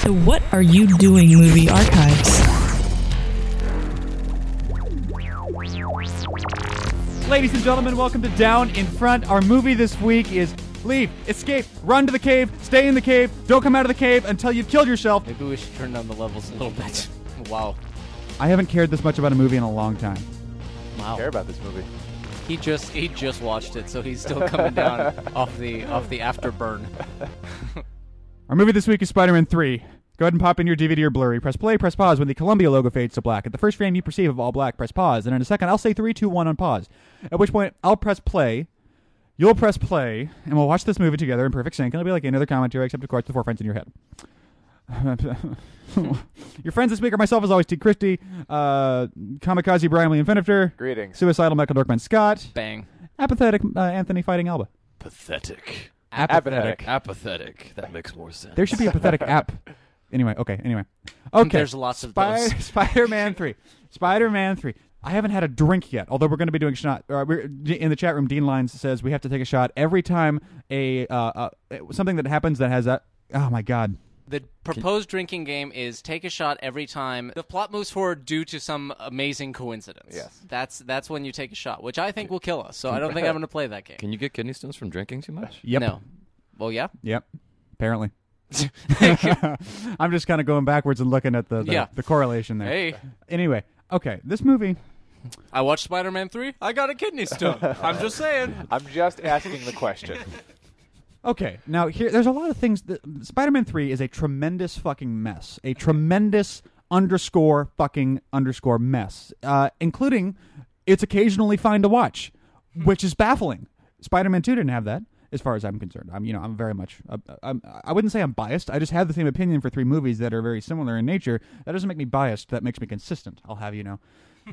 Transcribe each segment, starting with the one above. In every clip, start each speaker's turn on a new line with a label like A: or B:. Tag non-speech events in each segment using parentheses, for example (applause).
A: to What Are You Doing Movie Archives.
B: Ladies and gentlemen, welcome to Down in Front. Our movie this week is Leave, Escape, Run to the Cave, Stay in the Cave, Don't Come Out of the Cave Until You've Killed Yourself.
C: Maybe we should turn down the levels a little bit.
B: (laughs)
C: Wow.
B: I haven't cared this much about a movie in a long time.
D: care
C: Wow.
D: about this movie.
C: He just he just watched it, so he's still
B: (laughs)
C: coming down off the off the afterburn.
B: Our movie this week is Spider Man 3. Go ahead and pop in your DVD or blurry. Press play, press pause when the Columbia logo fades to black. At the first frame you perceive of all black, press pause. And in a second, I'll say three, two, one, on pause. At which point, I'll press play. You'll press play, and we'll watch this movie together in perfect sync. And it'll be like any other commentary, except, of course, the four friends in your head. (laughs) your friends this week are myself, as always, T. Christie, uh, Kamikaze Brian William Fenifter,
D: Greetings.
B: Suicidal Michael Dorkman Scott,
C: Bang.
B: Apathetic uh, Anthony Fighting Alba.
E: Pathetic.
D: Apathetic.
E: Apathetic. That makes more sense.
B: There should be a pathetic app. Anyway, okay, anyway. Okay.
C: There's lots of
B: (laughs)
C: those.
B: Spider Man 3. Spider Man 3. I haven't had a drink yet, although we're going to be doing shot. Uh, we're, in the chat room, Dean Lines says we have to take a shot every time a uh, uh, something that happens that has a. Oh my god.
C: The proposed drinking game is take a shot every time the plot moves forward due to some amazing coincidence.
D: Yes.
C: That's that's when you take a shot, which I think will kill us. So I don't think I'm going to play that game.
E: Can you get kidney stones from drinking too much?
B: Yep.
C: No. Well, yeah.
B: Yep.
C: (laughs)
B: Apparently. (laughs) I'm just kind of going backwards and looking at the, the,
C: Yeah.
B: the correlation there.
C: Hey,
B: Anyway, okay, this movie.
C: I watched Spider-Man 3. I got a kidney stone. I'm just saying.
B: (laughs)
D: I'm just asking the question.
B: Okay, now here, there's a lot of things. That, Spider-Man Three is a tremendous fucking mess, a tremendous underscore fucking underscore mess, uh, including it's occasionally fine to watch, which is baffling. Spider-Man Two didn't have that, as far as I'm concerned. I'm, you know, I'm very much. Uh, I'm, I wouldn't say I'm biased. I just have the same opinion for three movies that are very similar in nature. That doesn't make me biased. That makes me consistent. I'll have you know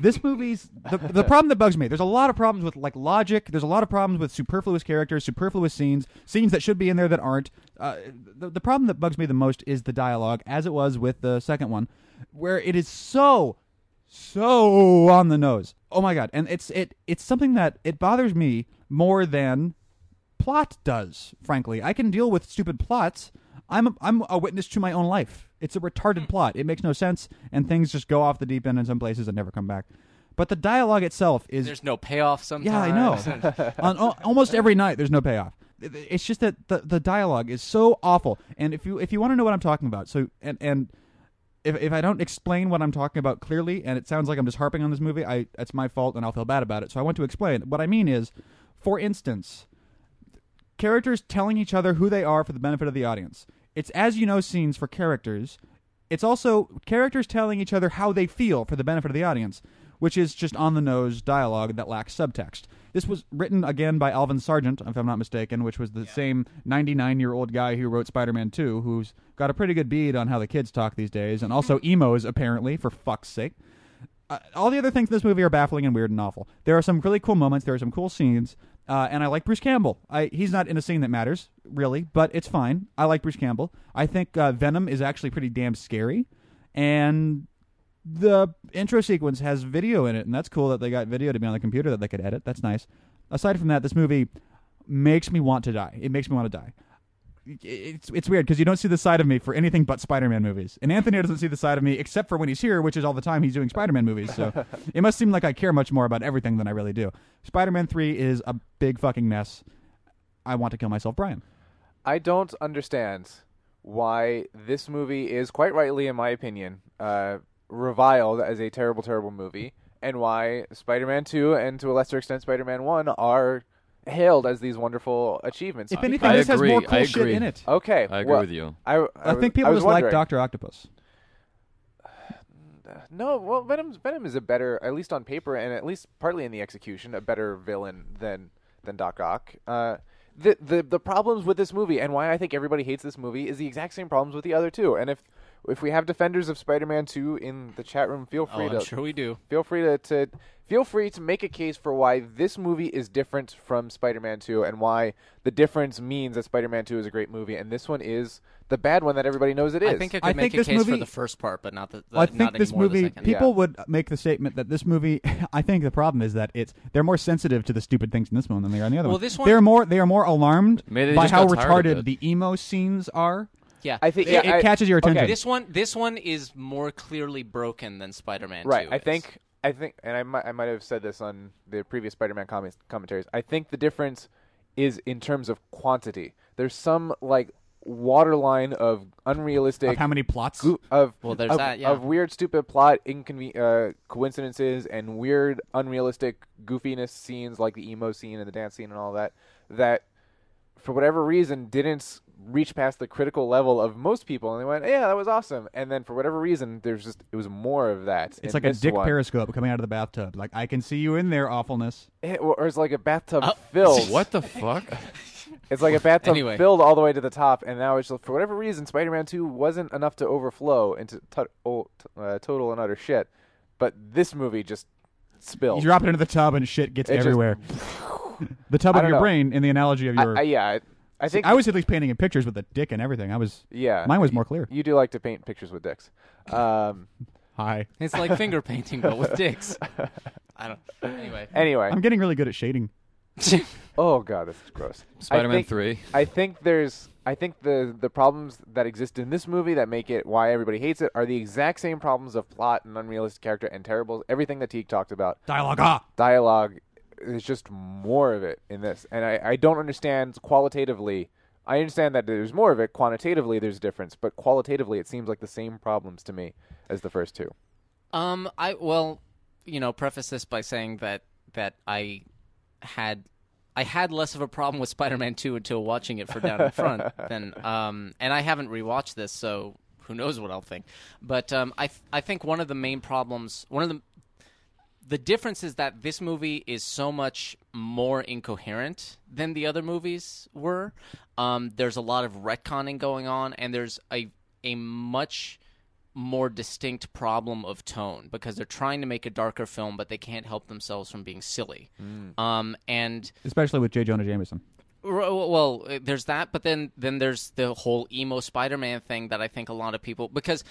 B: this movie's the, the problem that bugs me there's a lot of problems with like logic there's a lot of problems with superfluous characters superfluous scenes scenes that should be in there that aren't uh, the, the problem that bugs me the most is the dialogue as it was with the second one where it is so so on the nose oh my god and it's it it's something that it bothers me more than plot does frankly i can deal with stupid plots i'm i'm a witness to my own life it's a retarded plot it makes no sense and things just go off the deep end in some places and never come back but the dialogue itself is
C: There's no payoff sometimes. Oh,
B: yeah i
C: (laughs)
B: know (laughs) on al- almost every night there's no payoff It- it's just that the, the dialogue is so awful and if you if you want to know what i'm talking about so and and if, if I don't explain what I'm talking about clearly, and it sounds like I'm just harping on this movie, I it's my fault and I'll feel bad about it. So I want to explain. What I mean is, for instance, characters telling each other who they are for the benefit of the audience. It's as you know scenes for characters. It's also characters telling each other how they feel for the benefit of the audience, which is just on the nose dialogue that lacks subtext. This was written again by Alvin Sargent, if I'm not mistaken, which was the same 99 year old guy who wrote Spider Man 2, who's got a pretty good bead on how the kids talk these days, and also emos, apparently, for fuck's sake uh, all the other things in this movie are baffling and weird and awful. There are some really cool moments. There are some cool scenes, uh, and I like Bruce Campbell. I, he's not in a scene that matters really, but it's fine. I like Bruce Campbell. I think uh, Venom is actually pretty damn scary, and the intro sequence has video in it, and that's cool that they got video to be on the computer that they could edit. That's nice. Aside from that, this movie makes me want to die. It makes me want to die it's it's weird because you don't see the side of me for anything but Spider-Man movies, and Anthony doesn't see the side of me except for when he's here, which is all the time he's doing Spider-Man movies.
D: (laughs)
B: So it must seem like I care much more about everything than I really do. Spider-Man Three is a big fucking mess. I want to kill myself, Brian.
D: I don't understand why this movie is quite rightly, in my opinion, uh, reviled as a terrible, terrible movie, and why Spider-Man Two and to a lesser extent Spider-Man One are hailed as these wonderful achievements.
B: If anything,
E: I
B: this has
E: agree,
B: more cool
E: I
B: shit
E: agree.
B: in it.
D: okay,
E: I agree
D: well,
E: with you.
D: I,
B: I,
D: was-
B: think people
D: was
B: just like
D: wondering.
B: Doctor Octopus.
D: No, well, Venom Venom is a better, at least on paper, and at least partly in the execution, a better villain than than Doc Ock. Uh, the the the problems with this movie and why I think everybody hates this movie is the exact same problems with the other two. And if if we have defenders of Spider-Man Two in the chat room, feel
C: Oh,
D: free
C: I'm
D: to
C: sure we do.
D: feel free to, to feel free to make a case for why this movie is different from Spider-Man 2 and why the difference means that Spider-Man 2 is a great movie and this one is the bad one that everybody knows it is.
C: I think I
B: I
C: could make
B: think
C: a
B: this
C: case for
B: movie-
C: the first part, but not the. the
B: I
C: not
B: think this
C: anymore the
B: movie
C: second.
B: people
D: Yeah.
B: would make the statement that this movie. (laughs) I think the problem is that it's they're more sensitive to the stupid things in this one than they are in the other
C: Well,
B: one.
C: this one-
B: they're more they are more alarmed
E: Maybe they
B: by
E: just
B: how
E: got tired of
B: retarded
E: it.
B: the emo scenes are.
C: Yeah.
D: I think
B: It-
D: yeah,
B: it
D: I-
B: catches your attention.
D: okay.
C: This one, this one is more clearly broken than Spider-Man.
D: right.
C: 2
D: I
C: is.
D: think I think, and I might I might have said this on the previous Spider-Man comments, commentaries. I think the difference is in terms of quantity. There's some like waterline of unrealistic
B: Of how many plots?
D: goo- of
C: Well, there's
D: of,
C: that, yeah.
D: of weird, stupid plot inconven- uh, coincidences and weird, unrealistic goofiness scenes like the emo scene and the dance scene and all that. That for whatever reason didn't s- reach past the critical level of most people, and they went, "Yeah, that was awesome." And then for whatever reason, there's just it was more of that. in
B: It's like a
D: this
B: dick
D: one.
B: periscope coming out of the bathtub. Like I can see you in there, awfulness.
D: Eh, or or it's like a bathtub
C: Uh,
B: Oh.
D: filled.
E: What the fuck? (laughs)
D: It's like a bathtub
C: Anyway.
D: filled all the way to the top, and now it's just, for whatever reason, Spider-Man Two wasn't enough to overflow into to oh, t- uh, total and utter shit. But this movie just
B: You
D: spilled.
B: drop it into the tub and shit gets
D: Oh. It just- (laughs)
B: everywhere. the tub
D: I
B: of
D: don't
B: your
D: know.
B: brain, in the analogy of
D: I,
B: your.
D: I, yeah, I, I think
B: I was at least painting in pictures with a dick and everything. I was.
D: Yeah,
B: Mine was more clear.
D: You do like to paint pictures with dicks. Um,
B: Hi.
C: (laughs) it's like finger painting, but with
D: (laughs)
C: dicks. I don't. Anyway.
D: anyway,
B: I'm getting really good at shading.
D: oh god, this is gross. I
E: Spider-Man
D: think-
E: 3.
D: I think there's I think the the problems that exist in this movie that make it why everybody hates it are the exact same problems of plot and unrealistic character and terrible everything that Teague talked about.
B: Dialogue. Ah.
D: Dialogue there's just more of it in this. And I, I don't understand qualitatively I understand that there's more of it. Quantitatively there's a difference, but qualitatively it seems like the same problems to me as the first two.
C: Um, I well, you know, preface this by saying that that I had I had less of a problem with Spider-Man Two until watching it for Down in
D: (laughs)
C: Front than um, and I haven't rewatched this, so who knows what I'll think. But um, I th- I think one of the main problems, one of the the difference is that this movie is so much more incoherent than the other movies were. Um, there's a lot of retconning going on, and there's a a much more distinct problem of tone because they're trying to make a darker film, but they can't help themselves from being silly. Um, and
B: Especially with J. Jonah Jameson.
C: R- Well, uh, there's that, but then then there's the whole emo Spider-Man thing that I think a lot of people because,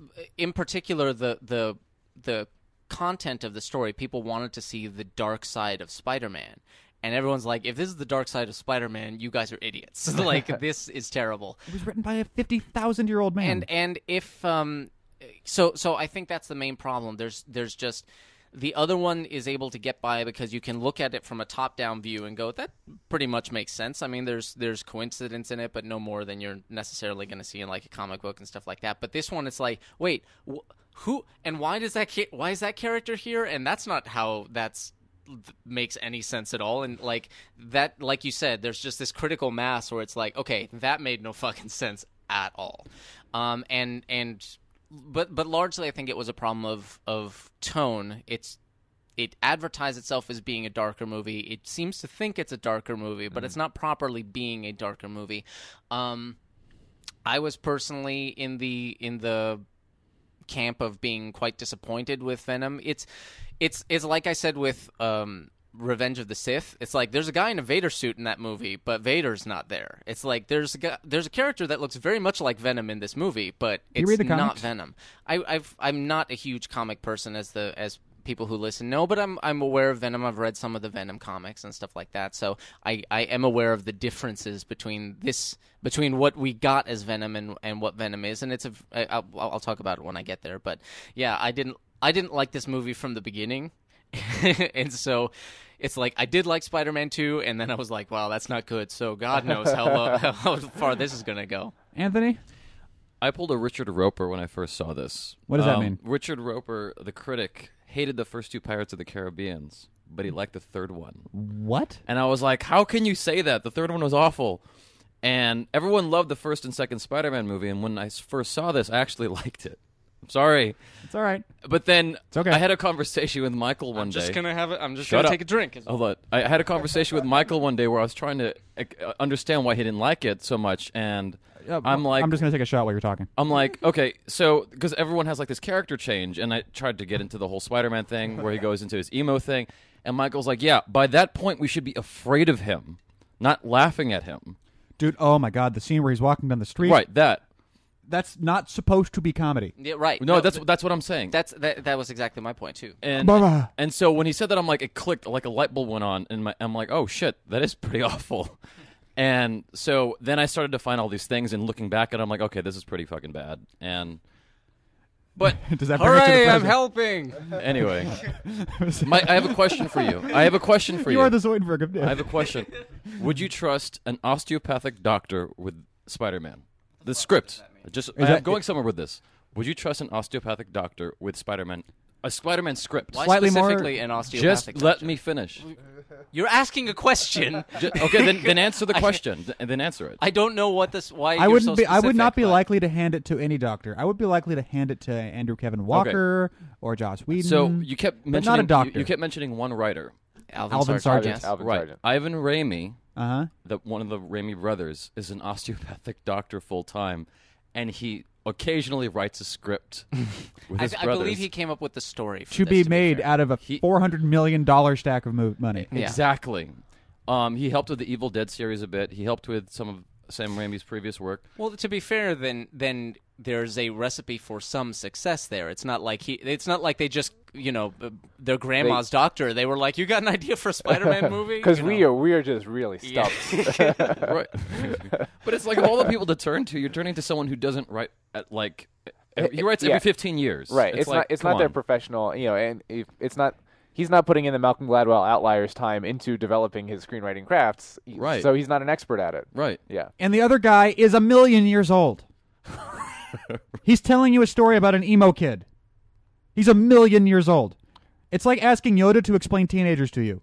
C: uh, in particular, the the the content of the story, people wanted to see the dark side of Spider-Man, and everyone's like, if this is the dark side of Spider-Man, you guys are idiots. (laughs) like this is terrible.
B: It was written by a 50,000 year old man.
C: And and if um, so so I think that's the main problem. There's there's just the other one is able to get by because you can look at it from a top-down view and go, that pretty much makes sense. I mean, there's there's coincidence in it, but no more than you're necessarily going to see in like a comic book and stuff like that. But this one, it's like, wait, wh- who and why does that ki- why is that character here? And that's not how that's th- makes any sense at all and like that like you said there's just this critical mass where it's like okay that made no (laughs) fucking sense at all um and and but but largely i think it was a problem of of tone it's it advertised itself as being a darker movie it seems to think it's a darker movie but
B: Mm.
C: it's not properly being a darker movie um i was personally in the in the camp of being quite disappointed with Venom. It's it's it's like I said with um Revenge of the Sith. It's like there's a guy in a Vader suit in that movie, but Vader's not there. It's like there's a guy, there's a character that looks very much like Venom in this movie, but
B: you
C: it's
B: read the
C: not
B: comics?
C: Venom. I I've, I'm not a huge comic person as the as people who listen know, but I'm I'm aware of Venom. I've read some of the Venom comics and stuff like that. So I, I am aware of the differences between this between what we got as Venom and and what Venom is, and it's a I, I'll, I'll talk about it when I get there. But yeah, I didn't I didn't like this movie from the beginning. (laughs) and so it's like I did like Spider-Man 2 and then I was like, wow, that's not good. So God knows how lo- (laughs) how far this is going to go.
B: Anthony?
E: I pulled a Richard Roper when I first saw this. Um,
B: What does that mean?
E: Richard Roper, the critic, hated the first two Pirates of the Caribbeans, but he liked the third one.
B: What?
E: And I was like, how can you say that? The third one was awful. And everyone loved the first and second Spider Man movie. And when I s- first saw this, I actually (laughs) liked it. I'm sorry.
B: It's all right.
E: But then
B: okay.
E: I had a conversation with Michael one day.
C: Just going to have it. I'm just going
E: Shut
C: to
E: up. Oh,
C: take a drink.
E: Hold on. I had a conversation with Michael one day where I was trying to uh, understand why he didn't like it so much. And I'm like,
B: I'm just going to take a shot while you're talking.
D: Oh.
E: I'm like, okay, so because everyone has like this character change, and I tried to get into the whole Spider-Man thing (laughs) where he goes into his emo thing, and Michael's like, yeah, by that point we should be afraid of him, not laughing at him.
B: Dude, oh my God, the scene where he's walking down the street.
E: Right? That
B: That's not supposed to be comedy. (laughs)
C: Yeah, right.
E: no, that's that's what I'm saying.
C: That's that. That was exactly my point
B: (laughs)
C: too.
E: and
B: Baba.
E: and so when he said that, I'm like, it clicked, like a light bulb went on, and my, I'm like, oh shit, that is pretty (laughs) awful. And so then I started to find all these things, and looking back at, it, I'm like, okay, this is pretty fucking bad. And but
B: Does that bring us to the
C: Hooray! I'm
B: present?
C: helping.
B: (laughs)
E: anyway, my, I have a question for you. I have a question for
B: (laughs)
E: you.
B: You are the Zoidberg of
E: I have
B: death.
E: a question. Would you trust an osteopathic doctor with Spider-Man? The script. Just I'm
B: that-
E: going somewhere with this. Would you trust an osteopathic doctor with Spider-Man? A Spider-Man script.
C: Why
B: Slightly more-
C: specifically an osteopathic?
E: Just let
C: doctor?
E: me finish.
C: You're asking a question.
B: (laughs)
E: Ju- okay, then, then answer the question th- and then answer it.
C: I don't know what this. Why
B: I
C: you're
B: wouldn't
C: so
B: be. I would
C: specific,
B: not be
C: but-
B: likely to hand it to any doctor. I would be likely to hand it to Andrew Kevin Walker or Josh Whedon.
E: so you kept
B: but
E: mentioning
B: not a doctor.
E: You, you kept mentioning one writer,
C: Alvin,
B: Alvin
C: Sargent.
B: Sargent.
C: yes.
D: Alvin
E: right?
D: Sargent.
E: Ivan Raimi,
B: uh huh.
E: the, one of the Raimi brothers, is an osteopathic doctor full time, and he occasionally writes a script with
C: I,
E: his
C: I
E: brothers.
C: believe he came up with the story. For
B: To
C: this,
B: be
C: to
B: made
C: fair.
B: out of a
E: He-
B: four hundred million dollar stack of mo- money.
C: Yeah.
E: Exactly. Um, he helped with the Evil Dead series a bit. He helped with some of Sam Raimi's previous
D: (laughs)
E: work.
C: Well, to be fair, then then there's a recipe for some success there. It's not like he. It's not like they just you know uh, their grandma's doctor. They were like, "You got an idea for a Spider-Man movie?"
D: Because
C: You
D: we
C: know.
D: are we are just really
C: Yeah.
D: stumped.
E: (laughs) right. but it's like of all the people to turn to, you're turning to someone who doesn't write at like he writes every
D: yeah.
E: 15 years.
D: Right. It's,
E: like,
D: not it's
E: come
D: not their
E: on.
D: professional, you know, and if it's not he's not putting in the Malcolm Gladwell outliers time into developing his screenwriting crafts. y-
E: Right.
D: So he's not an expert at it.
E: Right.
D: Yeah.
B: And the other guy is a million years
E: (laughs)
B: old. He's telling you a story about an emo kid. He's a million years old. It's like asking Yoda to explain teenagers to
E: (laughs)
B: you.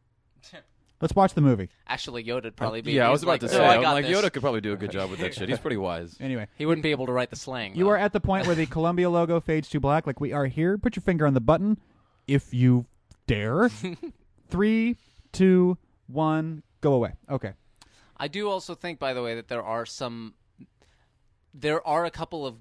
B: Let's watch the movie.
C: actually Yoda would probably be.
E: yeah, I
C: he's
E: was about
C: like,
E: to
C: "No,
E: say.
C: I
E: I'm
C: got
E: like
C: this."
E: Yoda could probably do a good job with (laughs) that shit. He's pretty wise.
B: Anyway,
C: He wouldn't be able to write the slang.
B: you
C: though.
B: are at the point where the Columbia logo fades to black, like we are here. Put your finger on the button if you
C: (laughs)
B: dare. Three, two, one, go away. Okay.
C: I do also think, by the way, that there are some. There are a couple of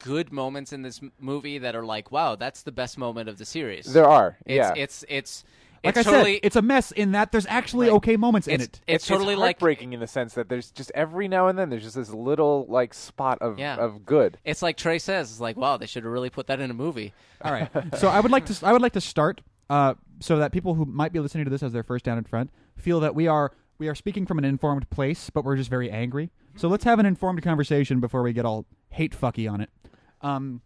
C: good moments in this m- movie that are like, wow, that's the best moment of the series.
D: There are.
C: It's,
D: yeah.
C: It's it's
B: Like
C: it's
B: I
C: totally
B: said, it's a mess in that there's actually
C: Right.
B: okay moments in
C: it's,
B: it.
C: it's totally like
D: heartbreaking in the sense that there's just every now and then there's just this little like spot of
C: Yeah.
D: of good.
C: it's like Trey says, it's like wow, they should have really put that in a movie.
B: All right. So I would like to I would like to start uh, so that people who might be listening to this as their first down in front feel that we are we are speaking from an informed place, but we're just very angry. So let's have an informed conversation before we get all hate fucky on it. Um,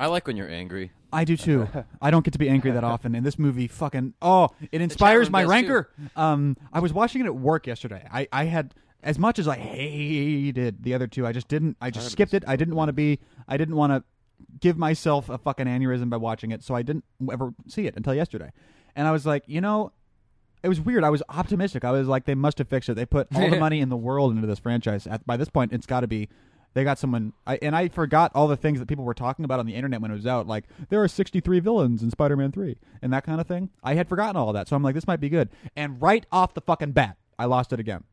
E: I like when you're angry.
B: I do too. I don't get to be angry that often, and this movie fucking oh, it inspires
C: room
B: my
C: does
B: rancor. Um, I was watching it at work yesterday. I I had as much as I hated the other two, I just didn't. I just skipped it. I didn't want to be. I didn't want to give myself a fucking aneurysm by watching it, so I didn't ever see it until yesterday. And I was like, you know, it was weird. I was optimistic. I was like, they must have fixed it. They put all the
C: (laughs)
B: money in the world into this franchise. At, by this point, it's got to be. They got someone, I, and I forgot all the things that people were talking about on the internet when it was out. Like there are 63 villains in Spider-Man 3 and that kind of thing. I had forgotten all that, so I'm like, this might be good. And right off the fucking bat, I lost it again.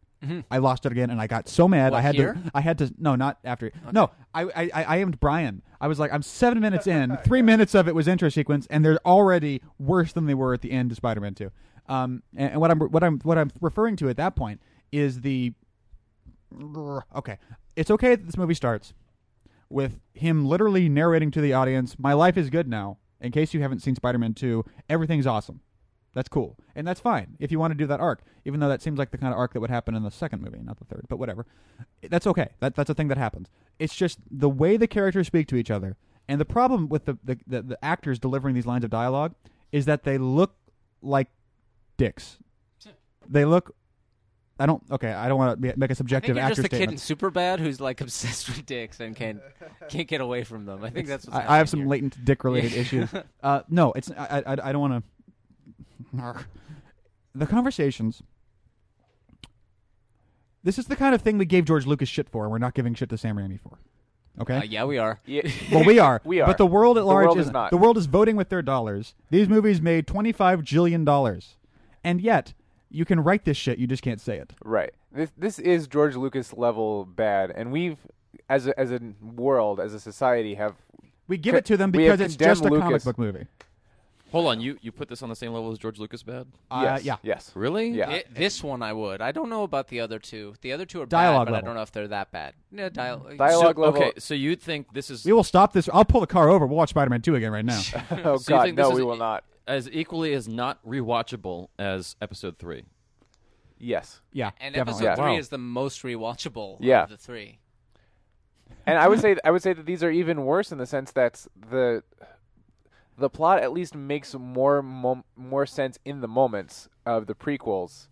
B: I lost it again, and I got so mad.
C: Mm-hmm. What,
B: I had
C: here?
B: to. I had to. No, not after. No, I, I I I aimed Brian. I was like, I'm seven minutes in. Three minutes of it was intro sequence, and they're already worse than they were at the end of Spider-Man Two. Um, and, and what I'm what I'm what I'm referring to at that point is the. Okay, it's okay that this movie starts with him literally narrating to the audience, "My life is good now." In case you haven't seen Spider-Man Two, everything's awesome. That's cool. And that's fine if you want to do that arc, even though that seems like the kind of arc that would happen in the second movie, not the third, but whatever. That's okay. That, that's a thing that happens. It's just the way the characters speak to each other. And the problem with the, the, the, the actors delivering these lines of dialogue is that they look like
C: (laughs)
B: dicks. They look. I don't. Okay, I don't want to make a
C: I think
B: subjective
C: you're
B: actor
C: just the kid in
B: statement.
C: Superbad who's like obsessed with dicks and can't can't get away from them. I think that's what's
B: I, I have some
C: happening here.
B: latent dick related
D: (laughs)
B: issues. Uh, no, it's I I, I don't want to. The conversations. This is the kind of thing we gave George Lucas shit for, and we're not giving shit to Sam Raimi for. Okay.
C: Uh, yeah, we are.
D: Yeah.
B: Well, we are.
D: We are.
B: But the world at
D: The
B: large
D: world
B: is,
D: is not.
B: The world is voting with their dollars. These movies made twenty-five jillion dollars, and yet you can write this shit. You just can't say it.
D: Right. This this is George Lucas level bad, and we've as a, as a world as a society have
B: We give
D: Co-
B: it to them
D: we have
B: because it's just a
D: condemned
B: comic
D: Lucas.
B: book movie.
E: Hold on, you you put this on the same level as George Lucas bad?
B: Uh,
D: yes,
B: yeah.
D: yes
E: Really?
D: Yeah.
C: Thi- this one I would. I don't know about the other two. The other two are
B: Dialogue
C: bad, but
B: level. Mm-hmm.
C: I don't know if they're that bad. No, dial-
E: So-
D: dialogue level.
E: Okay, so you think this is
B: We will stop this. I'll pull the car over. We'll watch Spider-Man Two again
D: (laughs)
B: right now.
D: (laughs) Oh
E: So you
D: God,
E: think this
D: no,
E: is
D: we
E: e-
D: will not.
E: as equally as not rewatchable as episode three?
D: Yes.
B: Yeah,
C: And
B: definitely.
C: episode
D: Yeah.
C: three
E: Wow.
C: is the most rewatchable
D: Yeah.
C: of the three.
D: and I would say I would say that these are even worse in the sense that the the plot at least makes more mom, more sense in the moments of the prequels,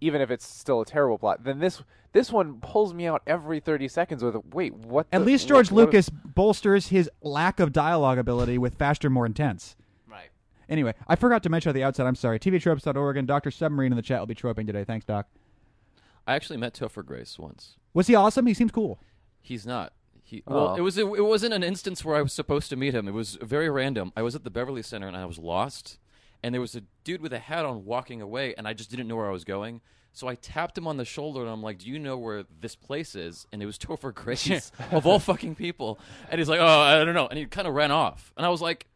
D: even if it's still a terrible plot. Then this this one pulls me out every thirty seconds with wait what?
B: At
D: the-
B: least George
D: what- what-
B: Lucas bolsters his lack of dialogue ability with faster, more intense.
C: Right.
B: Anyway, I forgot to mention at the outset. I'm sorry. TVTropes.org and Dr. Submarine in the chat will be troping today. Thanks, Doc.
E: I actually met Topher Grace once.
B: Was he awesome? He seems cool.
E: He's not. He,
D: Aw.
E: well, it was it, wasn't an instance where I was supposed to meet him. It was very random. I was at the Beverly Center and I was lost, and there was a dude with a hat on walking away, and I just didn't know where I was going. So I tapped him on the shoulder and I'm like, "Do you know where this place is?" And it was (laughs) Topher Grace of all fucking people, and he's like, "Oh, I don't know," and he kind of ran off, and I was like,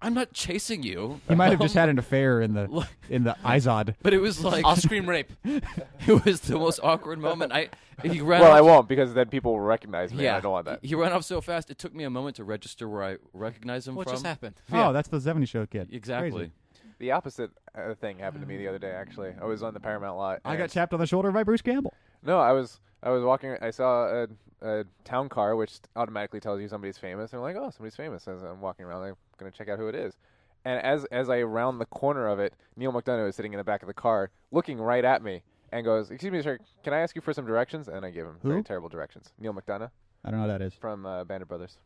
E: "I'm not chasing you."
B: He might have just had an affair in the
E: Look.
B: in the Izod.
E: (laughs) But it was
C: (laughs)
E: like
C: I'll scream rape.
E: (laughs) it was the most awkward moment. I he ran.
D: Well,
E: off
D: I won't because then people will recognize me. and
E: Yeah,
D: I don't want that.
E: He ran off so fast. It took me a moment to register where I recognize him
C: What
E: from.
C: just happened?
B: Oh, that's the 70 show kid.
E: Exactly.
B: Crazy.
D: The opposite uh, thing happened to me the other day. Actually, I was on the Paramount lot.
B: I got
D: and-
B: tapped on the shoulder by Bruce Campbell.
D: No, I was I was walking. I saw a, a town car, which automatically tells you somebody's famous. And I'm like, oh, somebody's famous. As I'm walking around, I'm gonna check out who it is. And as as I round the corner of it, Neil McDonough is sitting in the back of the car, looking right at me, and goes, "Excuse me, sir, can I ask you for some directions?" And I gave him very terrible directions. Neil McDonough
B: I don't know who that is.
D: from uh, Band of Brothers.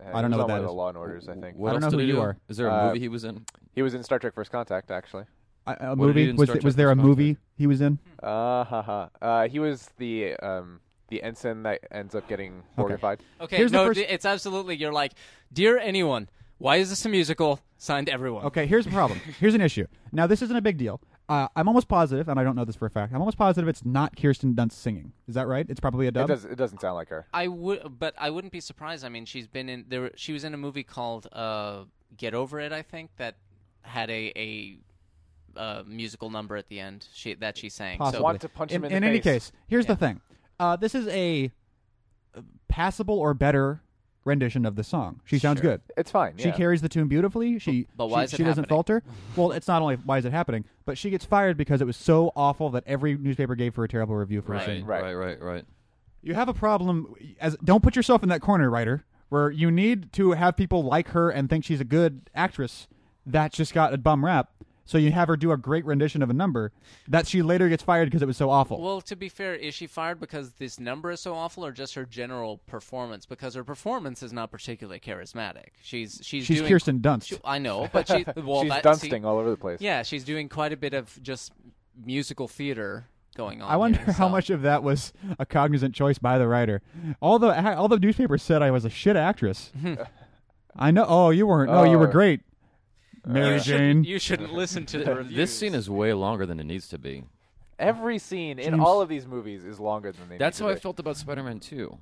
D: Uh,
B: I don't
D: he
B: know
D: was
B: what
D: on
B: that
D: one of
B: is.
D: the Law and Orders, I think.
E: What
B: I don't
E: else
B: know
E: did
B: who
E: he
B: you
E: do?
B: are.
E: Is there a
D: Uh,
E: movie he was in?
D: He was in Star Trek: First Contact, actually.
B: I, a
E: What did he
B: movie
E: do in
B: was,
E: Star
B: th- was
E: Trek
B: there a
E: Response?
B: movie he was in?
D: Uh, ha, ha. uh He was the um the ensign that ends up getting mortified.
C: Okay,
B: Here's the
C: no,
B: first-
C: d- it's absolutely. You're like, dear anyone, why is this a musical? Signed everyone.
B: Okay, here's the problem. Here's an issue. Now, this isn't a big deal. Uh, I'm almost positive, and I don't know this for a fact. I'm almost positive it's not Kirsten Dunst singing. Is that right? It's probably a dub.
D: It does. It doesn't sound like her.
C: I would, but I wouldn't be surprised. I mean, she's been in there. She was in a movie called uh, "Get Over It," I think, that had a a uh, musical number at the end she, that she sang.
B: Possibly.
D: Want to punch
B: in,
D: him in the
B: any
D: face.
B: case, here's the thing. Uh, this is a uh, passable or better rendition of the song. She sounds good.
D: It's fine.
B: She
D: yeah.
B: carries the tune beautifully. She
C: but why
B: she,
C: is it
B: she doesn't
C: happening?
B: falter. Well, it's not only why is it happening, but she gets fired because it was so awful that every newspaper gave her a terrible review for her
E: Right,
B: singing.
D: Right.
E: right, right, right.
B: You have a problem as don't put yourself in that corner, writer, where you need to have people like her and think she's a good actress that just got a bum rap. So you have her do a great rendition of a number that she later gets fired because it was so awful.
C: Well, to be fair, is she fired because this number is so awful, or just her general performance? Because her performance is not particularly charismatic. She's she's
B: She's
C: doing,
B: Kirsten Dunst.
C: She- I know, but
D: (laughs)
C: she well,
D: She's
C: that- see-
D: dunsting all over the place.
C: Yeah, she's doing quite a bit of just musical theater going on.
B: I wonder
C: here,
B: how
C: so-
B: much of that was a cognizant choice by the writer. All the all the newspapers said I was a shit actress. I know. Oh, you weren't. No, you were
D: Oh. Uh,
B: great, Mary
C: you
B: Jane.
C: Shouldn't, you shouldn't listen to the reviews.
E: This scene is way longer than it needs to be.
D: Every scene in
B: James-
D: all of these movies is longer than they.
E: That's
D: need
E: how
D: to
E: I
D: be.
E: felt about Spider-Man 2.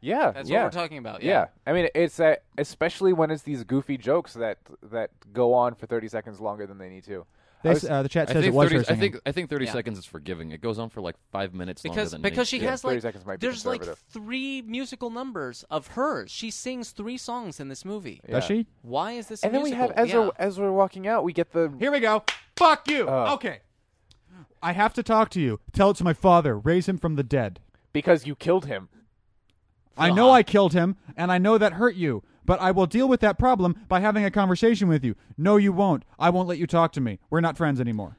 D: Yeah.
C: That's
D: yeah.
C: what we're talking about.
D: Yeah. I mean, it's that, especially when it's these goofy jokes that that go on for thirty seconds longer than they need to. I
B: They s-
D: was-
B: uh, the chat
E: I
B: says it
E: think,
B: was
E: 30,
B: her
E: I
B: singing.
E: think I think 30
C: Yeah.
E: seconds is forgiving. It goes on for like five minutes longer
C: because
E: than
C: because she
E: it needs
C: has
D: 30
C: like
D: seconds might be
C: there's like
D: conservative.
C: three musical numbers of hers. She sings three songs in this movie.
B: Does she?
C: Why is this? a
D: and then we have
C: musical?
D: as we're, as we're walking out, we get the
B: Here we go. Fuck you.
D: Oh.
B: okay. I have to talk to you. Tell it to my father. Raise him from the dead.
D: because you killed him.
B: I know I killed him, and I know that hurt you. But I will deal with that problem by having a conversation with you. No, you won't. I won't let you talk to me. We're not friends anymore.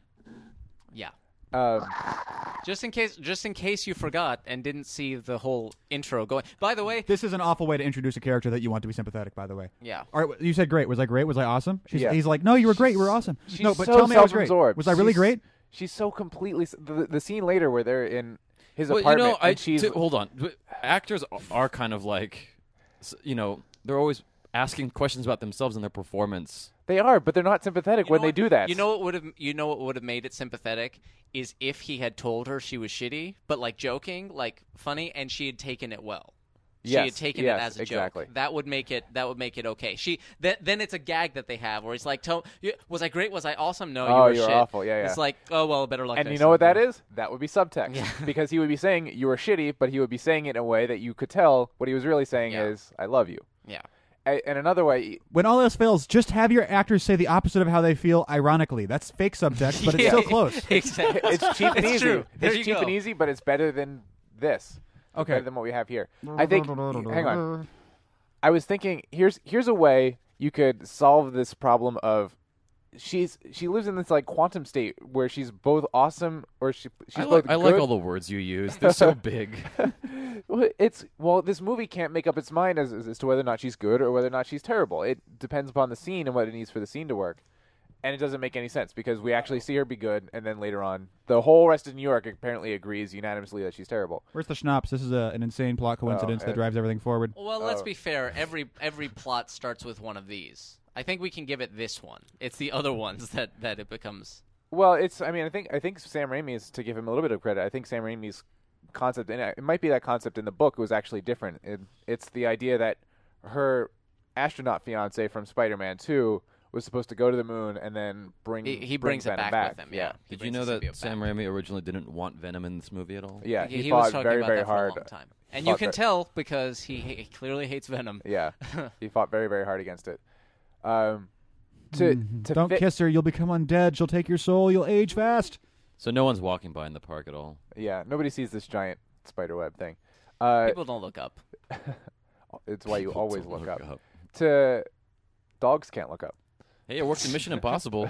C: yeah. (sighs)
D: Um,
C: yeah. Just in case, just in case you forgot and didn't see the whole intro going. By the way,
B: This is an awful way to introduce a character that you want to be sympathetic. By the way,
C: Yeah.
B: All right, you said great. Was I great? Was I awesome? She's,
D: Yeah.
B: He's like, no, you were great. You were awesome. no, but
D: so
B: tell me I was great.
D: self-absorbed.
B: Was I really
D: She's-
B: great?
D: She's so completely s- the, the scene later where they're in his
E: Well, you
D: apartment
E: know, I
D: and she's
E: t- hold on. But Actors are kind of like, s- you know, they're always asking questions about themselves and their performance.
D: they are, but they're not sympathetic
C: You
D: when
C: know
D: they
C: what-
D: do that.
C: You know what would have you know what would have made it sympathetic is if he had told her she was shitty, but like joking, like funny, and she had taken it well. She
D: Yes,
C: had taken
D: yes,
C: it as a
D: exactly.
C: joke. That would make it. That would make it okay. She th- then it's a gag that they have where he's like, "Tell you, was I great? Was I awesome? No,
D: Oh,
C: you were
D: you were
C: shit.
D: awful. Yeah, yeah.
C: It's like, oh well, better luck.
D: And
C: next
D: you know what
C: time.
D: that is? That would be subtext. because he would be saying you were shitty, but he would be saying it in a way that you could tell what he was really saying
C: Yeah.
D: is I love you.
C: Yeah. (laughs)
D: I, and another way,
B: When all else fails, just have your actors say the opposite of how they feel ironically. That's fake subtext, but it's still close.
C: exactly.
D: it's
C: (laughs)
D: cheap and
C: It's
D: easy.
C: true. There
D: It's
C: you
D: cheap
C: go.
D: and easy, but it's better than this. It's
B: Okay.
D: better than what we have here. (laughs) I think. hang on. I was thinking here's here's a way you could solve this problem of she's she lives in this like quantum state where she's both awesome or she she's
E: I
D: both
E: like, I
D: good.
E: like all the words you use.
D: (laughs)
E: They're so big.
D: Well, it's well this movie can't make up its mind as, as to whether or not she's good or whether or not she's terrible. It depends upon the scene and what it needs for the scene to work. And it doesn't make any sense because we actually see her be good and then later on the whole rest of New York apparently agrees unanimously that she's terrible.
B: Where's the schnapps? This is a, an insane plot
D: Oh,
B: coincidence that
D: it-
B: drives everything forward.
D: Oh,
C: Well, let's be fair. Every every plot starts with one of these. I think we can give it this one. It's the other ones that that it becomes.
D: Well, it's. I mean, I think I think Sam Raimi's to give him a little bit of credit. I think Sam Raimi's concept, and it might be that concept in the book was actually different. It, it's the idea that her astronaut fiance from Spider-Man Two was supposed to go to the moon and then Mm-hmm. bring
C: He, he brings it
D: Venom
C: back,
D: back
C: with him. Yeah. He
E: Did you
C: brings
E: know
C: the
E: that
C: symbiote
E: Sam
C: back.
E: Raimi originally didn't want Venom in this movie at all?
D: Yeah,
C: He,
D: he,
C: he
D: fought
C: was talking
D: very
C: about
D: very
C: that
D: hard.
C: for a long time, and you
D: Fought
C: can
D: very-
C: tell because he, he clearly hates Venom.
D: Yeah, he fought very very hard against it. Um, to to
B: Mm-hmm. Don't
D: fi-
B: kiss her. You'll become undead. She'll take your soul. You'll age fast.
E: So no one's walking by in the park at all.
D: Yeah, nobody sees this giant spider web thing. Uh,
C: People don't look up.
D: it's
E: (laughs)
D: why you
E: People
D: always
E: don't
D: look up. To dogs can't look up. (laughs)
E: Hey, it worked in Mission Impossible.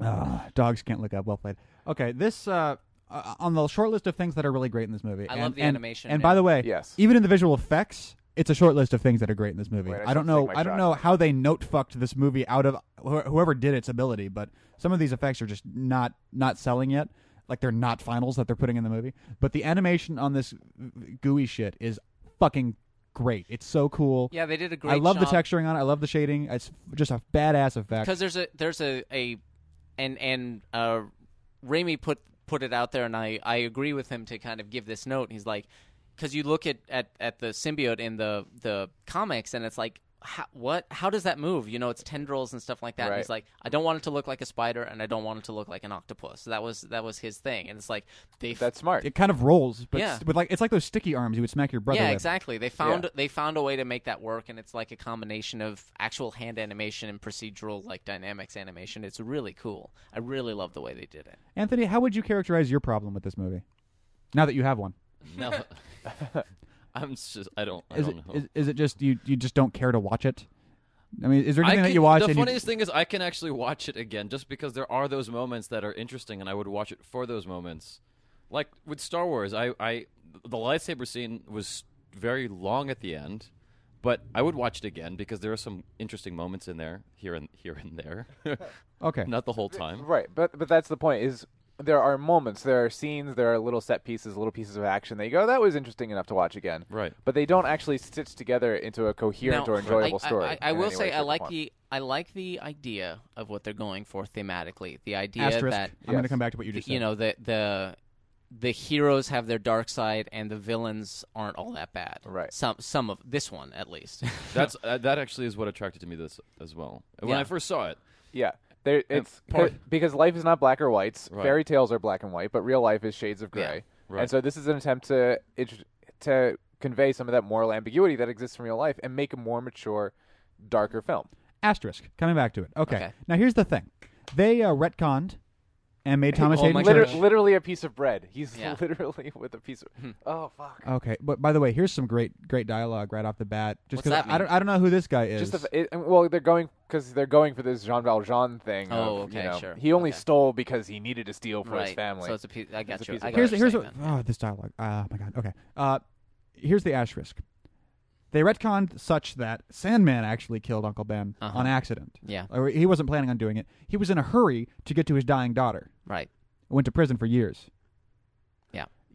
B: Ah, dogs can't look up. Well played. Okay, this uh, uh, on the short list of things that are really great in this movie.
C: I
B: and-
C: love the
B: and-
C: animation
B: And by the
C: and-
B: way,
D: Yes.
B: even in the visual effects, it's a short list of things that are great in this movie.
D: Wait, I
B: I don't
D: should
B: know.
D: take my
B: I don't
D: shot.
B: know how they note fucked this movie out of wh- whoever did its ability, but some of these effects are just not not selling yet. Like they're not finals that they're putting in the movie. But the animation on this gooey shit is fucking great. It's so cool.
C: Yeah, they did a great.
B: I love the
C: job.
B: texturing on it. I love the shading. It's just a badass effect.
C: because there's a there's a a and and uh Raimi put put it out there and I I agree with him to kind of give this note he's like cuz you look at, at at the symbiote in the the comics and it's like how, what how does that move you know it's tendrils and stuff like that and
D: Right.
C: he's like I don't want it to look like a spider and I don't want it to look like an octopus that was that was his thing and it's like they f-
D: That's smart.
B: it kind of rolls, but
C: Yeah.
B: s- with like it's like those sticky arms you would smack your brother
C: yeah
B: with.
C: exactly they found they found a way to make that work and it's like a combination of actual hand animation and procedural like dynamics animation it's really cool i really love the way they did it
B: Anthony, how would you characterize your problem with this movie? Now that you have one,
E: no, (laughs) I'm just. I don't. I
B: is
E: don't
B: it,
E: know.
B: is, is it just you you just don't care to watch it? I mean, is there
E: I
B: anything that
E: can-
B: you watch?
E: The
B: and you-
E: funniest thing is, I can actually watch it again just because there are those moments that are interesting, and I would watch it for those moments. Like with Star Wars, I, I the lightsaber scene was very long at the end, but I would watch it again because there are some interesting moments in there, here and here and there, (laughs)
B: okay,
E: not the whole time.
D: (laughs) Right, but but that's the point is there are moments, there are scenes, there are little set pieces, little pieces of action that you go, that was interesting enough to watch again.
E: Right.
D: But they don't actually stitch together into a coherent
C: Now,
D: or enjoyable
C: I, I-
D: story.
C: I, I
D: in
C: will
D: any way,
C: say
D: shape,
C: I
D: or
C: like
D: form.
C: the I like the idea of what they're going for thematically. The idea
B: asterisk.
C: that
B: I'm going to
D: Yes.
B: come back to what you
C: the-
B: just said.
C: you know the the the heroes have their dark side and the villains aren't all that bad.
D: Right.
C: Some some of this one at least. (laughs)
E: That's uh, that actually is what attracted to me this as well. When
C: Yeah.
E: I first saw it,
D: Yeah. There it's
E: (laughs) part-
D: there- because life is not black or whites.
E: Right.
D: Fairy tales are black and white, but real life is shades of gray.
E: right.
D: And so this is an attempt to int- to convey some of that moral ambiguity that exists in real life and make a more mature, darker film.
B: asterisk. Coming back to it. Okay.
C: Okay.
B: Now here's the thing. They uh, retconned and made Thomas
C: Oh my
B: Hayden
C: gosh.
D: Liter-
B: Church.
C: gosh.
D: literally a piece of bread. He's
C: Yeah.
D: (laughs) literally with a piece
E: Hmm.
D: of Oh fuck.
B: Okay, but by the way, here's some great great dialogue right off the bat. Just
C: What's
B: because
C: that
B: I, I
C: mean?
B: don't I don't know who this guy is.
D: Just the f- it, I mean, well, they're going because they're going for this Jean Valjean thing. of,
C: Oh,
D: you
C: okay,
D: know,
C: sure.
D: He only
C: Okay.
D: stole because he needed to steal for
C: right.
D: his family.
C: So it's a piece. I got
D: It's a
C: you.
D: piece
C: I
D: of
C: got
B: here's
C: your
B: here's what,
C: statement.
B: oh this dialogue. Oh my god. Okay. Uh, here's the asterisk. They retconned such that Sandman actually killed Uncle Ben
C: Uh-huh.
B: on accident.
C: Yeah.
B: Or he wasn't planning on doing it. He was in a hurry to get to his dying daughter.
C: Right.
B: Went to prison for years.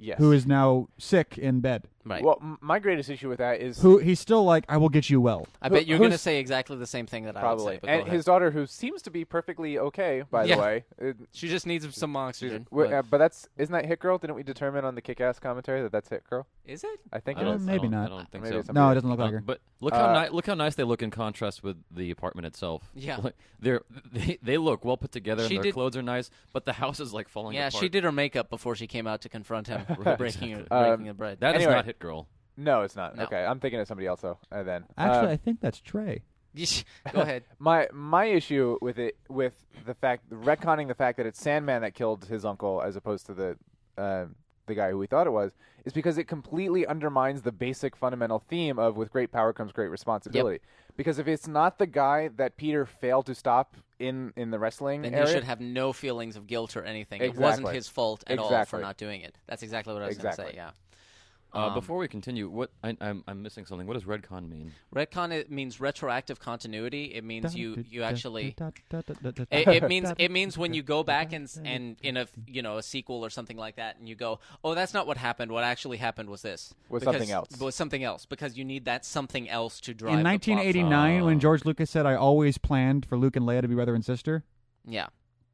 D: yes.
B: Who is now sick in bed.
C: Right.
D: Well, m- my greatest issue with that is
B: Who he's still like, I will get you well.
C: I
D: who-
C: bet you're going to
D: who's-
C: say exactly the same thing that I would
D: probably
C: say. But go
D: and
C: ahead.
D: his daughter, who seems to be perfectly okay, by
C: Yeah. (laughs)
D: the way. It-
C: she just needs some oxygen.
D: w-
C: but-
D: uh, but that's isn't that Hit Girl? Didn't we determine on the Kick-Ass commentary that that's Hit Girl?
C: is it?
D: I think
E: I
D: it
E: don't,
D: is.
E: I
B: Maybe
E: don't-
B: not.
E: I don't think
D: Maybe
E: so.
D: it's something
B: No,
D: like
B: it doesn't look like
E: Uh,
B: her.
E: But look
D: Uh,
E: how ni- look how nice they look in contrast with the apartment itself.
C: Yeah.
E: (laughs) Like, they're they, they look well put together.
C: She
E: and Their
C: did-
E: clothes are nice, but the house is like falling.
C: Yeah,
E: apart.
C: she did her makeup before she came out to confront
D: (laughs)
C: him, (laughs) breaking her,
D: Um,
C: breaking the bread.
E: That is
D: Anyway.
E: not hit girl.
D: No, it's not.
C: No.
D: Okay, I'm thinking of somebody else though. Uh, then
B: Actually,
D: Um,
B: I think that's Trey.
C: Yeesh.
D: (laughs)
C: Go ahead.
D: My my issue with it with the fact retconning the fact that it's Sandman that killed his uncle as opposed to the uh, the guy who we thought it was is because it completely undermines the basic fundamental theme of with great power comes great responsibility. Because if it's not the guy that Peter failed to stop in in the wrestling
C: Then
D: area,
C: he should have no feelings of guilt or anything. It wasn't
D: Exactly.
C: his fault at all for
D: Exactly.
C: not doing it. That's exactly what I was going
D: Exactly.
C: to say. Yeah.
E: Uh, before we continue, what I, I'm, I'm missing something. What does redcon mean?
C: Retcon it means retroactive continuity. It means you you actually it,
B: it (laughs)
C: it means it means when you go back and s- and in a you know a sequel or something like that, and you go, oh, that's not what happened. What actually happened was this
D: Was
C: Because-
D: something else.
C: Was something else because you need that something else to drive.
B: in
C: the Oh. plot forward.
B: 1989 when George Lucas said, "I always planned for Luke and Leia to be brother and sister."
C: Yeah.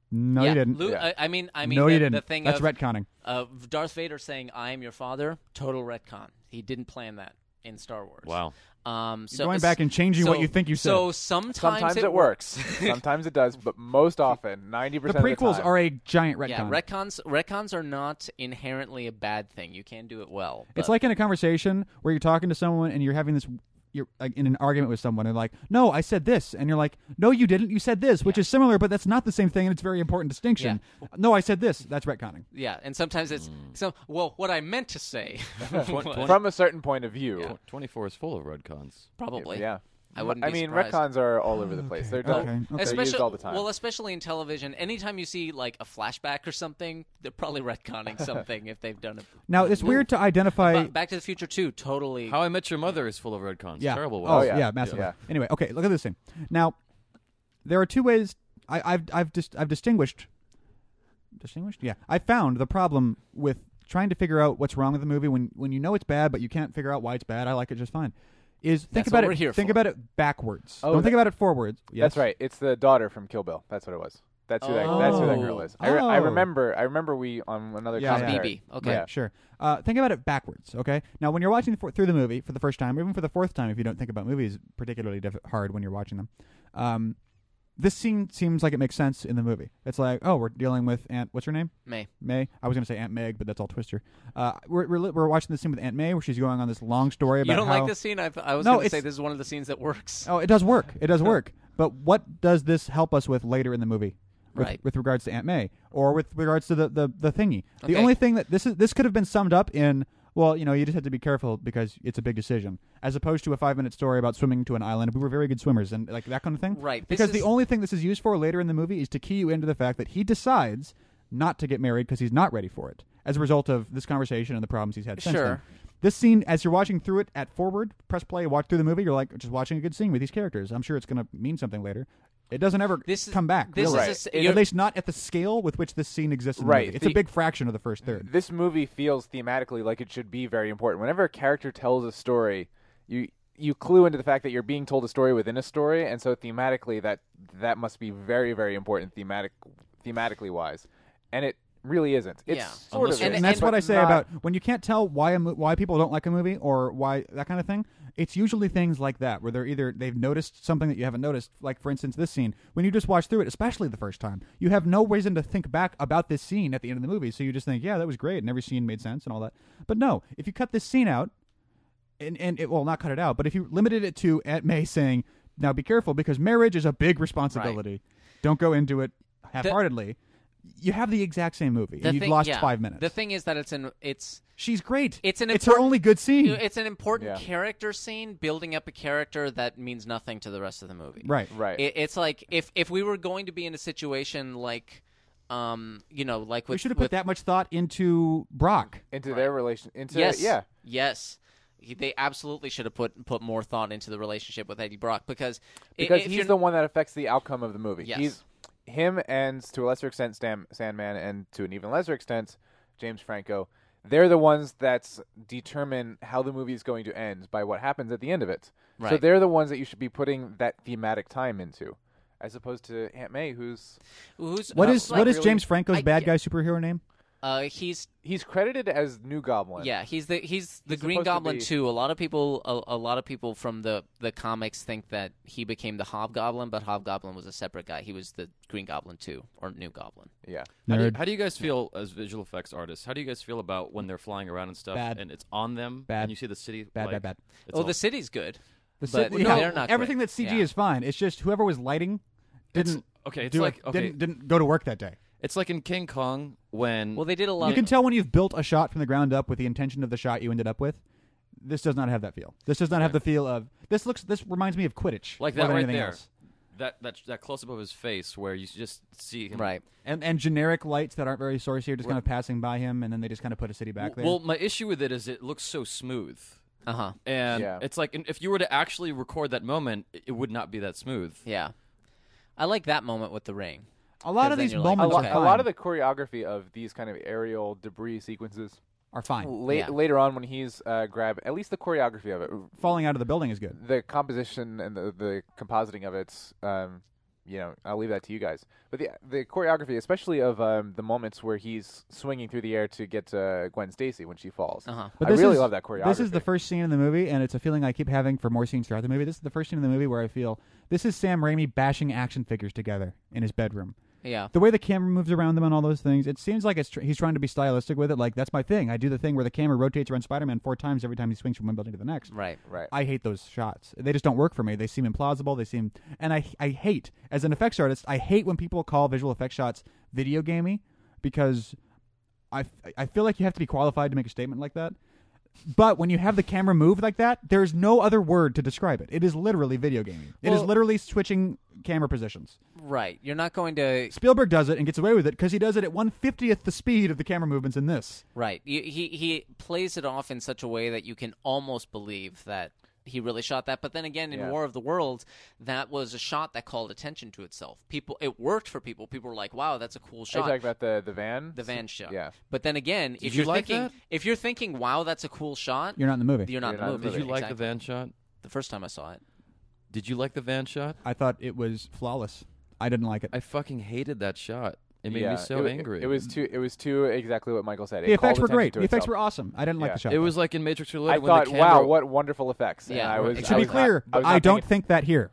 B: No,
C: yeah.
B: you didn't.
C: Lu-
D: Yeah.
C: I, I mean, I mean,
B: no,
C: the,
B: you didn't.
C: the thing
B: That's
C: of,
B: retconning.
C: of Darth Vader saying, "I am your father," total retcon. He didn't plan that in Star Wars.
E: Wow.
C: Um, so
B: going back and changing what
C: so-
B: you think you said.
C: So sometimes,
D: sometimes it works, (laughs) sometimes it does, but most often, ninety
B: The
D: percent of the
B: prequels
D: time,
B: are a giant retcon.
C: (laughs) yeah, retcons retcons are not inherently a bad thing. You can do it well.
B: It's
C: but-
B: like in a conversation where you're talking to someone and you're having this you're like in an argument with someone and like, "No, I said this." And you're like, "No, you didn't. You said this," which is similar, but that's not the same thing and it's a very important distinction. No, I said this. That's retconning.
C: yeah, and sometimes it's
D: Mm.
C: so. Well, what I meant to
D: (laughs)
C: say, (laughs) was-
D: from a certain point of view.
E: Tw- 24 is full of redcons.
C: probably.
D: Yeah.
C: I wouldn't
D: I
C: be
D: mean,
C: surprised.
D: retcons are all over the place. They're
B: Mm, Okay,
D: done.
B: okay.
D: They're
C: Especially,
D: used all the time.
C: Well, especially in television, anytime you see like a flashback or something, they're probably
D: (laughs)
C: retconning something if they've done it.
B: Now, it's weird to identify
C: But Back to the Future too, totally.
E: How I Met Your Mother is full of redcons.
B: yeah.
E: Terrible
B: Oh,
E: one.
D: yeah.
B: yeah, massively.
D: Yeah.
B: Anyway, okay, look at this thing. Now, there are two ways I, I've I've dis- I've distinguished distinguished. Yeah, I found the problem with trying to figure out what's wrong with the movie when when you know it's bad but you can't figure out why it's bad. I like it just fine. Is think
C: That's
B: about
C: what we're
B: it.
C: here
B: think
C: for.
B: about it backwards.
D: Oh,
B: Don't
D: that-
B: think about it forwards. Yes.
D: That's right. It's the daughter from Kill Bill. That's what it was. That's who that. That's who that girl
C: Oh.
D: is. I, re- I
B: Oh.
D: remember. I remember we on another.
B: Yeah,
D: commentary.
C: BB. Okay.
D: Yeah.
B: Sure. Uh, think about it backwards. Okay. Now, when you're watching the, for- through the movie for the first time, or even for the fourth time, if you don't think about movies particularly diff- hard when you're watching them, um, this scene seems like it makes sense in the movie. It's like, oh, we're dealing with Aunt. What's her name?
C: May.
B: May. I was going to say Aunt Meg, but that's all Twister. Uh, we're, we're li- we're watching this scene with Aunt May, where she's going on this long story about
C: You don't
B: how.
C: like this scene? I, th- I was
B: No,
C: going to say
B: it's-
C: this is one of the scenes that works.
B: Oh, it does work. It does work. but what does this help us with later in the movie? With,
C: Right.
B: with regards to Aunt May or with regards to the the, the thingy.
C: Okay.
B: The only thing that this is this could have been summed up in well, you know, you just have to be careful because it's a big decision, as opposed to a five-minute story about swimming to an island. We were very good swimmers and like that kind of thing.
C: Right. This
B: Because
C: is-
B: the only thing this is used for later in the movie is to key you into the fact that he decides not to get married because he's not ready for it, as a result of this conversation and the problems he's had since then.
C: Sure.
B: This scene, as you're watching through it at forward, press play, walk through the movie, you're like just watching a good scene with these characters. I'm sure it's going to mean something later. It doesn't ever
C: This is-
B: come back.
C: this
B: really.
D: is a s-
B: It-
C: you're-
B: at least not at the scale with which this scene exists. In the
D: Right.
B: movie. it's
D: The-
B: a big fraction of the first third.
D: This movie feels thematically like it should be very important. Whenever a character tells a story, you you clue into the fact that you're being told a story within a story, and so thematically that that must be very very important thematic thematically wise, and it really isn't. It's
C: Yeah.
D: sort
E: Unless
D: of
E: you're-
D: is,
B: And that's
D: but
B: what I say
D: not-
B: about when you can't tell why a mo- why people don't like a movie or why that kind of thing. It's usually things like that where they're either they've noticed something that you haven't noticed. Like for instance, this scene when you just watch through it, especially the first time, you have no reason to think back about this scene at the end of the movie. So you just think, yeah, that was great, and every scene made sense and all that. But no, if you cut this scene out, and and it well not cut it out, but if you limited it to Aunt May saying, "Now be careful because marriage is a big responsibility. Don't go into it half-heartedly." you have the exact same movie,
C: The
B: and you've
C: thing-
B: lost
C: yeah.
B: five minutes.
C: The thing is that it's an it's
B: She's great.
C: It's an
B: it's her
C: important-
B: only good scene.
C: it's an important
D: Yeah.
C: character scene, building up a character that means nothing to the rest of the movie.
B: right.
D: right.
C: It, it's like if if we were going to be in a situation like, um, you know, like with
B: we should have put
C: with-
B: that much thought into Brock.
D: into their relation. Into
C: Yes.
D: yeah.
C: Yes. He- They absolutely should have put put more thought into the relationship with Eddie Brock because i-
D: because
C: if
D: he's
C: you're-
D: the one that affects the outcome of the movie.
C: Yes.
D: He's him and to a lesser extent Stam, Sandman and to an even lesser extent James Franco. They're the ones that determine how the movie is going to end by what happens at the end of it. So
C: Right.
D: they're the ones that you should be putting that thematic time into, as opposed to Aunt May, who's
C: who's
B: What
C: uh,
B: is
C: like,
B: what is
D: really-
B: James Franco's
C: I-
B: bad guy superhero name?
C: uh, he's
D: he's credited as New Goblin.
C: yeah he's the he's the
D: He's
C: Green
D: supposed to
C: Goblin
D: be-
C: too. A lot of people a, a lot of people from the the comics think that he became the Hobgoblin, but Hobgoblin was a separate guy. He was the Green Goblin too or New Goblin.
D: yeah.
E: How do, you, how do you guys feel as visual effects artists? How do you guys feel about when they're flying around and stuff
B: Bad.
E: and it's on them
B: Bad.
E: and you see the city?
B: Bad,
E: like,
B: bad, bad.
E: It's
C: Oh,
E: all-
C: the city's good.
B: The
C: But
B: C-
C: no,
B: yeah,
C: they're not
B: everything
C: great.
B: that's CG
C: Yeah.
B: is fine. It's just whoever was lighting didn't.
E: okay, it's
B: do
E: like-
B: it,
E: okay.
B: didn't didn't go to work that day.
E: It's like in King Kong when
C: Well, they did a lot.
B: you
C: of-
B: can tell when you've built a shot from the ground up with the intention of the shot you ended up with. This does not have that feel. This does not have the feel of. This looks. This reminds me of Quidditch.
E: like
B: more
E: that
B: than
E: right
B: anything
E: there.
B: else.
E: That that that close up of his face where you just see him
C: right.
B: And and generic lights that aren't very sourcey are just kind of passing by him, and then they just kind of put a city back there.
E: Well, my issue with it is it looks so smooth.
C: Uh huh.
E: And
D: Yeah.
E: it's like if you were to actually record that moment, it it would not be that smooth.
C: Yeah. I like that moment with the ring.
B: a lot of
C: then
B: these
C: you're like, "Oh,
B: moments
D: a, lo-
B: are,
C: okay.
D: a
B: fine-
D: lot of the choreography of these kind of aerial debris sequences
B: are fine.
D: late,
C: Yeah.
D: later on when he's uh, grab at least the choreography of it,
B: Falling out of the building is good.
D: the composition and the, the compositing of it's um, you know I'll leave that to you guys. But the the choreography, especially of um, the moments where he's swinging through the air to get to Gwen Stacy when she falls,
C: Uh-huh.
B: But
D: I
B: this
D: really
B: is-
D: love that choreography.
B: This is the first scene in the movie, and it's a feeling I keep having for more scenes throughout the movie. This is the first scene in the movie where I feel this is Sam Raimi bashing action figures together in his bedroom.
C: Yeah.
B: The way the camera moves around them and all those things, it seems like it's tr- he's trying to be stylistic with it. Like that's my thing. I do the thing where the camera rotates around Spider-Man four times every time he swings from one building to the next.
C: Right.
D: right.
B: I hate those shots. They just don't work for me. They seem implausible. They seem, and I I hate as an effects artist. I hate when people call visual effects shots video gamey because I I feel like you have to be qualified to make a statement like that. But when you have the camera move like that, there's no other word to describe it. It is literally video gaming. It is
C: Well-
B: literally switching camera positions.
C: Right. You're not going to
B: Spielberg does it and gets away with it because he does it at one fiftieth the speed of the camera movements in this.
C: Right. He, he he plays it off in such a way that you can almost believe that he really shot that. But then again, in
D: Yeah.
C: War of the Worlds, that was a shot that called attention to itself. People, it worked for people. People were like, "Wow, that's a cool
D: Are you
C: shot."
D: talking about the the van?
C: the van shot.
D: Yeah.
C: But then again, if
E: you
C: are
E: like
C: thinking,
E: that?
C: if you're thinking, "Wow, that's a cool shot,"
B: You're not in the movie.
C: you're not in
D: You're
C: the
D: not in
C: movie.
D: the
E: Did you like the
C: Exactly.
E: van shot?
C: The first time I saw it,
E: Did you like the van shot?
B: I thought it was flawless. I didn't like it.
E: I fucking hated that shot. It made
D: Yeah,
E: me so
D: it wa-
E: angry.
D: It, was too. It was too exactly what Michael said. It
B: the effects
D: called
B: were
D: attention
B: great.
D: to
B: The effects
D: itself.
B: were awesome. I didn't like
D: Yeah.
B: the shot.
E: It was like in Matrix Reloaded.
D: I
E: when
D: thought,
E: the camera,
D: wow, what wonderful effects. And
C: Yeah,
D: I
C: right.
D: was,
C: It
B: to
D: I
B: be
D: was not-
B: clear,
D: I, was
B: I,
D: not
B: don't
D: thinking-
B: think that here.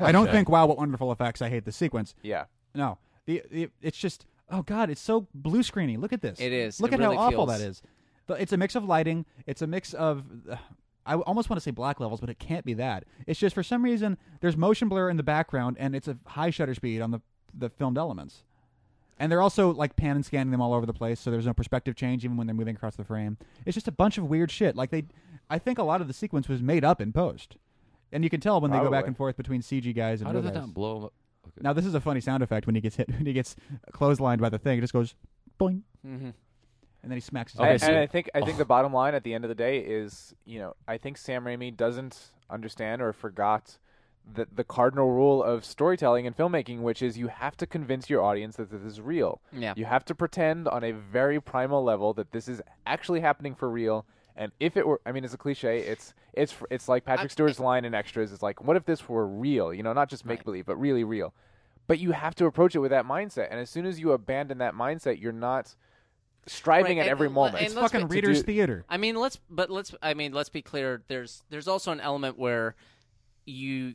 B: I
D: (laughs)
B: don't
E: Okay.
B: think wow, what wonderful effects! I hate the sequence.
D: Yeah,
B: No, the, the it's just oh god, it's so blue screeny. Look at this.
C: It is.
B: Look at
C: It really
B: how awful
C: feels-
B: that is. But it's a mix of lighting. It's a mix of. (sighs) I almost want to say black levels, but it can't be that. It's just for some reason there's motion blur in the background, and it's a high shutter speed on the the filmed elements, and they're also like pan and scanning them all over the place, so there's no perspective change even when they're moving across the frame. It's just a bunch of weird shit. Like they, I think a lot of the sequence was made up in post, and you can tell when they go back
D: Probably.
B: and forth between CG guys and
E: How
B: real
E: did that
B: guys.
E: not blow him up? Okay.
B: Now this is a funny sound effect when he gets hit (laughs) when he gets clotheslined by the thing. It just goes boing,
C: mm-hmm.
B: and then he smacks his
E: Okay,
D: and,
B: head.
E: so-
D: and I think I think the bottom line at the end of the day is, you know, I think Sam Raimi doesn't understand or forgot the the cardinal rule of storytelling and filmmaking, which is you have to convince your audience that this is real.
C: Yeah.
D: You have to pretend on a very primal level that this is actually happening for real. And if it were, I mean, it's a cliche. It's it's it's like Patrick Stewart's line in Extras. It's like, what if this were real? You know, not just make believe, but really real. But you have to approach it with that mindset. And as soon as you abandon that mindset, you're not
C: Right,
D: striving at
C: and-
D: every
C: and-
D: moment.
C: and let's
B: fucking
C: be-
B: readers
D: do-
B: theater.
C: I mean, let's but let's I mean, let's be clear. There's there's also an element where you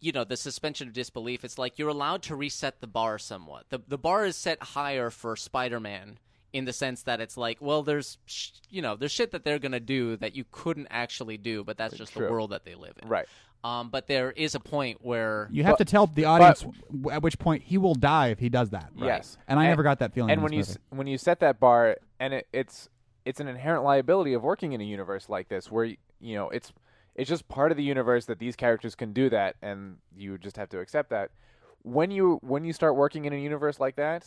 C: you know the suspension of disbelief. It's like you're allowed to reset the bar somewhat. The the bar is set higher for Spider-Man in the sense that it's like, well, there's sh- you know there's shit that they're gonna do that you couldn't actually do, but that's just the
D: True.
C: world that they live in.
D: Right.
C: Um, but there is a point where
B: You have to tell the audience w- at which point he will die if he does that.
D: Yes.
B: and I never got that feeling.
D: And
B: in
D: when you
B: this
D: s- when you set that bar, and it, it's it's an inherent liability of working in a universe like this, where y- you know it's it's just part of the universe that these characters can do that, and you just have to accept that. When you when you start working in a universe like that,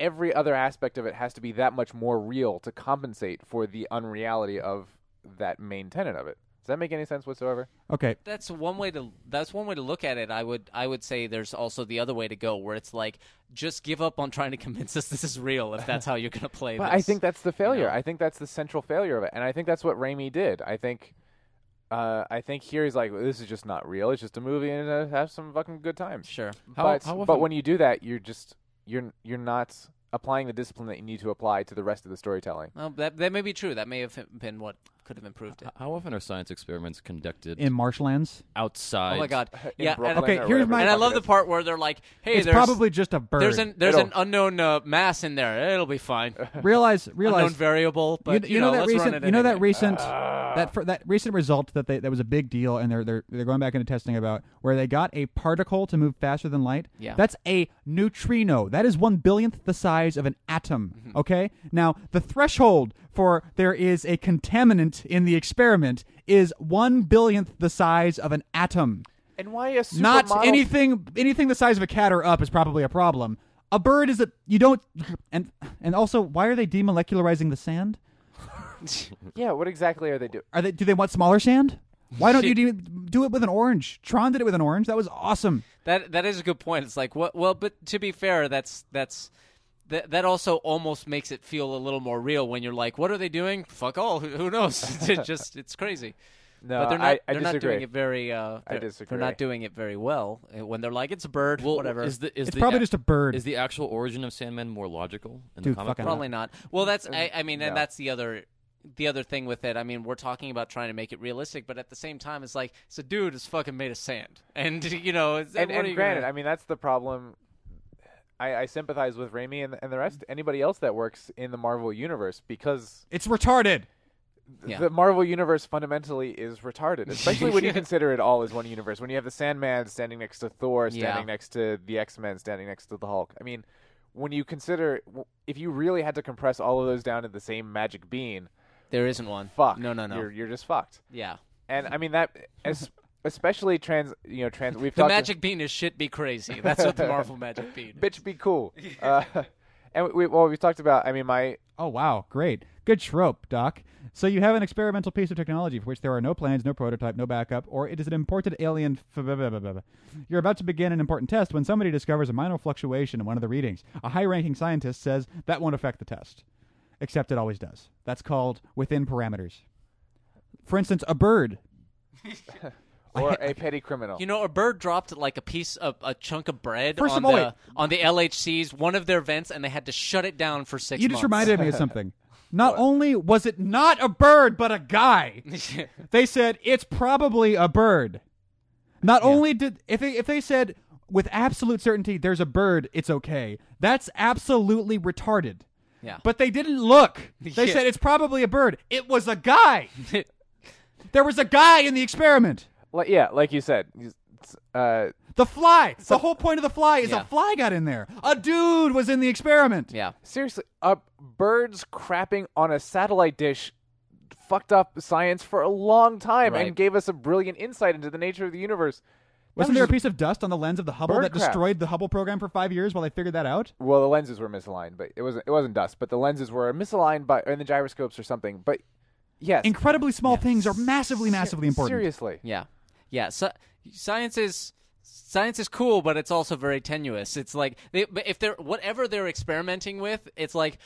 D: every other aspect of it has to be that much more real to compensate for the unreality of that main tenet of it. Does that make any sense whatsoever?
B: movie. okay,
C: that's one way to that's one way to look at it. I would I would say there's also the other way to go where it's like just give up on trying to convince us this is real if that's how you're going to play
D: (laughs) But
C: this.
D: I think that's the failure.
C: know?
D: I think that's the central failure of it, and I think that's what Raimi did. I think, uh, I think here he's like, this is just not real. It's just a movie, and uh, have some fucking good times.
C: sure.
E: How-
D: but
E: how
D: but
E: often-
D: when you do that, you're just you're you're not applying the discipline that you need to apply to the rest of the storytelling.
C: Well, that that may be true. That may have been what could have improved it.
E: H- How often are science experiments conducted
B: in marshlands.
E: outside?
C: Oh my god!
D: In
C: Yeah,
D: Brooklyn
C: and,
B: Okay,
D: or
B: here's
D: wherever
B: my-
C: and I
D: fuck
C: love
D: it
C: the
D: is.
C: part where they're like, "Hey,
B: it's
C: there's
B: probably just a bird.
C: there's an there's an
D: It'll-
C: unknown uh, mass in there. It'll be
D: (laughs)
C: fine.
B: realize
C: unknown
B: realize
C: variable, but
B: you, you know, that
C: let's
B: recent
C: run it
B: you know that
C: anyway. Ah.
B: recent that for, that recent result that they that was a big deal and they're they're they're going back into testing about where they got a particle to move faster than light.
C: Yeah.
B: That's a neutrino. That is one billionth the size of an atom.
C: Mm-hmm.
B: Okay? Now the threshold for there is a contaminant in the experiment is one billionth the size of an atom.
D: And why a supermodel?
B: Not anything anything the size of a cat or up is probably a problem. A bird is a you don't and and also why are they demolecularizing the sand?
D: Yeah, what exactly are they doing?
B: Are they? Do they want smaller sand? Why don't you do, do it with an orange? Tron did it with an orange. That was awesome.
C: That that is a good point. It's like what? Well, but to be fair, that's that's that that also almost makes it feel a little more real when you're like, what are they doing? Fuck all. Who, who knows? (laughs) it's just it's crazy.
D: No,
C: but they're not
D: I, I
C: they're
D: disagree.
C: not doing it very. Uh,
D: I
C: they're-
D: disagree.
C: They're not doing it very well uh, when they're like, it's a bird.
E: Well,
C: whatever.
E: Is the, is
B: It's
E: the
B: probably
E: a-
B: just a bird.
E: Is the actual origin of Sandman more logical in
B: Dude,
E: the comic?
B: fuck
E: book?
B: out.
C: Probably not. Well, that's I, I mean,
D: no.
C: and that's the other the other thing with it. I mean, we're talking about trying to make it realistic, but at the same time, it's like it's a dude is fucking made of sand, (laughs) and you know, it's,
D: and,
C: what are
D: and
C: you
D: granted,
C: gonna-
D: I mean that's the problem. I, I sympathize with Raimi and, and the rest anybody else that works in the Marvel universe because
B: it's retarded.
C: Yeah.
D: the Marvel universe fundamentally is retarded,
C: (laughs)
D: especially when you consider it all as one universe. When you have the Sandman standing next to Thor, standing
C: Yeah.
D: next to the X Men, standing next to the Hulk. I mean, when you consider w- if you really had to compress all of those down to the same magic bean,
C: there isn't one.
D: fuck,
C: No, no, no.
D: you're, you're just fucked.
C: yeah,
D: And I mean that,
C: (laughs)
D: es- especially trans, you know, trans. We've
C: the
D: talked
C: magic bean is shit. Be crazy. That's what
B: (laughs)
C: the Marvel magic bean. is.
D: (laughs) bitch be cool. Uh, (laughs) and we well we talked about. I mean my
B: Oh wow, great, good trope, Doc. So you have an experimental piece of technology for which there are no plans, no prototype, no backup, or it is an imported alien. f- blah, blah, blah, blah, blah. You're about to begin an important test when somebody discovers a minor fluctuation in one of the readings. A high-ranking scientist says that won't affect the test, except it always does. That's called within parameters. For instance, a bird.
C: (laughs)
D: or a petty criminal.
C: You know, a bird dropped like a piece of a chunk of bread
B: First
C: on
B: of all,
C: the
B: wait.
C: on the LHC's one of their vents, and they had to shut it down for six.
B: You just
C: months.
B: reminded me of
C: (laughs)
B: something. Not only was it not a bird, but a
C: (laughs)
B: guy. they said it's probably a bird. Not only did if they, if they said with absolute certainty there's a bird, it's okay. That's absolutely retarded.
C: Yeah.
B: But they didn't
C: (laughs)
B: look. They
C: Yeah.
B: said it's probably a bird. It was a
C: (laughs)
B: guy. there was a guy in the experiment.
D: like, yeah, like you said. you s- Uh,
B: The fly. the whole point of the fly is
C: Yeah.
B: a fly got in there. A dude was in the experiment.
C: yeah.
D: Seriously, uh, birds crapping on a satellite dish fucked up science for a long time
C: Right.
D: and gave us a brilliant insight into the nature of the universe. That
B: Wasn't
D: was
B: there a
D: just-
B: piece of dust on the lens of the Hubble
D: Bird
B: that
D: crap.
B: destroyed the Hubble program for five years while they figured that out?
D: Well, the lenses were misaligned, but it wasn't. It wasn't dust, but the lenses were misaligned by and the gyroscopes or something. But yes,
B: Incredibly small things are massively, massively important.
D: Seriously,
C: Yeah, yeah. So, science is science is cool, but it's also very tenuous. It's like they, but if they're whatever they're experimenting with, it's like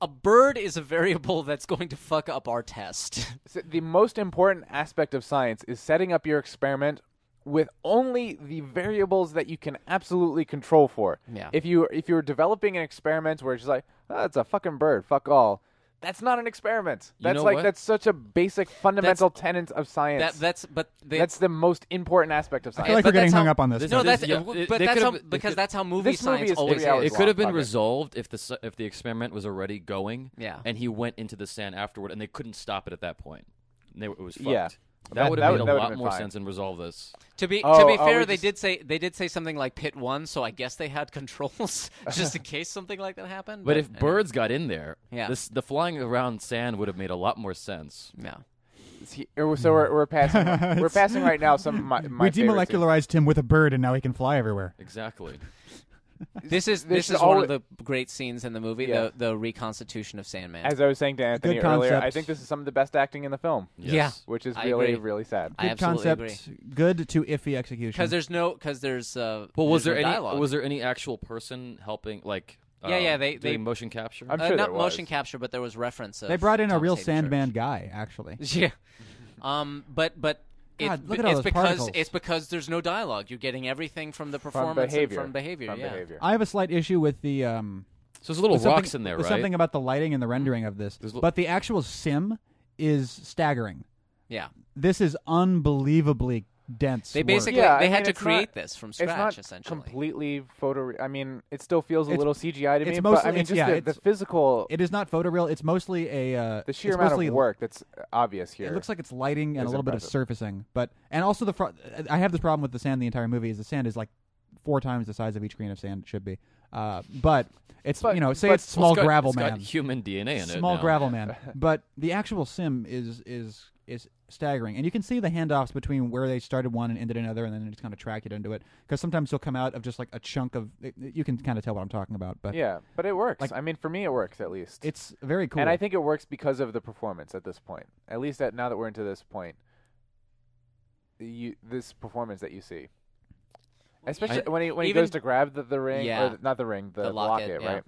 C: a bird is a variable (laughs) that's going to fuck up our test.
D: S- the most important aspect of science is setting up your experiment with only the variables that you can absolutely control for.
C: Yeah.
D: If you if you're developing an experiment where it's just like, oh, it's a fucking bird, fuck all. That's not an experiment.
E: You
D: That's
E: know
D: like
E: what?
D: that's such a basic fundamental tenet of science.
C: that that's but they,
D: That's the most important aspect of
B: feel
D: science.
B: like we're
C: but that's
B: getting hung
C: how-
B: up on this.
E: This
C: no,
E: is-
C: that's
E: yeah,
C: but
E: they- they
C: that's
E: could've-
C: how,
E: they
C: because
E: could-
C: that's how movie
D: This movie
C: science
D: is
C: always
D: three
C: is.
D: hours
E: It could have
D: long,
E: been
D: fuck it.
E: resolved if the s- if the experiment was already going.
C: Yeah.
E: And he went into the sand afterward, and they couldn't stop it at that point. And They, it was fucked.
D: Yeah.
E: That,
D: That-
E: would
D: that
E: have
D: would-
E: made
D: that
E: a
D: would have
E: lot
D: been
E: more
D: fine.
E: sense and resolve this.
C: To be to
D: Oh,
C: be
D: oh,
C: fair,
D: we
C: they
D: just-
C: did say they did say something like pit one, so I guess they had controls (laughs) just in case something like that happened.
E: But if
C: anyway.
E: birds got in there,
C: Yeah.
E: this the flying around sand would have made a lot more sense.
C: yeah,
D: See, er, so we're, we're passing we're passing right now some of my, my
B: we
D: favorite scenes.
B: demolecularized him with a bird, and now he can fly everywhere.
E: Exactly.
C: this is
D: This
C: this,
D: is
C: is one
D: alwa-
C: of the great scenes in the movie,
D: Yeah.
C: the the reconstitution of Sandman.
D: As I was saying to Anthony
B: Good
D: earlier, I
B: concept.
D: think this is some of the best acting in the film,
E: Yes.
C: Yeah.
D: which is
C: I
D: really
C: agree.
D: really sad.
C: I
B: good
C: absolutely
B: concept,
C: agree.
B: good to iffy execution.
C: Because there's no, because there's. Uh,
E: Well, was
C: there's
E: there any
C: no dialogue.
E: was there any actual person helping like
C: Yeah,
E: uh,
C: yeah, they-
E: doing
C: they-
E: motion capture?
D: I'm
C: uh,
D: sure
C: not
D: there was.
C: motion capture, but there was reference. Of
B: they brought in a
C: Thomas
B: real
C: Hayden
B: Sandman guy, actually.
C: Church. (laughs) Yeah, um, but but it-
B: God, look
C: but
B: at all
C: it's
B: those
C: because
B: particles.
C: it's because there's no dialogue. You're getting everything from the
D: from
C: performance
D: behavior,
C: and from behavior.
D: From
C: yeah,
D: behavior.
B: I have a slight issue with the um,
E: so there's little
B: with something-
E: rocks in there,
B: with
E: right?
B: Something about the lighting and the rendering of this,
E: There's li-
B: but the actual sim is staggering.
C: Yeah.
B: This is unbelievably dense.
C: They
B: work.
C: basically
D: Yeah,
C: they
D: I
C: had
D: mean,
C: to
D: it's
C: create
D: not-
C: this from
D: It's
C: scratch
D: not
C: essentially.
D: completely photo. I mean, it still feels a
B: It's-
D: little CGI to
B: it's
D: me. but
B: mostly-
D: I mean,
B: it's-
D: just
B: yeah,
D: the,
B: it's-
D: the physical,
B: It is not photoreal. It's mostly a uh,
D: the sheer
B: it's
D: amount
B: mostly
D: of work that's uh, obvious here.
B: It looks like it's lighting and a
D: is
B: little bit of
D: impressive.
B: surfacing, but and also the front. I have this problem with the sand the entire movie. Is the sand is like four times the size of each grain of sand it should be. Uh, but it's
D: But-
B: you know say
D: but-
B: it's small
E: Well, it's got-
B: gravel
E: it's got
B: man,
E: human DNA in it.
B: small
E: now.
B: gravel man. But the actual sim is is is staggering, and you can see the handoffs between where they started one and ended another, and then it's kind of tracked it into it. Because sometimes you'll come out of just like a chunk of it, you can kind of tell what I'm talking about, but
D: yeah, but it works.
B: like-
D: I mean, for me, it works at least.
B: it's very cool.
D: And I think it works because of the performance at this point. At least at, now that we're into this point, you this performance that you see, especially when he when he
C: even-
D: goes to grab the, the ring,
C: Yeah.
D: or the- not the ring, the,
C: yeah.
D: right?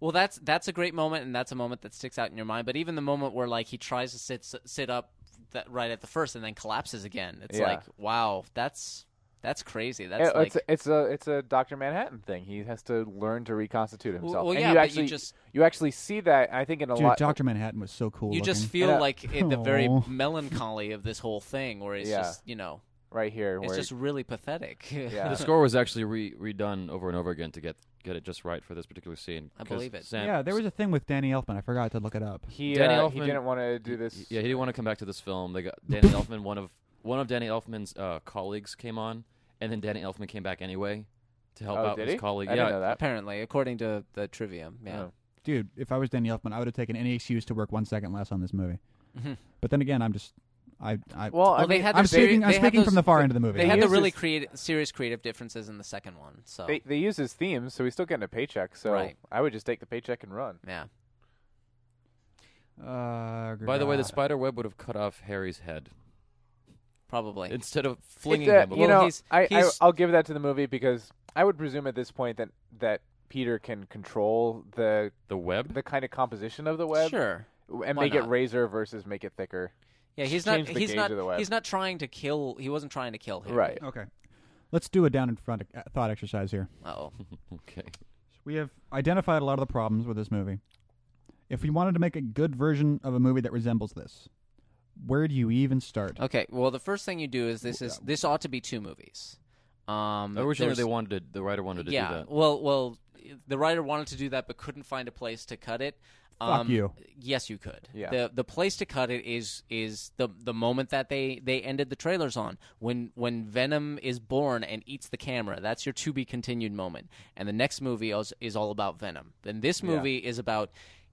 C: Well, that's that's a great moment, and that's a moment that sticks out in your mind. But even the moment where like he tries to sit sit up that right at the first, and then collapses again, it's
D: Yeah.
C: like wow, that's that's crazy. That's
D: It-
C: like
D: it's a, it's a it's a Doctor Manhattan thing. He has to learn to reconstitute himself.
C: well,
D: and
C: yeah,
D: you
C: but you
D: actually
C: just-
D: you actually see that. I think in a
B: Dude,
D: lot.
B: Doctor Manhattan was so cool.
C: you just
B: looking.
C: feel
D: And I-
C: like in
B: (laughs)
C: the very
B: Aw.
C: melancholy of this whole thing, where it's
D: Yeah.
C: just you know
D: right here,
C: it's
D: where
C: just really pathetic. (laughs)
D: Yeah.
E: The score was actually re- redone over and over again to get get it just right for this particular scene.
C: I
E: 'cause
C: believe it.
E: Sam-
B: yeah, there was a thing with Danny Elfman. I forgot to look it up.
D: he
E: Danny
D: uh, he
E: Elfman-
D: didn't want to do this.
E: Yeah, he didn't want to come back to this
B: (laughs)
E: film. They got Danny Elfman, one of one of Danny Elfman's uh, colleagues, came on, and then Danny Elfman came back anyway to help
D: oh,
E: out
D: did
E: his
D: he?
E: colleague.
D: I
E: yeah,
D: didn't know
C: (laughs)
D: that.
C: Apparently, according to the trivia, (laughs) yeah.
D: Oh.
B: Dude, if I was Danny Elfman, I would have taken any excuse to work one second less on this movie. But then again, I'm just I I
D: Well, I
C: Well, they
D: mean,
C: had
B: I'm
C: this
B: speaking
C: very-
B: I'm
C: they had
B: speaking from the
C: those-
B: far end of the movie.
C: They
D: He
C: had the
D: uses-
C: really creative, serious creative differences in the second one. So
D: they they use his themes, so he's still getting a paycheck. So
C: Right.
D: I would just take the paycheck and run.
C: yeah,
B: uh,
E: By the way, the
B: God.
E: spider web would have cut off Harry's head
C: probably.
E: instead of
D: It's,
E: flinging
D: uh,
E: him.
D: you
E: above-
D: know,
C: he's-
D: I,
C: he's-
D: I I'll give that to the movie because I would presume at this point that that Peter can control the
E: the web.
D: the kind of composition of the web
C: Sure.
D: and
C: Why
D: make it
C: not?
D: razor versus make it thicker.
C: Yeah,
D: Just
C: he's not.
D: change the
C: He's
D: gauge
C: not.
D: of the web.
C: He's not trying to kill. He wasn't trying to kill him.
D: Right.
B: Okay. Let's do a down in front uh, thought exercise here.
C: Oh,
E: okay.
B: We have identified a lot of the problems with this movie. If we wanted to make a good version of a movie that resembles this, where do you even start?
C: okay. Well, the first thing you do is this is this ought to be two movies. Um,
E: Originally,
C: there's-
E: they wanted to, the writer wanted to
C: yeah.
E: do that.
C: Well, well, the writer wanted to do that, but couldn't find a place to cut it.
B: Fuck
C: Um,
B: you.
C: Yes, you could.
D: Yeah.
C: The the place to cut it is is the the moment that they they ended the trailers on when when Venom is born and eats the camera. That's your to be continued moment. And the next movie is, is all about Venom. And this movie is about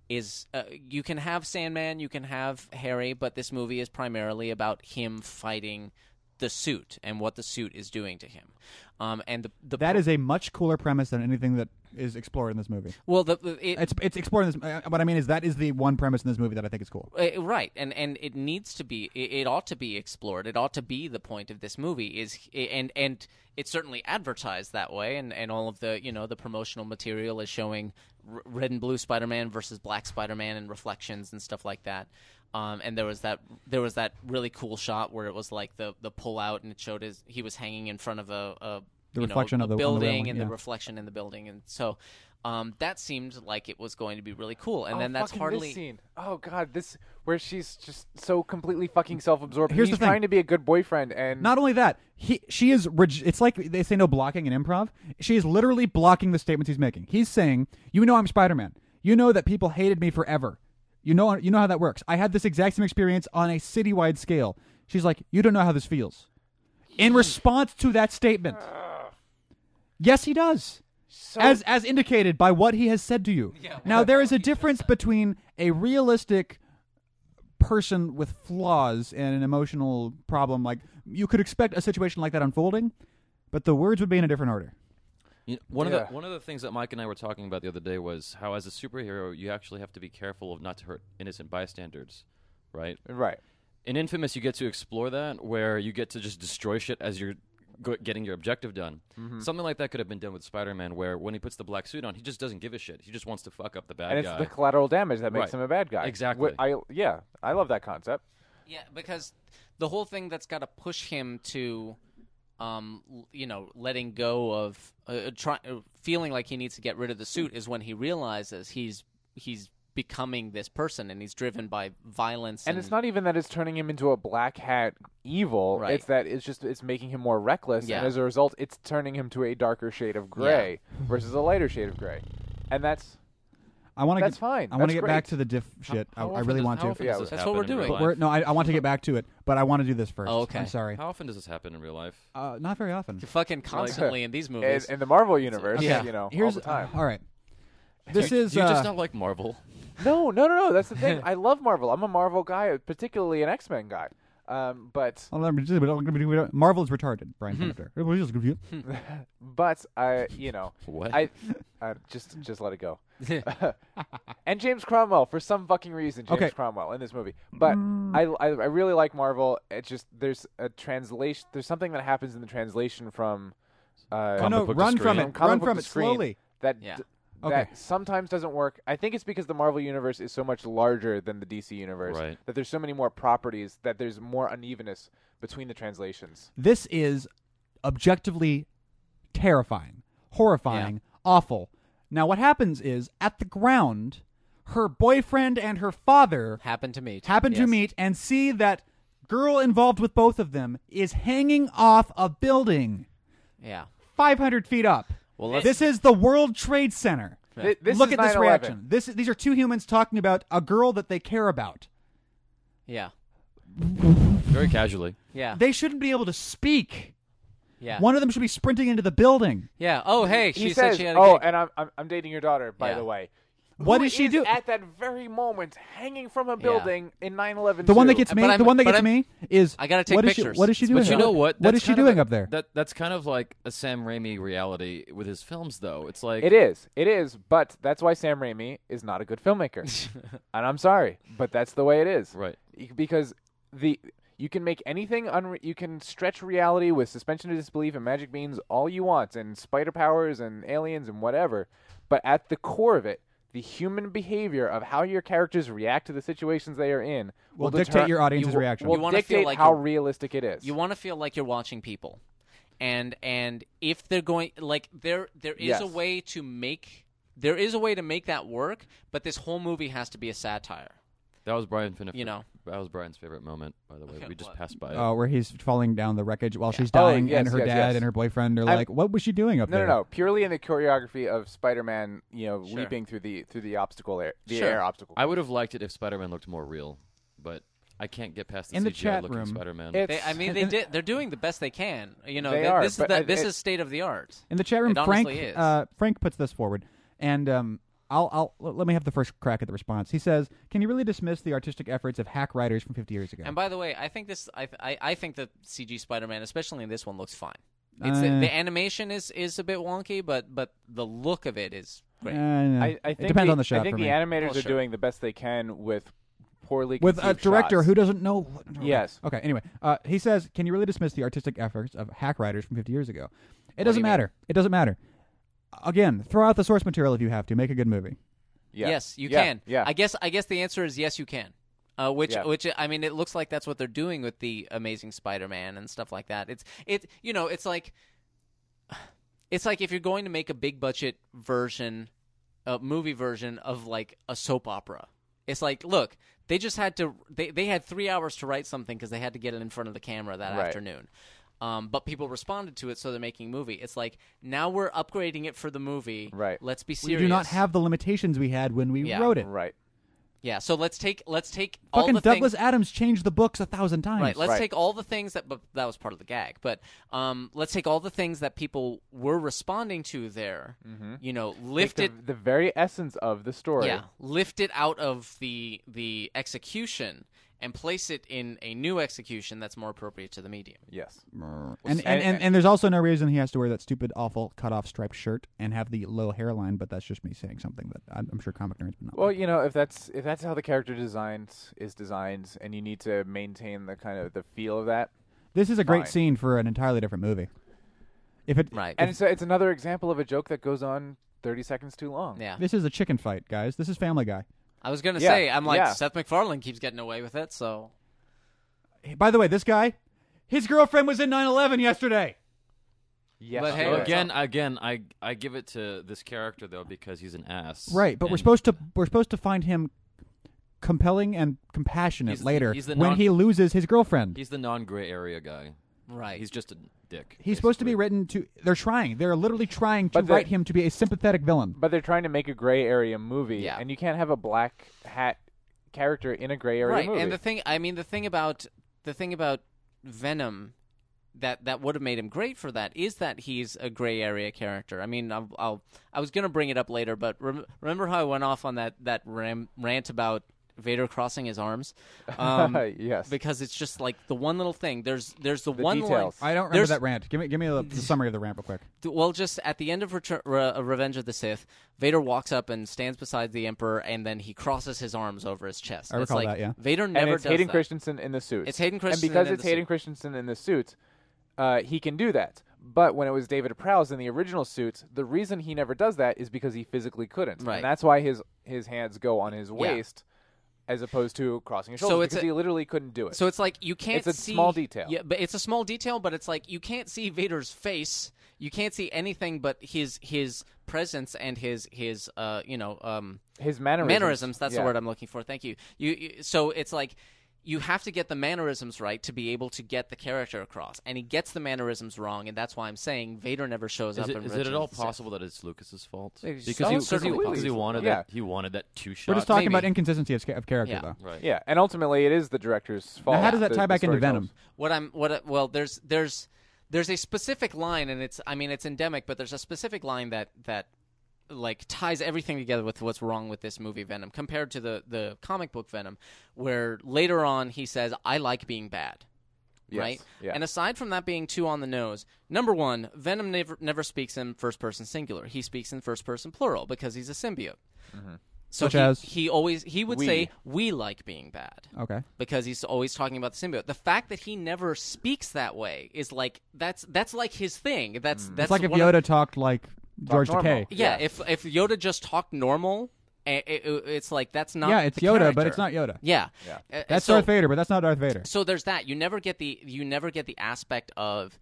C: is uh, you can have Sandman, you can have Harry, but this movie is primarily about him fighting the suit and what the suit is doing to him. Um, and the, the
B: That is a much cooler premise than anything that is explored in this movie.
C: well the the- it,
B: It's it's exploring this. Uh, what I mean is that is the one premise in this movie that I think is cool.
C: Uh, right, and and it needs to be. It, it ought to be explored. It ought to be the point of this movie. Is and and it's certainly advertised that way, and and all of the you know the promotional material is showing r- red and blue Spider Man versus black Spider Man and reflections and stuff like that. Um, and there was that there was that really cool shot where it was like the the pull out and it showed his he was hanging in front of a, a
B: The
C: you know,
B: reflection
C: a
B: of the- on the rail
C: building
B: line,
C: and
B: yeah.
C: the reflection in the building and so. Um, that seemed like it was going to be really cool, and
D: oh,
C: then that's
D: fucking
C: hardly
D: this scene. Oh god, this where she's just so completely fucking self-absorbed.
B: Here's the
D: He's
B: thing.
D: trying to be a good boyfriend and
B: Not only that, he she is. Reg- it's like they say no blocking in improv. She is literally blocking the statements he's making. He's saying, "You know I'm Spider Man. You know that people hated me forever. You know you know how that works. I had this exact same experience on a citywide scale." She's like, "You don't know how this feels." In response to that statement, yes, he does. as as indicated by what he has said to you. now there is a difference between a realistic person with flaws and an emotional problem. Like you could expect a situation like that unfolding, but the words would be in a different order.
E: You know, one of
D: Yeah.
E: the one of the things that Mike and I were talking about the other day was how, as a superhero, you actually have to be careful of not to hurt innocent bystanders, right?
D: right.
E: in Infamous, you get to explore that, where you get to just destroy shit as you're go- getting your objective done. Something like that could have been done with Spider-Man, where when he puts the black suit on, he just doesn't give a shit. He just wants to fuck up the bad
D: And it's
E: guy.
D: the collateral damage that makes
E: Right.
D: him a bad guy.
E: Exactly.
D: Wh- I yeah, I love that concept.
C: Yeah, because the whole thing that's got to push him to, um, l- you know, letting go of uh, uh, try, uh, feeling like he needs to get rid of the suit is when he realizes he's he's becoming this person, and he's driven by violence.
D: And it's not even that it's turning him into a black hat evil.
C: Right.
D: It's that it's just it's making him more reckless,
C: Yeah.
D: and as a result, it's turning him to a darker shade of gray versus a lighter shade of gray, and that's
B: I want to.
D: That's
B: get,
D: fine.
B: I want
D: That's
B: to get
D: great.
B: back to the diff shit.
E: How
B: I, I
E: often
B: really
E: does-
B: want
E: how
B: to.
E: often
D: Yeah,
E: does this
C: that's what we're
E: happen in
C: doing.
E: real
C: But
E: life?
B: We're- no, I, I want to get back to it, but I want to do this first.
C: Oh, okay.
B: I'm sorry.
E: How often does this happen in real life?
B: Uh, not very often.
D: (laughs)
C: fucking constantly in these
D: in,
C: movies.
D: in the Marvel universe.
C: Yeah.
D: you know,
B: Here's
D: all the time.
B: all
E: (laughs)
B: right. This
E: You-
B: is
E: you
B: uh,
E: just not like Marvel.
D: No, no, no, no. That's the thing. I love Marvel. I'm a Marvel guy, particularly an X Men guy. Um, but
B: Well, I'm just- but Marvel is retarded,
E: Hmm.
B: Brian Hunter.
D: but I, you know,
E: What?
D: I, I just just let it go. (laughs) and James Cromwell for some fucking reason, James
B: Okay.
D: Cromwell in this movie. But I, I I really like Marvel. It's just there's a translation. There's something that happens in the translation from. Uh,
B: Oh, no,
E: book to
B: run
E: screen.
B: from
D: from
B: it.
D: comic
B: Run
D: book
B: from
D: to
B: it
D: screen
B: slowly.
D: That
C: Yeah.
D: d-
B: Okay.
D: that sometimes doesn't work. I think it's because the Marvel universe is so much larger than the DC universe
E: Right.
D: that there's so many more properties that there's more unevenness between the translations.
B: This is objectively terrifying, horrifying, awful. Now, what happens is at the ground, her boyfriend and her father
C: Happened to me.
B: happen to
C: Yes.
B: meet and see that girl involved with both of them is hanging off a building
C: Yeah.
B: 500 feet up.
E: Well, let's-
B: this is the World Trade Center.
D: Th- this
B: Look
D: is
B: at this
D: 9/11.
B: reaction. This these are two humans talking about a girl that they care about.
C: Yeah.
E: Very casually.
C: Yeah.
B: They shouldn't be able to speak.
C: yeah.
B: One of them should be sprinting into the building.
C: yeah. Oh, hey, she
D: he
C: said
D: says,
C: she had a
D: "Oh,
C: gig.
D: and I'm, I'm I'm dating your daughter, by
C: Yeah.
D: the way."
B: What
D: Who
B: does she
D: is
B: do-
D: at that very moment, hanging from a building in 9/11?
B: The one that
D: too?
B: gets
C: But
B: me.
C: I'm-
B: the one that
C: but
B: gets
C: I'm-
B: me is
C: I gotta take
B: what is
C: pictures.
B: She, what is she
C: But
B: doing?
E: But you know what?
B: What
E: That's
B: is she
E: kind of
B: doing
E: a-
B: up there?
E: That that's kind of like a Sam Raimi reality with his films, though. It's like
D: It is. It is. But that's why Sam Raimi is not a good filmmaker.
C: (laughs)
D: and I'm sorry, but that's the way it is.
E: Right.
D: Y- Because the you can make anything unre- you can stretch reality with suspension of disbelief and magic beans all you want and spider powers and aliens and whatever, but at the core of it, the human behavior of how your characters react to the situations they are in will,
B: Will dictate
D: deter-
B: your audience's
D: will-
B: reaction.
D: Will
C: You wanna feel
D: dictate
C: like
D: how
C: you-
D: realistic it is.
C: You want to feel like you're watching people, and and if they're going like there there is
D: Yes.
C: a way to make there is a way to make that work, but this whole movie has to be a satire.
E: that was Brian. Finif-
C: You know.
E: that was Brian's favorite moment. By the way, we just
C: what?
E: passed by it.
B: Oh, where he's falling down the wreckage while she's
D: Oh,
B: dying,
D: yes,
B: and her
D: yes,
B: dad
D: yes.
B: and her boyfriend are
D: I'm-
B: like, "What was she doing up
D: No, no,
B: there?"
D: no. Purely in the choreography of Spider-Man, you know, leaping through the through the obstacle air, the
C: Sure.
D: air obstacle.
E: I would have liked it if Spider-Man looked more real, but I can't get past the
B: In the chat
E: CGI-looking
B: room,
E: Spider-Man.
D: It's-
C: They, I mean,
D: (laughs)
C: they did. They're doing the best they can. You know,
D: They
C: th-
D: are,
C: this is
D: but
C: the,
D: I-
C: this
D: it-
C: is state of the art.
B: In the chat room,
C: It
B: Frank
C: honestly is.
B: Uh, Frank puts this forward, and um, I'll, I'll l- let me have the first crack at the response. He says, "Can you really dismiss the artistic efforts of hack writers from 50 years ago?"
C: And by the way, I think this. I I, I think the CG Spider-Man, especially in this one, looks fine. It's
B: Uh.
C: the, the animation is is a bit wonky, but but the look of it is great.
B: Uh,
D: I, I think
B: it depends
D: the,
B: on the shot
D: I think
B: for
D: the
B: me.
D: animators
C: Well,
D: are
C: sure.
D: doing the best they can with poorly
B: with a
D: conceived
B: director
D: shots.
B: who doesn't know. what-
D: Yes.
B: Okay. Anyway, uh, he says, "Can you really dismiss the artistic efforts of hack writers from 50 years ago?" It doesn't
D: mean?
B: matter. It doesn't matter. Again, throw out the source material if you have to. Make a good movie.
D: Yeah.
C: Yes, you
D: Yeah,
C: can.
D: Yeah.
C: I guess I guess the answer is yes, you can. Uh, which
D: Yeah.
C: which I mean, it looks like that's what they're doing with the Amazing Spider-Man and stuff like that. It's it you know it's like it's like if you're going to make a big budget version, a movie version of like a soap opera. It's like look, they just had to they they had three hours to write something because they had to get it in front of the camera that
D: Right.
C: afternoon. Um, but people responded to it, so they're making a movie. It's like now we're upgrading it for the movie.
D: Right.
C: Let's be serious.
B: We do not have the limitations we had when we
C: Yeah.
B: wrote it.
D: right.
C: Yeah, so let's take let's take all
B: Fucking
C: the
B: Douglas
C: things.
B: Adams changed the books a thousand times.
C: Right, let's
D: Right.
C: take all the things that but that was part of the gag. But um, let's take all the things that people were responding to there. You know,
D: Mm-hmm. Take
C: lift
D: the,
C: it.
D: the very essence of the story.
C: Yeah, lift it out of the the execution and place it in a new execution that's more appropriate to the medium.
D: Yes.
B: And, and, and, and there's also no reason he has to wear that stupid, awful, cut off striped shirt and have the low hairline, but that's just me saying something that I'm, I'm sure comic nerds would not.
D: Well,
B: like.
D: you know, if that's if that's how the character designed is designed, and you need to maintain the kind of the feel of that,
B: this is a great
D: fine.
B: scene for an entirely different movie. If it
C: Right.
D: and it's, it's another example of a joke that goes on thirty seconds too long.
C: yeah.
B: This is a chicken fight, guys. This is Family Guy.
C: I was gonna
D: Yeah,
C: say, I'm like
D: yeah.
C: Seth MacFarlane keeps getting away with it, so
B: By the way, this guy, his girlfriend was in 9/11 yesterday.
D: Yes,
C: But
D: she
C: hey,
D: was.
E: again, again, I I give it to this character though because he's an ass.
B: Right, but we're
E: And
B: supposed to we're supposed to find him compelling and compassionate
E: He's the-
B: later
E: he's the
B: when
E: non-
B: he loses his girlfriend. He's,
E: He's the non-gray area guy.
C: Right.
E: He's just a dick.
B: supposed to be
E: basically.
B: written to. They're trying. They're literally trying to
D: But the-
B: write him to be a sympathetic villain.
D: But they're trying to make a gray area movie,
C: Yeah.
D: and you can't have a black hat character in a gray area
C: right.
D: movie.
C: And the thing, I mean, the thing about the thing about Venom that that would have made him great for that is that he's a gray area character. I mean, I'll, I'll I was gonna bring it up later, but rem- remember how I went off on that that ram- rant about Vader crossing his
D: (laughs)
C: arms? Um,
D: yes,
C: because it's just like the one little thing. There's there's the,
D: The
C: one line.
D: details.
B: I don't remember
C: There's-
B: that rant. Give me give me the, the summary of the rant real quick.
C: Th- well, just at the end of Return, Re- uh, Revenge of the Sith, Vader walks up and stands beside the Emperor, and then he crosses his arms over his chest.
B: I
C: it's
B: recall
C: like
B: that, yeah.
C: Vader never
D: and it's
C: does
D: Hayden
C: that.
D: Christensen in the suit.
C: It's Hayden
D: and
C: Christensen
D: because
C: in
D: it's
C: the
D: Hayden
C: suit.
D: Christensen in the suit, uh, he can do that. But when it was David Prowse in the original suit, the reason he never does that is because he physically couldn't,
C: Right.
D: and that's why his his hands go on his waist as opposed to crossing his
C: So
D: shoulders
C: it's
D: because
C: a-
D: he literally couldn't do it.
C: So it's like you can't
D: a
C: see
D: small detail.
C: Yeah, but it's a small detail, but it's like you can't see Vader's face. You can't see anything but his his presence and his his uh you know um
D: his mannerisms.
C: mannerisms. That's
D: yeah.
C: the word I'm looking for. Thank you. You, you. So it's like you have to get the mannerisms right to be able to get the character across, and he gets the mannerisms wrong, and that's why I'm saying Vader never shows
E: Is
C: up. in
E: it, is it
C: Revenge
E: at
C: of
E: all
C: the Sith.
E: possible that it's Lucas's fault?
C: It's
E: Because
C: so
E: he,
C: certainly
E: because he- because he
D: possible.
E: wanted
D: Yeah.
E: that. He wanted that two shot.
B: We're just talking
C: maybe.
B: about inconsistency of, sca- of character
C: Yeah.
B: though.
E: Right.
D: Yeah, and ultimately it is the director's fault.
B: Now, how does that
D: the-
B: tie
D: the
B: back into
D: storytellers.
B: Venom?
C: What I'm what I- well there's there's there's a specific line, and it's I mean it's endemic, but there's a specific line that that like ties everything together with what's wrong with this movie Venom compared to the the comic book Venom, where later on he says I like being bad.
D: Yes,
C: right?
D: yeah.
C: And aside from that being too on the nose, number one, Venom never never speaks in first person singular. He speaks in first person plural because he's a symbiote. So
B: Such
C: he,
B: as?
C: he always he would
D: Mm-hmm. We.
C: say we like being bad
B: Okay.
C: because he's always talking about the symbiote. The fact that he never speaks that way is like that's that's like his thing. That's that's
B: Mm. It's like if
C: one of-
B: Yoda talked like George
D: normal.
B: Takei.
C: yeah,
D: Yeah.
C: if if Yoda just talked normal, eh, it, it- it's like that's not
B: Yeah, it's
C: the
B: Yoda, but
C: character.
B: it's not Yoda.
C: Yeah,
D: Yeah.
C: Eh,
B: That's
C: so,
B: Darth Vader, but that's not Darth Vader.
C: so there's that. You never get the you never get the aspect of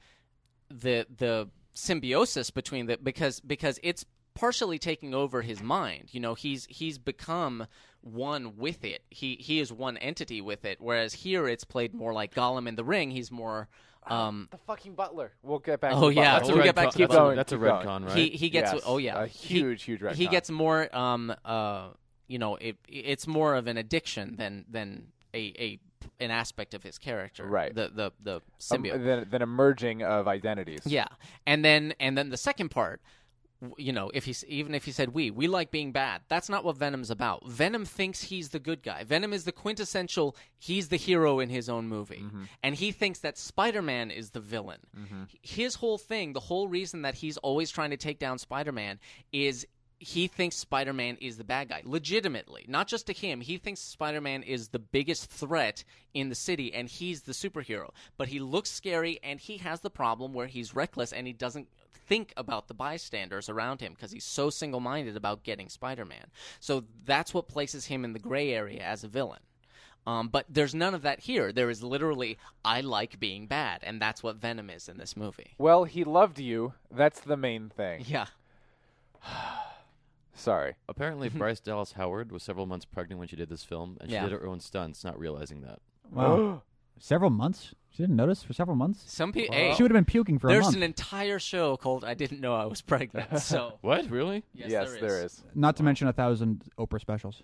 C: the the symbiosis between the because because it's partially taking over his mind. You know, he's he's become one with it. He he is one entity with it. Whereas here it's played more like Gollum in the Ring. He's more um
D: The fucking butler. We'll get back.
C: Oh,
D: to the
C: yeah,
D: butler.
E: That's a
C: we
E: red
C: get back
E: con-
C: to
E: that's
D: keep
E: a-
D: going,
E: That's a
D: keep
E: red
D: going.
E: con, right?
C: he he gets
D: Yes,
C: oh yeah
D: a
C: He-
D: huge, huge red
C: he
D: con.
C: gets more um uh you know it it's more of an addiction than than a a an aspect of his character
D: Right.
C: the the the
D: Um,
C: symbiote
D: then, then a merging of identities.
C: Yeah, and then and then the second part, w- you know, if he s- even if he said we we like being bad, that's not what Venom's about. Venom thinks he's the good guy. Venom is the quintessential he's the hero in his own movie, and he thinks that Spider Man is the villain. H- His whole thing, the whole reason that he's always trying to take down Spider Man is. He thinks Spider Man is the bad guy, legitimately. Not just to him. He thinks Spider Man is the biggest threat in the city and he's the superhero. But he looks scary and he has the problem where he's reckless and he doesn't think about the bystanders around him because he's so single minded about getting Spider Man. So that's what places him in the gray area as a villain. Um, but there's none of that here. There is literally, I like being bad, and that's what Venom is in this movie.
D: Well, he loved you. That's the main thing.
C: Yeah.
D: Sorry.
E: (laughs) Apparently, Bryce Dallas Howard was several months pregnant when she did this film, and she
C: Yeah.
E: did her own stunts, not realizing that.
D: (gasps)
B: Wow. several months? She didn't notice for several months?
C: Some people.
B: She would have been puking for a
C: There's
B: month.
C: an entire show called "I Didn't Know I
B: (laughs)
C: Was Pregnant." So
E: What? Really?
C: yes,
D: there is.
B: Not to mention a thousand Oprah specials.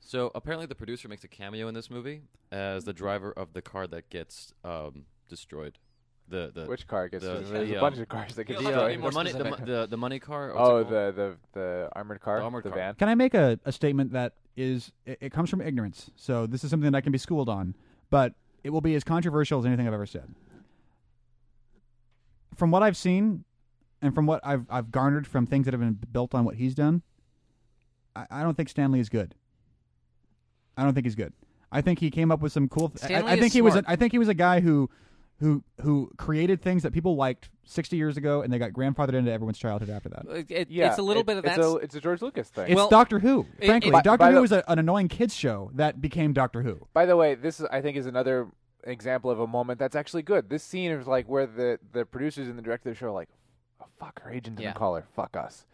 E: So apparently, the producer makes a cameo in this movie as the driver of the car that gets um, destroyed. The the
D: Which car gets
E: the-
D: destroyed? There's
E: the,
D: a
E: um,
D: bunch of cars that get
E: (laughs) the,
C: Yeah,
E: uh,
C: sorry,
E: the
D: destroyed.
C: more
E: money the,
C: specific.
E: mo- the the money car. or what's it
D: Oh,
E: called?
D: the, the the armored car,
E: The armored car.
D: van.
B: Can I make a, a statement that is it, it comes from ignorance? So this is something that I can be schooled on, but it will be as controversial as anything I've ever said. From what I've seen, and from what I've I've garnered from things that have been built on what he's done, I, I don't think Stanley is good. I don't think he's good. I think he came up with some cool. Th- I,
C: Stanley
B: I
C: is
B: think he was. A,
C: smart.
B: I think he was a guy who, who, who created things that people liked sixty years ago, and they got grandfathered into everyone's childhood after that.
C: It, it-
D: Yeah,
C: it's a little
D: it-
C: bit of
D: it's
C: that.
D: A, it's a George Lucas thing.
B: It's
C: Well-
B: Doctor Who.
C: it-
B: Frankly,
C: it-
B: Doctor
D: By
B: Who
D: the-
B: was a, an annoying kids show that became Doctor Who.
D: By the way, this is, I think is another example of a moment that's actually good. This scene is like where the the producers and the director of the show are like, oh, fuck, her agent didn't
C: Yeah.
D: call her. Fuck us.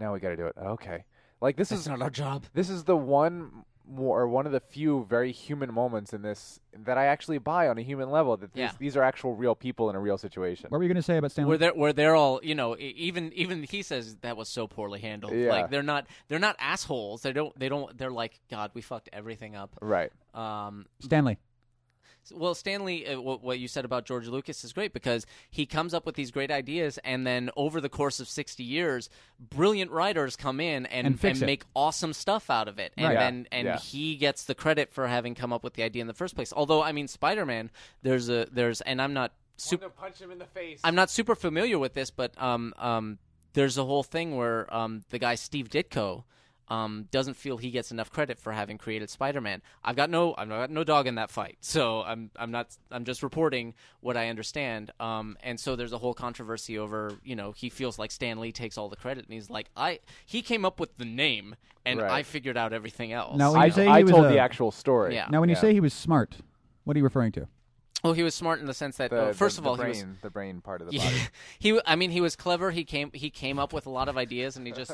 D: Now we got to do it. Okay. Like this
C: This
D: is
C: is not our job.
D: this is the one mo- or one of the few very human moments in this that I actually buy on a human level that these,
C: Yeah.
D: these are actual real people in a real situation.
B: What were you going to say about Stanley?
C: Where they're where they're all you know e- even even he says that was so poorly handled.
D: Yeah.
C: Like they're not they're not assholes. They don't they don't they're like God we fucked everything up.
D: Right.
C: Um,
B: Stanley.
C: Well, Stanley, uh, what, what you said about George Lucas is great because he comes up with these great ideas, and then over the course of sixty years, brilliant writers come in and,
B: And fix it.
C: make awesome stuff out of it, and
D: Right. Yeah,
C: then and
D: yeah.
C: he gets the credit for having come up with the idea in the first place. Although, I mean, Spider Man, there's a there's, and I'm not super.
D: punch him in the face.
C: I'm not super familiar with this, but um, um, there's a whole thing where um, the guy Steve Ditko um, doesn't feel he gets enough credit for having created Spider-Man. I've got no, I've got no dog in that fight, (laughs) so I'm, I'm not, I'm just reporting what I understand. Um, and so there's a whole controversy over, you know, he feels like Stan Lee takes all the credit, and he's like, I, he came up with the name, and
D: Right.
C: I figured out everything else.
B: Now
D: I,
B: You say he
D: I
B: was
D: told
B: a-
D: the actual story.
C: Yeah.
B: Now, when you
D: Yeah.
B: say he was smart, what are you referring to?
C: well, he was smart in the sense that,
D: The,
C: uh, first
D: the-
C: of
D: the
C: all,
D: brain,
C: he was
D: the brain part of the
C: Yeah.
D: body.
C: (laughs) he w- I mean he was clever. He came he came up with a lot of ideas and he
D: (laughs)
C: just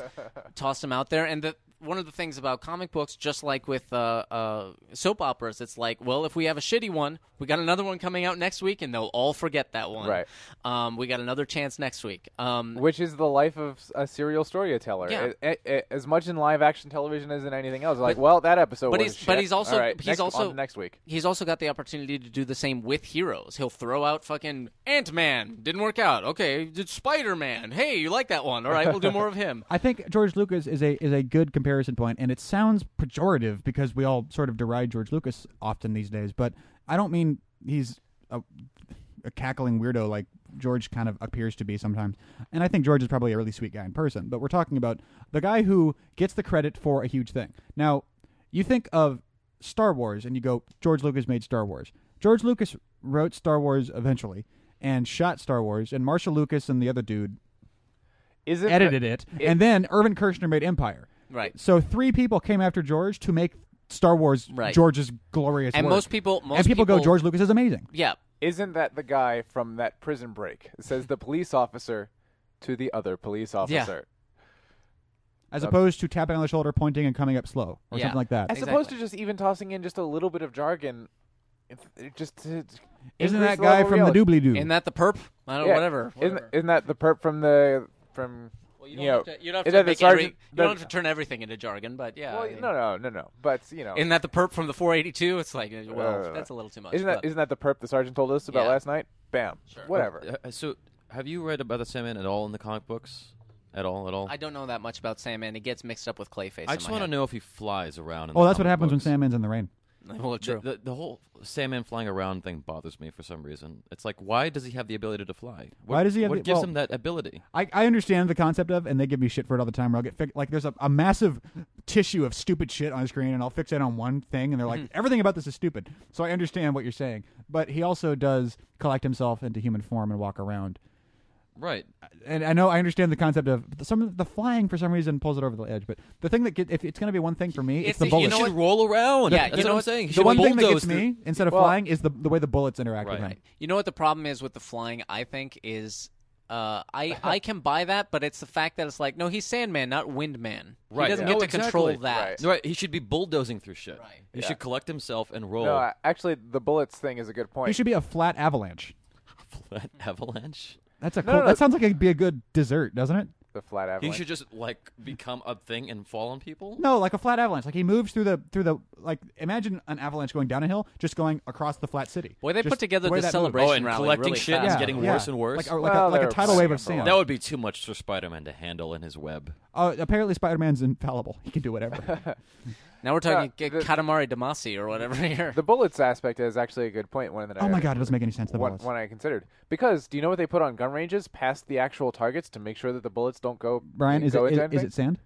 C: tossed them out there. And the one of the things about comic books, just like with uh, uh, soap operas, it's like, well, if we have a shitty one, we got another one coming out next week, and they'll all forget that one.
D: Right.
C: Um, we got another chance next week. Um,
D: Which is the life of s- a serial storyteller.
C: Yeah.
D: A- a- a- as much in live action television as in anything else. Like, well, that episode
C: but
D: was
C: he's but
D: shit.
C: he's also
D: All right,
C: he's
D: next- on
C: also
D: to next week.
C: He's also got the opportunity to do the same with heroes. He'll throw out fucking Ant Man didn't work out. Okay, did Spider Man. Hey, you like that one? All right, we'll do more of
D: (laughs)
C: him.
B: I think George Lucas is a is a good comparison point, and it sounds pejorative because we all sort of deride George Lucas often these days. But I don't mean he's a, a cackling weirdo like George kind of appears to be sometimes. And I think George is probably a really sweet guy in person. But we're talking about the guy who gets the credit for a huge thing. Now, you think of Star Wars, and you go, George Lucas made Star Wars. George Lucas wrote Star Wars eventually, and shot Star Wars, and Marshall Lucas and the other dude
C: (laughs)
D: Is it
B: edited it,
D: it-
B: and then Irvin Kershner made Empire.
C: Right.
B: So three people came after George to make Star Wars
C: Right.
B: George's glorious
C: And
B: work.
C: most people- most
B: and people, go,
C: people-
B: George Lucas is amazing.
C: Yeah,
D: Isn't that the guy from that prison break? It says the police officer to the other police officer.
B: As opposed to tapping on the shoulder, pointing, and coming up slow, or
C: Yeah.
B: something like that.
D: As
C: Exactly.
D: opposed to just even tossing in just a little bit of jargon, if- it just to
B: Isn't
D: increase
B: that
D: the
B: guy
D: level of
B: from the
D: reality.
B: Doobly Doo?
C: Isn't that the perp? I don't
D: Yeah.
C: know, Oh, whatever.
D: Isn't,
C: whatever.
D: isn't that the perp from the from
C: Well,
D: you,
C: you don't
D: know?
C: have to, you don't have
D: isn't
C: to
D: that the
C: make every-
D: sergeant-
C: you don't
D: the-
C: have to turn everything into jargon, but yeah.
D: Well,
C: I mean,
D: no, no, no, no. But you know,
C: Isn't that the perp from the 482? It's like, uh, well,
D: no, no, no.
C: that's a little too much.
D: Oh. Uh, isn't that
C: but-
D: isn't that the perp the sergeant told us about
C: Yeah.
D: last night? Bam. Whatever.
E: Uh, so, have you read about the Sandman at all in the comic books? At all? At all?
C: I don't know that much about Sandman. It gets mixed up with Clayface.
E: I just
C: want to
E: know if he flies around. In
B: oh,
E: the
B: that's what
E: comic
B: happens when
E: books.
B: Sandman's in the rain.
C: (laughs) Well, true.
E: The, the, the whole Sandman flying around thing bothers me for some reason. It's like, why does he have the ability to fly? What,
B: Why does he have
E: What
B: the-
E: gives
B: well-
E: him that ability?
B: I, I understand the concept of, and they give me shit for it all the time. Where I'll get fi- like, there's a, a massive tissue of stupid shit on the screen, and I'll fixate on one thing, and they're like,
C: Mm-hmm.
B: everything about this is stupid. So I understand what you're saying, but he also does collect himself into human form and walk around.
E: Right.
B: and I know I understand the concept of but some of the flying for some reason pulls it over the edge. But the thing that get, if it's going to be one thing for me, it's,
C: It's
B: the
C: the- you
E: He
B: bullets.
C: know
E: should
C: what?
E: roll around.
C: Yeah,
E: that's
C: you know
E: what I'm
C: what?
E: saying. He
B: the
E: should
B: one thing that
E: bulldoze
B: gets me instead of
D: Well-
B: flying is the the way the bullets interact with
E: Right.
B: him.
C: You know what the problem is with the flying, I think, is uh, I, I can buy that, but it's the fact that it's like, no, he's Sandman, not Windman.
E: Right.
C: He doesn't
E: Yeah.
C: get
E: No,
C: to control
E: exactly.
C: that.
D: Right.
E: through- Right. He should be bulldozing through shit.
C: Right.
E: He should collect himself and roll.
D: No, I- actually, the bullets thing is a good point.
B: He should be a flat avalanche.
E: Flat (laughs) avalanche.
B: That's a
D: No,
B: cool.
D: no, no.
B: That sounds like it'd be a good dessert, doesn't it?
D: the flat
E: He
D: avalanche.
E: should just like become a thing and fall on people.
B: No, like a flat avalanche. Like he moves through the through the like imagine an avalanche going down a hill, just going across the flat city.
C: Boy, they
B: Just
C: put together
B: the way
C: this
B: that moves.
C: celebration
E: Oh, and
C: rally
E: collecting
C: really
E: shit
C: fast.
E: is
B: Yeah,
E: getting
B: yeah.
E: worse and worse.
B: Like, a- like, a,
D: Well,
B: like
D: they
B: a
D: were
B: tidal wave of
D: planning
B: sand.
D: for
E: That would be too much for Spider-Man to handle in his web.
B: Uh, apparently, Spider Man's infallible. He can do
D: (laughs)
B: whatever.
C: Now we're talking
D: Yeah, the-
C: Katamari Damacy or whatever (laughs) here.
D: the bullets aspect is actually a good point. One that
B: oh
D: I,
B: my god, it doesn't make any sense. The
D: one,
B: bullets.
D: one I considered because do you know what they put on gun ranges past the actual targets to make sure that the bullets don't go?
B: Brian, is it,
D: go
B: is,
D: into
B: it- is
D: anything?
B: it sand?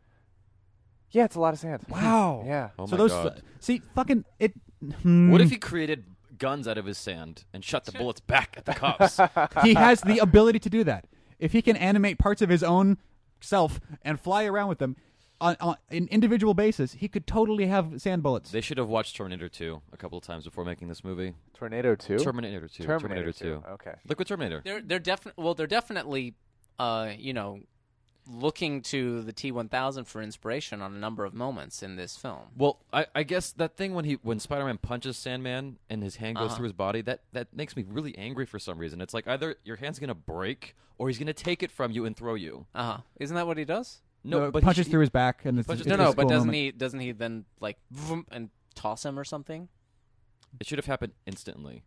D: Yeah, it's a lot of sand. (laughs)
B: (laughs) Wow.
D: Yeah.
E: Oh
B: so
E: my
B: those
E: God.
B: see fucking it. hmm,
E: What
B: Mm.
E: if he created guns out of his sand and shot the bullets back
C: (laughs)
E: at the cops?
B: he has the ability to do that. If he can animate parts of his own self and fly around with them on, on an individual basis, he could totally have sand bullets.
E: they should have watched Terminator 2 a couple of times before making this movie.
D: Tornado two.
E: Terminator Oh. 2.
D: Terminator 2, okay.
E: Liquid Terminator.
C: They're they're definitely well. They're definitely uh, you know, looking to the T1000 for inspiration on a number of moments in this film.
E: Well, I, I guess that thing when he when Spider Man punches Sandman and his hand goes through his body, that, that makes me really angry for some reason. It's like either your hand's gonna break or he's gonna take it from you and throw you.
C: Uh huh. Isn't that what he does?
E: No, but he
B: Uh, punches
E: sh-
B: through his back and it's
E: Punches-
B: it's
C: No,
B: a
C: no.
B: cool
C: But doesn't
B: moment.
C: he? Doesn't he then like vroom, and toss him or something?
E: It should have happened instantly.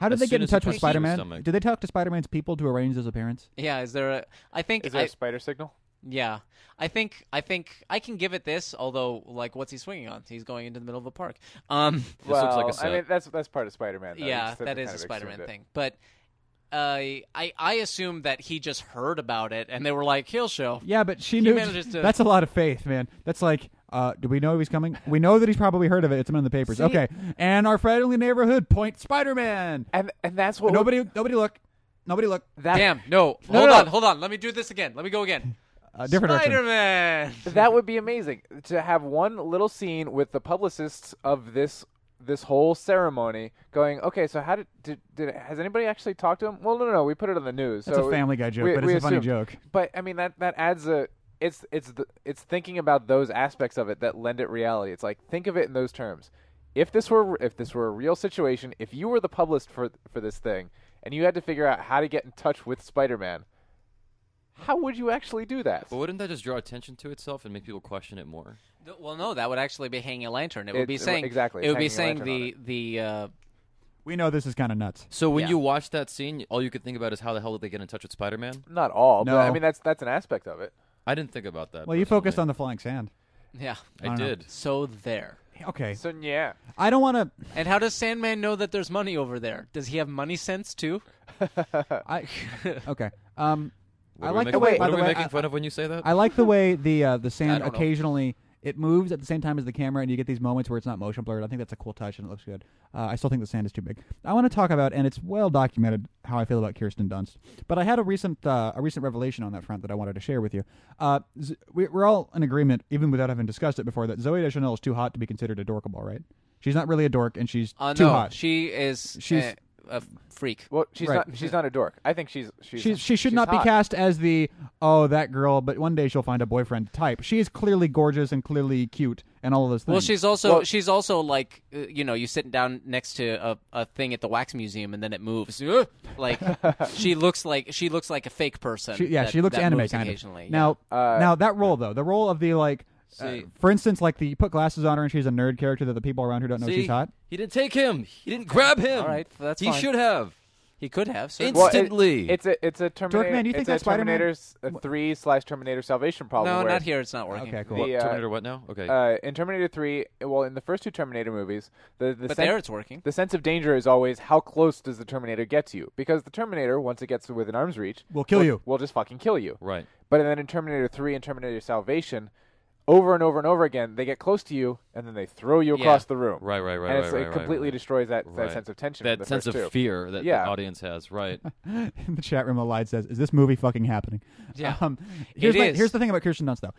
B: How did
E: as
B: they
E: soon
B: get in
E: as he
B: touch with
E: punches through his
B: Spider Man?
E: stomach.
B: Did they talk to Spider Man's people to arrange his appearance?
C: Yeah. Is there a? I think
D: Is there a
C: I-
D: spider signal?
C: Yeah, I think I think I can give it this. Although, like, what's he swinging on? He's going into the middle of a park. Um,
E: This looks like a
D: Well,
E: set.
D: I mean, that's that's part of Spider-Man. Though.
C: yeah,
D: Just have
C: that
D: to
C: is
D: kind
C: a
D: of
C: Spider-Man
D: extend it.
C: thing. But uh, I I assume that he just heard about it and they were like, he'll show.
B: Yeah, but she
C: He
B: knew.
C: manages to-
B: That's a lot of faith, man. That's like, uh, do we know he's coming? We know that he's probably heard of it. It's been in the papers.
C: See?
B: Okay, and our friendly neighborhood point Spider Man.
D: And and that's what
B: Nobody, nobody look, nobody look.
D: that
C: Damn,
B: (laughs)
C: no,
D: No,
C: hold
D: no,
C: on,
D: no.
C: hold on. Let me do this again. Let me go again.
B: Uh, different direction. (laughs)
C: Spider-Man.
D: that would be amazing to have one little scene with the publicists of this this whole ceremony going okay so how did did, did has anybody actually talked to him well no no no we put it on the news
B: That's
D: so
B: a
D: we-
B: Family Guy joke,
D: we-
B: but
D: we
B: it's a funny
D: assumed.
B: joke.
D: but i mean that that adds a it's it's the, it's thinking about those aspects of it that lend it reality it's like think of it in those terms if this were if this were a real situation if you were the publicist for for this thing and you had to figure out how to get in touch with spider-man how would you actually do that
E: But wouldn't that just draw attention to itself and make people question it more?
C: No, Well, no, that would actually be hanging a lantern. It would be
D: It's-
C: saying
D: exactly,
C: It would be
D: it's hanging
C: saying
D: a
C: the the uh,
B: We know this is kind of nuts.
E: So when
C: Yeah.
E: you watch that scene, all you could think about is how the hell did they get in touch with Spider Man?
D: Not all, but I
B: No.
D: mean that's that's an aspect of it.
E: I didn't think about that.
B: Well, you focused on
E: personally.
B: the flying sand.
C: yeah.
E: I
B: I don't know.
E: did.
C: So there.
B: Okay,
D: So yeah,
B: I don't want to.
C: And how does Sandman know that there's money over there? Does he have money sense too?
B: I (laughs) okay. Um,
E: What
B: I
E: are
B: like
E: we
B: the
E: making-
B: way.
E: What
B: By
E: are
B: the
E: we
B: way,
E: making
B: I-
E: fun of when you say that?
B: I like the way the
C: (laughs)
B: uh, the sand
C: I don't know.
B: occasionally it moves at the same time as the camera, and you get these moments where it's not motion blurred. I think that's a cool touch, and it looks good. Uh, I still think the sand is too big. I want to talk about, and it's well documented how I feel about Kirsten Dunst. But I had a recent uh, a recent revelation on that front that I wanted to share with you. Uh, Z- we, we're all in agreement, even without having discussed it before, that Zoe Deschanel is too hot to be considered adorkable, right? She's not really a dork, and she's
C: Uh,
B: too
C: no,
B: hot.
C: she is
B: She's-
C: a, a freak.
D: well she's
B: Right.
D: not she's not a dork. I think she's she's
B: She, she should
D: she's
B: not
D: hot.
B: be cast as the oh that girl, but one day she'll find a boyfriend type. She is clearly gorgeous and clearly cute and all of those things.
C: Well, she's also
D: Well-
C: she's also like uh, you know you sitting down next to a, a thing at the wax museum and then it (laughs) moves. Ugh! Like she looks like she looks like a fake person.
B: She, yeah,
C: that-
B: she looks
C: that
B: anime
C: moves
B: kind of.
C: occasionally.
B: Now,
D: Uh,
B: now that role though, the role of the like, uh,
E: See.
B: for instance, like the you put glasses on her and she's a nerd character that the people around her don't know
E: See,
B: she's hot.
E: He didn't take him. He didn't grab him.
C: All right, that's
E: He
C: fine.
E: should have.
C: he could have. certainly.
D: Well, it-
E: instantly.
D: it's a it's a Terminator.
B: Dorkman, you
D: it's
B: think
D: a
B: that's Spider-Man?
D: Terminator's uh, three slash Terminator Salvation problem.
C: no,
D: where
C: not here. It's not working.
B: Okay, cool. (laughs)
E: What,
D: the, uh,
E: Terminator what now? Okay.
D: Uh, in Terminator three, well, in the first two Terminator movies, the the
C: But
D: sen-
C: there it's working.
D: the sense of danger is always how close does the Terminator get to you? Because the Terminator, once it gets within arm's reach,
B: Will kill you.
D: Will just fucking kill you.
E: right.
D: But then in Terminator 3 and Terminator Salvation, over and over and over again, they get close to you and then they throw you
C: Yeah.
D: across the room.
E: Right, right, right,
D: And
E: right,
D: it's,
E: right,
D: it
E: right,
D: completely
E: right.
D: destroys that, that
E: right.
D: sense of tension.
E: That
D: for the
E: sense
D: first
E: of
D: two.
E: fear that
D: Yeah.
E: the audience has. Right.
B: In the chat room, Allied says, "Is this movie fucking happening?"
C: Yeah.
B: Um, here's,
C: It
B: my-
C: is.
B: here's the thing about Kirsten Dunst though.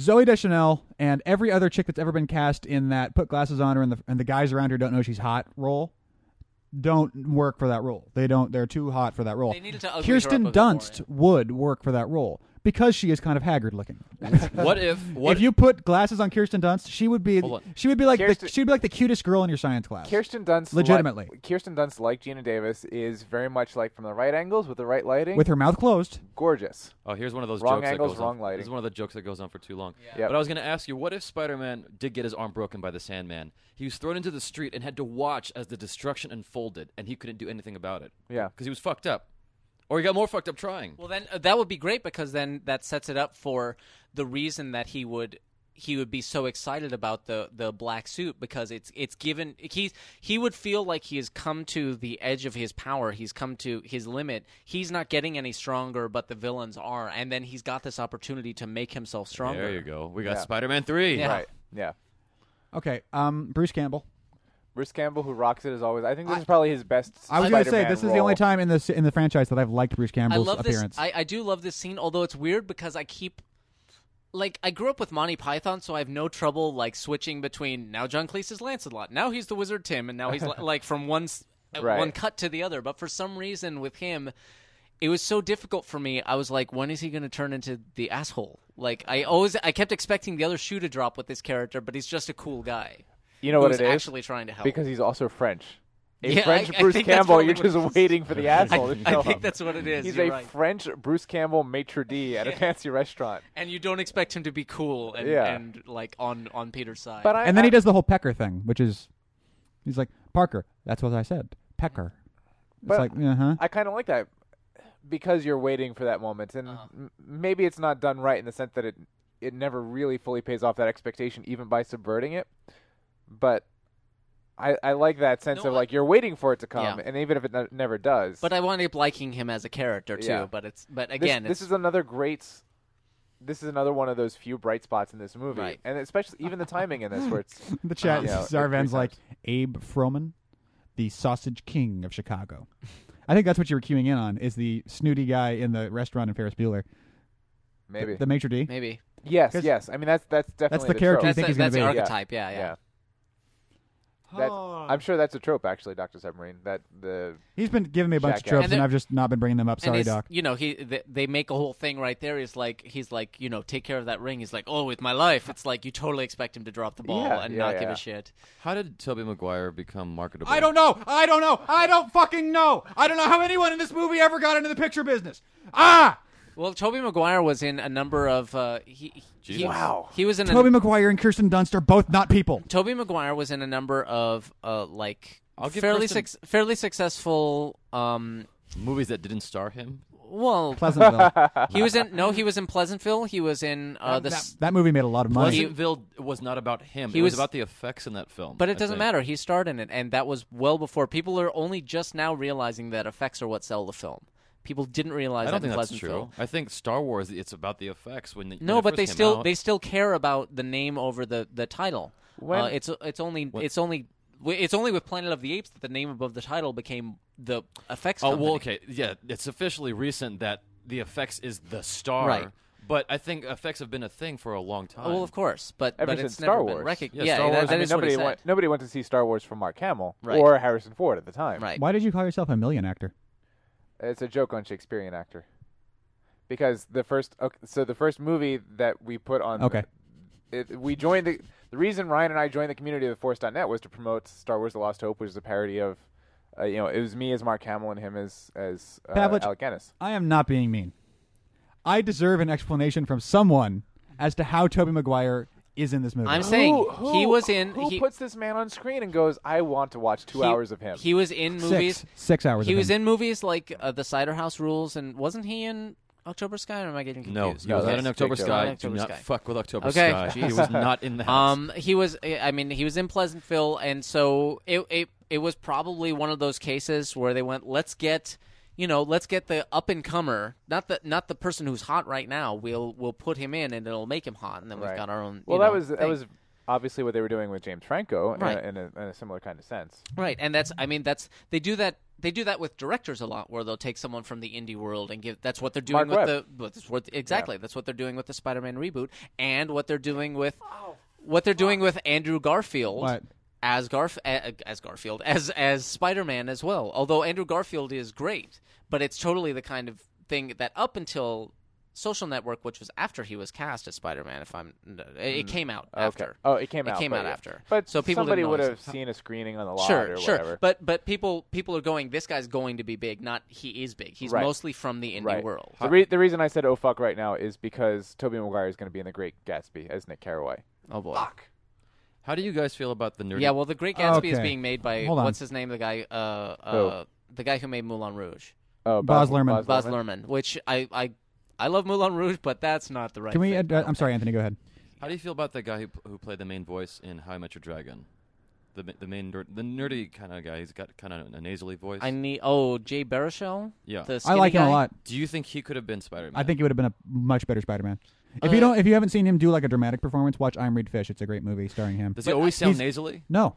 B: Zoe Deschanel and every other chick that's ever been cast in that put glasses on her and the and the guys around her don't know she's hot role don't work for that role. They don't. They're too hot for that role.
C: They needed to ugly her
B: Kirsten
C: up a bit more,
B: Dunst would work for that role because she is kind of haggard
C: (laughs)
B: looking.
E: what if? What
B: if you put glasses on Kirsten Dunst, she would be
E: Hold on.
B: she would be like the,
D: Kirsten-
B: she would be like the cutest girl in your science class.
D: Kirsten Dunst, like-
B: Legitimately.
D: Kirsten Dunst, like Gina Davis, is very much like from the right angles with the right lighting.
B: with her mouth closed.
D: gorgeous.
B: (sighs)
E: Oh, here's one of those
D: Wrong
E: jokes
D: angles,
E: that goes on-
D: wrong lighting.
E: This is one of the jokes that goes on for too long.
D: Yep.
E: But I was going to ask you, what if Spider-Man did get his arm broken by the Sandman? He was thrown into the street and had to watch as the destruction unfolded, and he couldn't do anything about it.
D: Yeah.
E: because he was fucked up, or he got more fucked up trying.
C: Well, then uh, that would be great because then that sets it up for the reason that he would he would be so excited about the the black suit because it's it's given he's he would feel like he has come to the edge of his power he's come to his limit he's not getting any stronger but the villains are and then he's got this opportunity to make himself stronger
E: there you go. We got
D: Yeah.
E: Spider-Man three.
C: Yeah.
D: Right. Yeah.
B: Okay, um, Bruce Campbell.
D: Bruce Campbell, who rocks it as always. I think this is probably his best.
B: I was gonna
D: going to
B: say this is the only time in this in the franchise that I've liked Bruce
C: I
B: Campbell's
C: love
B: appearance.
C: this I, I do love this scene although it's weird because I keep like I grew up with Monty Python, so I have no trouble like switching between now John Cleese is Lancelot, now he's the Wizard
D: (laughs)
C: Tim, and now he's li- like from one s- uh,
D: Right.
C: one cut to the other. But for some reason with him, it was so difficult for me. I was like, when is he going to turn into the asshole? Like I always, I kept expecting the other shoe to drop with this character, but he's just a cool guy.
D: You know what
C: who's
D: it is?
C: actually trying to help.
D: because he's also French. A
C: Yeah, I-
D: French
C: I
D: Bruce
C: think that's
D: Campbell.
C: probably
D: You're
C: what it
D: just
C: is.
D: waiting for the asshole
C: I,
D: to show
C: I think
D: up.
C: that's what it is.
D: He's
C: You're
D: a
C: right.
D: French Bruce Campbell maitre d at a fancy restaurant.
C: and you don't expect him to be cool and,
D: Yeah.
C: and like on on Peter's side.
D: But I,
B: and then
D: I-
B: he does the whole pecker thing, which is he's like Parker. That's what I said. Pecker. It's
D: But
B: like uh huh.
D: I kind of like that because you're waiting for that moment, and
C: Uh-huh.
D: m- maybe it's not done right in the sense that it it never really fully pays off that expectation, even by subverting it. But I I like that sense
C: No,
D: of
C: I-
D: like you're waiting for it to come,
C: Yeah.
D: and even if it ne- never does.
C: but I wound up liking him as a character too.
D: Yeah.
C: But it's but
D: this,
C: again,
D: this
C: it's,
D: is another great. s- This is another one of those few bright spots in this movie,
C: Right.
D: and especially even the timing in this, where it's
B: (laughs) In the chat,
D: Yeah,
B: yeah,
D: like three
B: Zarvan's
D: times.
B: like Abe Froman, the sausage king of Chicago. I think that's what you were queuing in on is the snooty guy in the restaurant in Ferris Bueller,
D: maybe
B: the maitre d.
C: maybe
D: yes,
B: 'Cause
D: yes. I mean that's that's definitely
B: the character
D: trope.
B: you
C: that's
B: think
C: the,
B: he's gonna
C: that's the
B: be-
D: Yeah.
C: archetype. Yeah, yeah.
D: That- I'm sure that's a trope, actually, Doctor Submarine. That the
B: He's been giving me a bunch
D: Jackass.
B: of tropes,
C: And
B: and,
C: there-
B: I've just not been bringing them up. Sorry,
C: and he's-
B: Doc.
C: You know, he th- they make a whole thing right there. He's like, he's like, you know, take care of that ring. He's like, oh, with my life. It's like you totally expect him to drop the ball
D: Yeah,
C: and
D: yeah,
C: not give
D: yeah.
C: a shit.
E: How did Toby Maguire become marketable?
B: I don't know. I don't know. I don't fucking know. I don't know how anyone in this movie ever got into the picture business. Ah,
C: Well, Toby Maguire was in a number of uh, he, he- he
E: Jesus.
D: Wow.
C: he was in
B: Toby
C: a,
B: McGuire and Kirsten Dunst are both not people.
C: Toby Maguire was in a number of uh, like
E: I'll give
C: fairly
E: Kristen-
C: suc- fairly successful um
E: Movies that didn't star him.
C: (laughs) well
B: Pleasantville.
C: he was in no he was in Pleasantville he was in uh, the
B: that,
C: s-
B: that movie made a lot of money.
E: Pleasantville was not about him.
C: He
E: it was,
C: was-
E: about the effects in that film.
C: But
E: I
C: it doesn't
E: think.
C: matter. He starred in it, and that was well before. People are only just now realizing that effects are what sell the film. People didn't realize
E: I don't
C: that
E: think
C: in
E: that's
C: Pleasantville.
E: true. I think Star Wars. It's about the effects when. The,
C: No,
E: when it
C: but
E: first
C: they
E: came
C: still
E: out.
C: they still care about the name over the the title. uh, it's it's only it's only w- it's only with Planet of the Apes that the name above the title became the effects.
E: Oh well,
C: company.
E: okay, yeah. It's officially recent that the effects is the star.
C: Right.
E: But I think effects have been a thing for a long time.
C: Oh, well, of course, but
D: Ever
C: but
D: since
C: it's never
D: Star
C: been
D: Wars.
C: recog-
E: Yeah,
C: yeah,
E: Star
C: that-
E: Wars,
C: that
E: I mean,
C: is what he
D: nobody
C: said.
D: went nobody went to see Star Wars from Mark Hamill
C: Right.
D: or Harrison Ford at the time.
C: Right.
B: Why did you call yourself a million actor?
D: It's a joke on Shakespearean actor. Because the first okay, so the first movie that we put on
B: Okay.
D: it, we joined the the reason Ryan and I joined the community of force.net was to promote Star Wars the Lost Hope, which is a parody of uh, you know, it was me as Mark Hamill and him as as uh,
B: Pavlich-
D: Alec Guinness.
B: I am not being mean. I deserve an explanation from someone as to how Toby Maguire is in this movie.
C: I'm saying
D: Who- who-
C: he was in.
D: Who
C: he,
D: puts this man on screen and goes, "I want to watch two
C: he-
D: hours of him"?
C: He was in
B: six,
C: movies.
B: six hours.
C: He
B: of
C: was
B: him.
C: in movies like uh, The Cider House Rules, and wasn't he in October Sky? Or am I getting
E: no,
C: confused?
E: he was
D: that's
E: not in October
D: Big Joe.
E: Sky.
C: Not October
E: Do not
C: Sky.
E: fuck with October
C: Okay,
E: Sky. He
C: jeez.
E: was
C: (laughs)
E: not in the house.
C: Um, he was. I mean, he was in Pleasantville, and so it it it was probably one of those cases where they went, let's get. You know, let's get the up and comer, not the not the person who's hot right now. We'll we'll put him in, and it'll make him hot, and then we've
D: Right.
C: got our own. you
D: Well, that
C: know,
D: was that
C: thing.
D: was obviously what they were doing with James Franco in a-
C: Right.
D: in, a, in a similar kind of sense.
C: Right, and that's I mean that's they do that they do that with directors a lot where they'll take someone from the indie world and give that's what they're doing
D: Mark
C: with
D: Webb.
C: the but that's what, exactly that's what they're doing with the Spider-Man reboot and what they're doing with what they're doing with Andrew Garfield
B: What?
C: as Garf a- as Garfield as as Spider-Man as well. Although Andrew Garfield is great, but it's totally the kind of thing that up until Social Network, which was after he was cast as Spider-Man, if I'm it came out after.
D: Mm. Oh, it came
C: It
D: out.
C: came
D: but
C: out
D: yeah.
C: after.
D: But
C: So people
D: somebody
C: didn't
D: would have
C: notice.
D: seen a screening on the lot
C: sure,
D: or
C: sure.
D: whatever.
C: But but people people are going. This guy's going to be big. Not he is big. He's
D: Right.
C: mostly from the indie
D: right.
C: world.
D: The, re- the reason I said "oh fuck" right now is because Toby Maguire is going to be in The Great Gatsby as Nick Carraway.
C: Oh boy.
E: How do you guys feel about the nerdy?
C: Yeah. Well, the Great Gatsby is
B: Okay.
C: being made by
B: Hold on.
C: what's his name? The guy. Uh, uh,
D: Who?
C: the guy who made Moulin Rouge,
D: Oh,
B: Baz Luhrmann.
C: Baz Luhrmann. Which I I I love Moulin Rouge, but that's not the right.
B: Can we?
C: Thing.
B: Ad- uh, I'm sorry, Anthony. Go ahead.
E: How do you feel about the guy who, who played the main voice in How I Met Your Dragon? The ma- the main ner- the nerdy kind of guy. He's got kind of a nasally voice.
C: I need. Oh, Jay Baruchel.
E: Yeah.
C: The
B: I
C: skinny
B: like him
C: guy?
B: a lot.
E: do you think he could have been Spider Man?
B: I think he would have been a much better Spider-Man. If
C: Uh,
B: you don't, if you haven't seen him do like a dramatic performance, watch I'm Reed Fish. It's a great movie starring him.
E: Does he always sound
B: he's-
E: nasally?
B: No,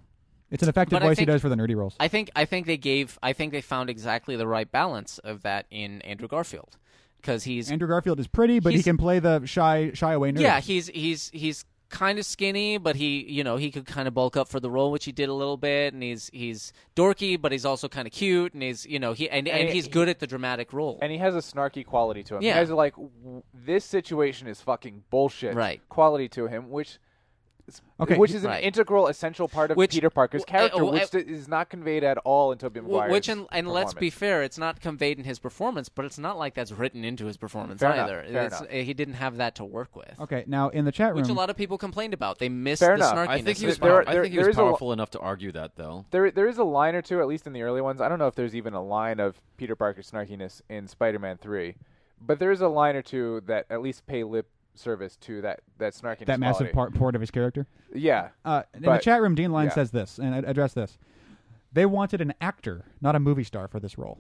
B: it's an effective
C: But I
B: voice he
C: think-
B: does for the nerdy roles.
C: I think I think they gave. I think they found exactly the right balance of that in Andrew Garfield, because he's
B: Andrew Garfield is pretty, but he
C: He's-
B: can play the shy, shy away nerd.
C: Yeah, he's he's he's kind of skinny, but he, you know, he could kind of bulk up for the role, which he did a little bit. And he's he's dorky, but he's also kind of cute, and he's you know he and, and,
D: he-
C: he's good at the dramatic role.
D: And he has a snarky quality to him.
C: Yeah.
D: You guys are like, "W- this situation is fucking bullshit.
C: Right.
D: Quality to him, which, is-
B: Okay,
D: which
B: he-
D: is an
C: Right.
D: integral, essential part of
C: Which-
D: Peter Parker's
C: w- uh,
D: character,
C: w-
D: which d- is not conveyed at all in Tobey
C: Wh-
D: Maguire's
C: Which and, and let's be
D: performance.
C: fair, it's not conveyed in his performance, but it's not like that's written into his performance
D: Fair enough,
C: either.
D: fair
C: It's- eh,
D: enough. Hmm.
C: He didn't have that to work with,
B: Okay, now in the chat room,
C: which a lot of people complained about. They missed
D: Fair
C: the
D: enough.
C: snarkiness.
E: I think he
C: of
E: was.
C: his
D: there-
E: power-
C: performance.
E: I
D: there-
E: think he
D: there
E: was
D: is a lo-
E: powerful enough to argue that, though.
D: There, there is a line or two, at least in the early ones. I don't know if there's even a line of Peter Parker's snarkiness in Spider-Man Three, but there is a line or two that at least pay lip service to that that snarkiness.
B: that massive part
D: quality.
B: part of his character.
D: Yeah.
B: Uh, in the
D: But-
B: chat room, Dean Line
D: yeah.
B: says this and I- address this. They wanted an actor, not a movie star, for this role.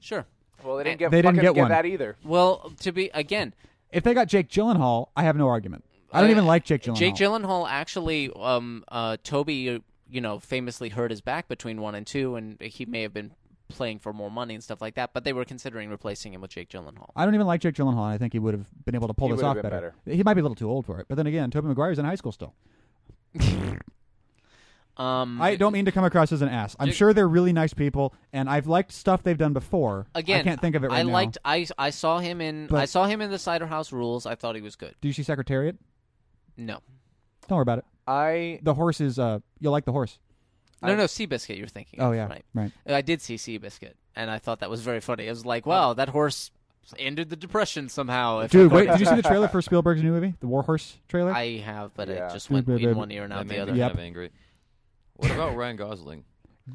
C: Sure.
D: Well, they didn't
C: And-
D: get
B: They didn't
D: fucking
B: get one.
D: that either.
C: Well, to be again,
B: If they got Jake Gyllenhaal, I have no argument. I don't
C: Uh,
B: even like Jake Gyllenhaal.
C: Jake Gyllenhaal actually, um, uh, Toby, you know, famously hurt his back between one and two, and he may have been playing for more money and stuff like that. But they were considering replacing him with
B: (laughs)
C: Jake Gyllenhaal.
B: I don't even like Jake Gyllenhaal. and I think he would have been able to pull
D: He
B: this
D: would have
B: off
D: been
B: better. He might be a little too old for it. But then again, Tobey Maguire's in high school still.
C: Um,
B: I don't mean to come across as an ass. I'm sure they're really nice people, and I've liked stuff they've done before.
C: again,
B: I can't think of it right
C: I
B: now.
C: liked. I I saw him in. I
B: But-
C: saw him in the Cider House Rules. I thought he was good.
B: Do you see Secretariat?
C: No,
B: Don't worry about it.
D: I
B: The horse is. Uh, you'll like the horse.
C: no, no. Seabiscuit, you're thinking.
B: Oh
C: of,
B: yeah,
C: right.
B: right.
C: I did see Seabiscuit, and I thought that was very funny. I was like, wow, that horse ended the depression somehow. If
B: Uh, Dude, wait. Did you see the trailer for Spielberg's new movie, the War Horse trailer?
C: I have, but
D: Yeah.
C: it just went in one ear and
E: That
C: out the
E: made me
C: other.
E: kind
B: Yep.
E: of angry. What about Ryan Gosling?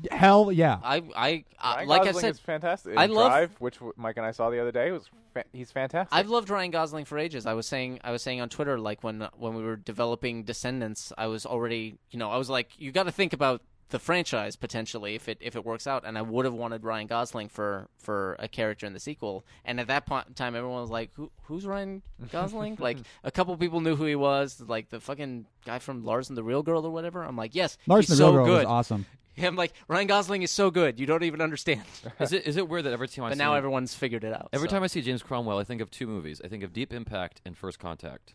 B: Hell yeah.
C: I, I, I
D: Ryan
C: like
D: Gosling
C: I
D: is
C: said,
D: fantastic.
C: I
D: In
C: love-
D: Drive, which w- Mike and I saw the other day. Was fa- he's fantastic.
C: I've loved Ryan Gosling for ages. I was saying, I was saying on Twitter, like when when we were developing Descendants, I was already, you know, I was like, you got to think about the franchise potentially if it if it works out. And I would have wanted Ryan Gosling for for a character in the sequel. And at that point in time, everyone was like, Who, who's Ryan Gosling?
D: (laughs)
C: like a couple people knew who he was, like the fucking guy from Lars and the Real Girl or whatever. I'm like, yes,
B: Lars and
C: he's
B: the
C: so
B: Real Girl was
C: good.
B: awesome.
C: (laughs) I'm like, Ryan Gosling is so good, you don't even understand.
E: Is it is it weird that every time I
C: but
E: see
C: now
E: him-
C: everyone's figured it out.
E: every
C: so.
E: time I see James Cromwell, I think of two movies. I think of Deep Impact and First Contact.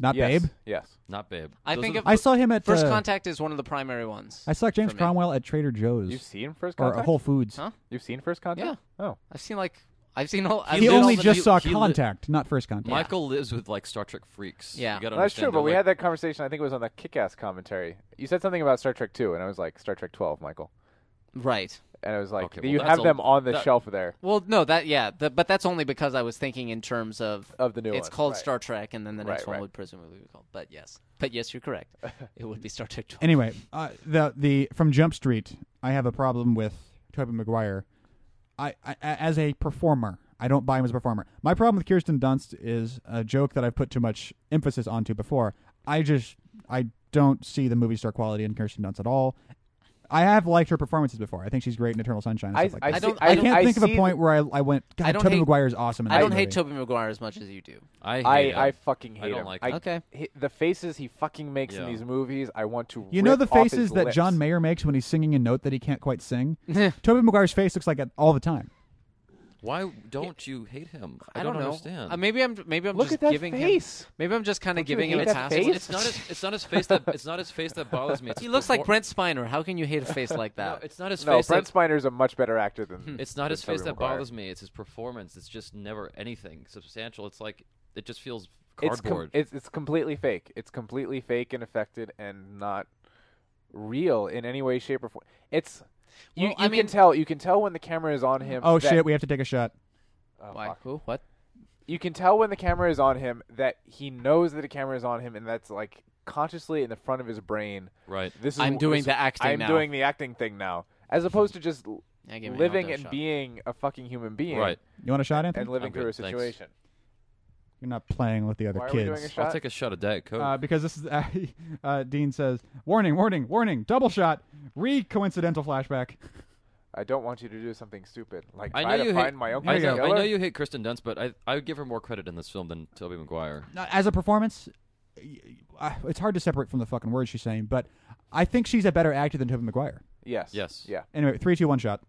B: Not
D: yes.
B: Babe.
D: Yes.
E: Not Babe.
C: I
E: Those
C: think
E: are
C: of-
E: the-
B: I saw him at
C: First
B: uh,
C: Contact is one of the primary ones.
B: I saw James
C: for me.
B: Cromwell at Trader Joe's
D: You've seen First
B: or
D: Contact.
B: Whole Foods.
C: Huh?
D: You've seen First Contact. Yeah. Oh.
C: I've seen like I've seen all. I've
B: He
C: seen
B: only
C: all the-
B: just
E: he-
B: saw
E: he lit-
B: Contact, not First Contact.
E: Michael lives with like Star Trek freaks.
C: Yeah.
E: You gotta
D: Well, that's true,
E: understand,
D: but
E: they're
D: we
E: like-
D: had that conversation. I think it was on the Kick-Ass commentary. You said something about Star Trek Two, and I was like Star Trek Twelve, Michael.
C: right.
D: And it was like
E: Okay, well,
D: you
E: that's
D: have
E: a-
D: them on the
E: that-
D: shelf there.
C: Well, no, that yeah, the, but that's only because I was thinking in terms of
D: Of the new
C: It's
D: one,
C: called
D: right.
C: Star Trek, and then the next
D: Right,
C: one
D: right.
C: would presumably be called. But yes, but yes, you're
D: (laughs)
C: correct. it would be Star Trek. 12.
B: Anyway, uh, the the from Jump Street, I have a problem with Tobey Maguire. I, I as a performer, I don't buy him as a performer. My problem with Kirsten Dunst is a joke that I've put too much emphasis onto before. I just I don't see the movie star quality in Kirsten Dunst at all. I have liked her performances before. I think she's great in Eternal Sunshine. And
D: I,
B: stuff like
D: I,
B: that.
C: I
D: see-
C: don't-
B: I,
D: I
B: can't
D: I
B: think of a
D: see-
B: point where I I went. God,
C: I don't
B: Tobey
C: hate-
B: Maguire is awesome. In
C: I
B: that
C: don't
B: movie.
C: hate Toby Maguire as much as you do.
E: I
D: I,
E: hate
D: I
E: him.
D: fucking hate
E: I don't
D: him.
E: like
D: I,
E: him.
C: Okay.
D: hi- the faces he fucking makes in
E: Yeah.
D: these movies, I want to.
B: You know
D: rip
B: the
D: off his
B: faces that
D: lips.
B: John Mayer makes when he's singing a note that he can't quite sing.
C: (laughs)
B: Tobey Maguire's face looks like that all the time.
E: Why don't you hate him? I,
C: I don't, know.
E: understand.
C: Uh, maybe I'm maybe I'm
D: Look
C: just
D: at that
C: giving
D: face.
C: him. Maybe I'm just kind of
D: you
C: giving
D: hate
C: him a
D: that
C: pass.
D: face?
C: It's-
E: it's not his, it's not his face that it's not his face that bothers me. It's
C: He
E: his
C: looks like
E: perfor-
C: Brent Spiner. How can you hate a
D: (laughs)
C: face like
E: No,
C: that?
E: it's not his
D: No,
E: face.
D: Brent
E: that, Hmm.
D: Spiner's a much better actor than.
E: it's not his
D: than
E: face
D: Tobey
E: that
D: Maguire.
E: bothers me. It's his performance. It's just never anything substantial. It's like it just feels
D: It's, com-
E: cardboard.
D: it's it's completely fake. It's completely fake and affected and not real in any way, shape, or form. It's you,
C: Well,
D: you
C: I mean-
D: can tell you can tell when the camera is on him.
B: Oh
D: that-
B: shit, we have to take a shot.
D: Oh,
C: Why?
D: fuck.
C: Who? What?
D: You can tell when the camera is on him that he knows that the camera is on him, and that's like consciously in the front of his brain.
E: right.
D: This is
C: I'm
D: wh-
C: doing
D: this-
C: the acting
D: I'm
C: now.
D: doing the acting thing now, as opposed to just l-
C: I gave him
D: living
C: another
D: and
C: shot.
D: being a fucking human being,
E: Right.
B: You want a shot, Anthony?
D: And living
E: I'm
D: through
E: good,
D: a
E: thanks.
D: situation.
B: You're not playing with the other
D: Why are we
B: kids.
D: doing a shot?
E: I'll take a shot of Diet Coke.
B: uh, because this is (laughs) uh, uh, Dean says, "Warning, warning, warning! Double shot, re coincidental flashback."
D: I don't want you to do something stupid, like
E: I
D: try
E: know
D: to
E: you hate.
D: find my uncle.
E: I, know, I
D: Taylor.
E: know you hate Kristen Dunst, but I I would give her more credit in this film than Toby Maguire.
B: Now, As a performance, y- uh, it's hard to separate from the fucking words she's saying, but I think she's a better actor than Tobey Maguire.
D: Yes.
E: Yes.
D: Yeah.
B: Anyway, three, two, one, shot.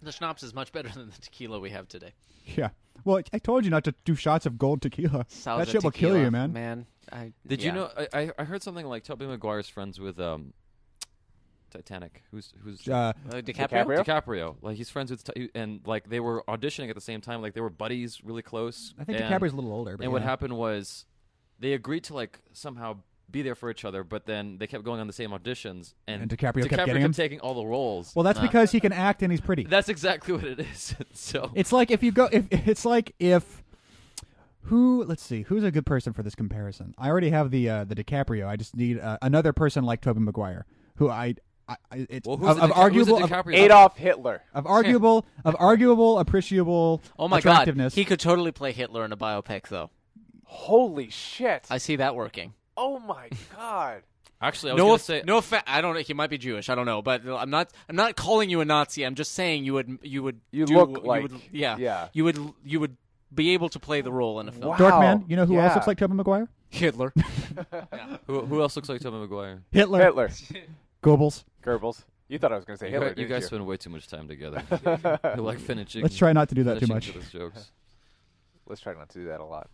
C: The schnapps is much better than the tequila we have today.
B: Yeah. Well, I told you not to do shots of gold tequila.
C: Salsa
B: that shit will kill
C: tequila,
B: you, man.
C: Man, I,
E: Did
C: yeah.
E: you know? I- I I heard something like Toby Maguire's friends with um, Titanic. Who's who's
B: Uh,
C: Uh, DiCaprio?
D: DiCaprio?
E: DiCaprio. Like he's friends with Ti- and like they were auditioning at the same time. Like they were buddies, really close.
B: I think
E: and,
B: DiCaprio's a little older.
E: And
B: But
E: what
B: yeah.
E: happened was they agreed to like somehow be there for each other, but then they kept going on the same auditions, and,
B: And DiCaprio kept getting him?
E: taking all the roles.
B: Well, that's because he can act and he's pretty.
E: that's exactly what it is. so
B: It's like if you go if (laughs) it's like if who let's see who's a good person for this comparison. I already have the uh, the DiCaprio. I just need uh, another person like Tobey Maguire who I, I I- it's
E: well, who's
B: of,
E: the
B: of
E: DiCa- who's the
B: arguable of,
E: DiCaprio?
D: Adolf Hitler.
B: of arguable of arguable appreciable
C: Oh my god,
B: attractiveness.
C: he could totally play Hitler in a biopic, though.
D: Holy shit.
C: I see that working.
D: oh my god.
E: Actually, I was
C: No,
E: gonna
C: off-
E: say
C: no offense. I don't. know. He might be Jewish. I don't know, but I'm not. I'm not calling you a Nazi. I'm just saying you would. You would.
D: You
C: do-
D: look like-
C: would- yeah.
D: yeah.
C: You would. You would be able to play the role in a film.
D: Wow.
B: Dorkman, you know who else
D: Yeah.
B: looks like Tobey Maguire? (laughs)
C: Hitler.
E: who, who else looks like Toby Maguire?
B: Hitler,
D: Hitler.
C: (laughs)
B: Goebbels.
D: Goebbels. You thought I was going to say
E: You,
D: Hitler.
E: you
D: didn't
E: guys
D: you?
E: spend way too much
C: (laughs)
E: time together. you like finishing.
B: Let's try not to do that too
E: finishing
B: much.
E: each other's jokes.
D: Let's try not to do that a lot.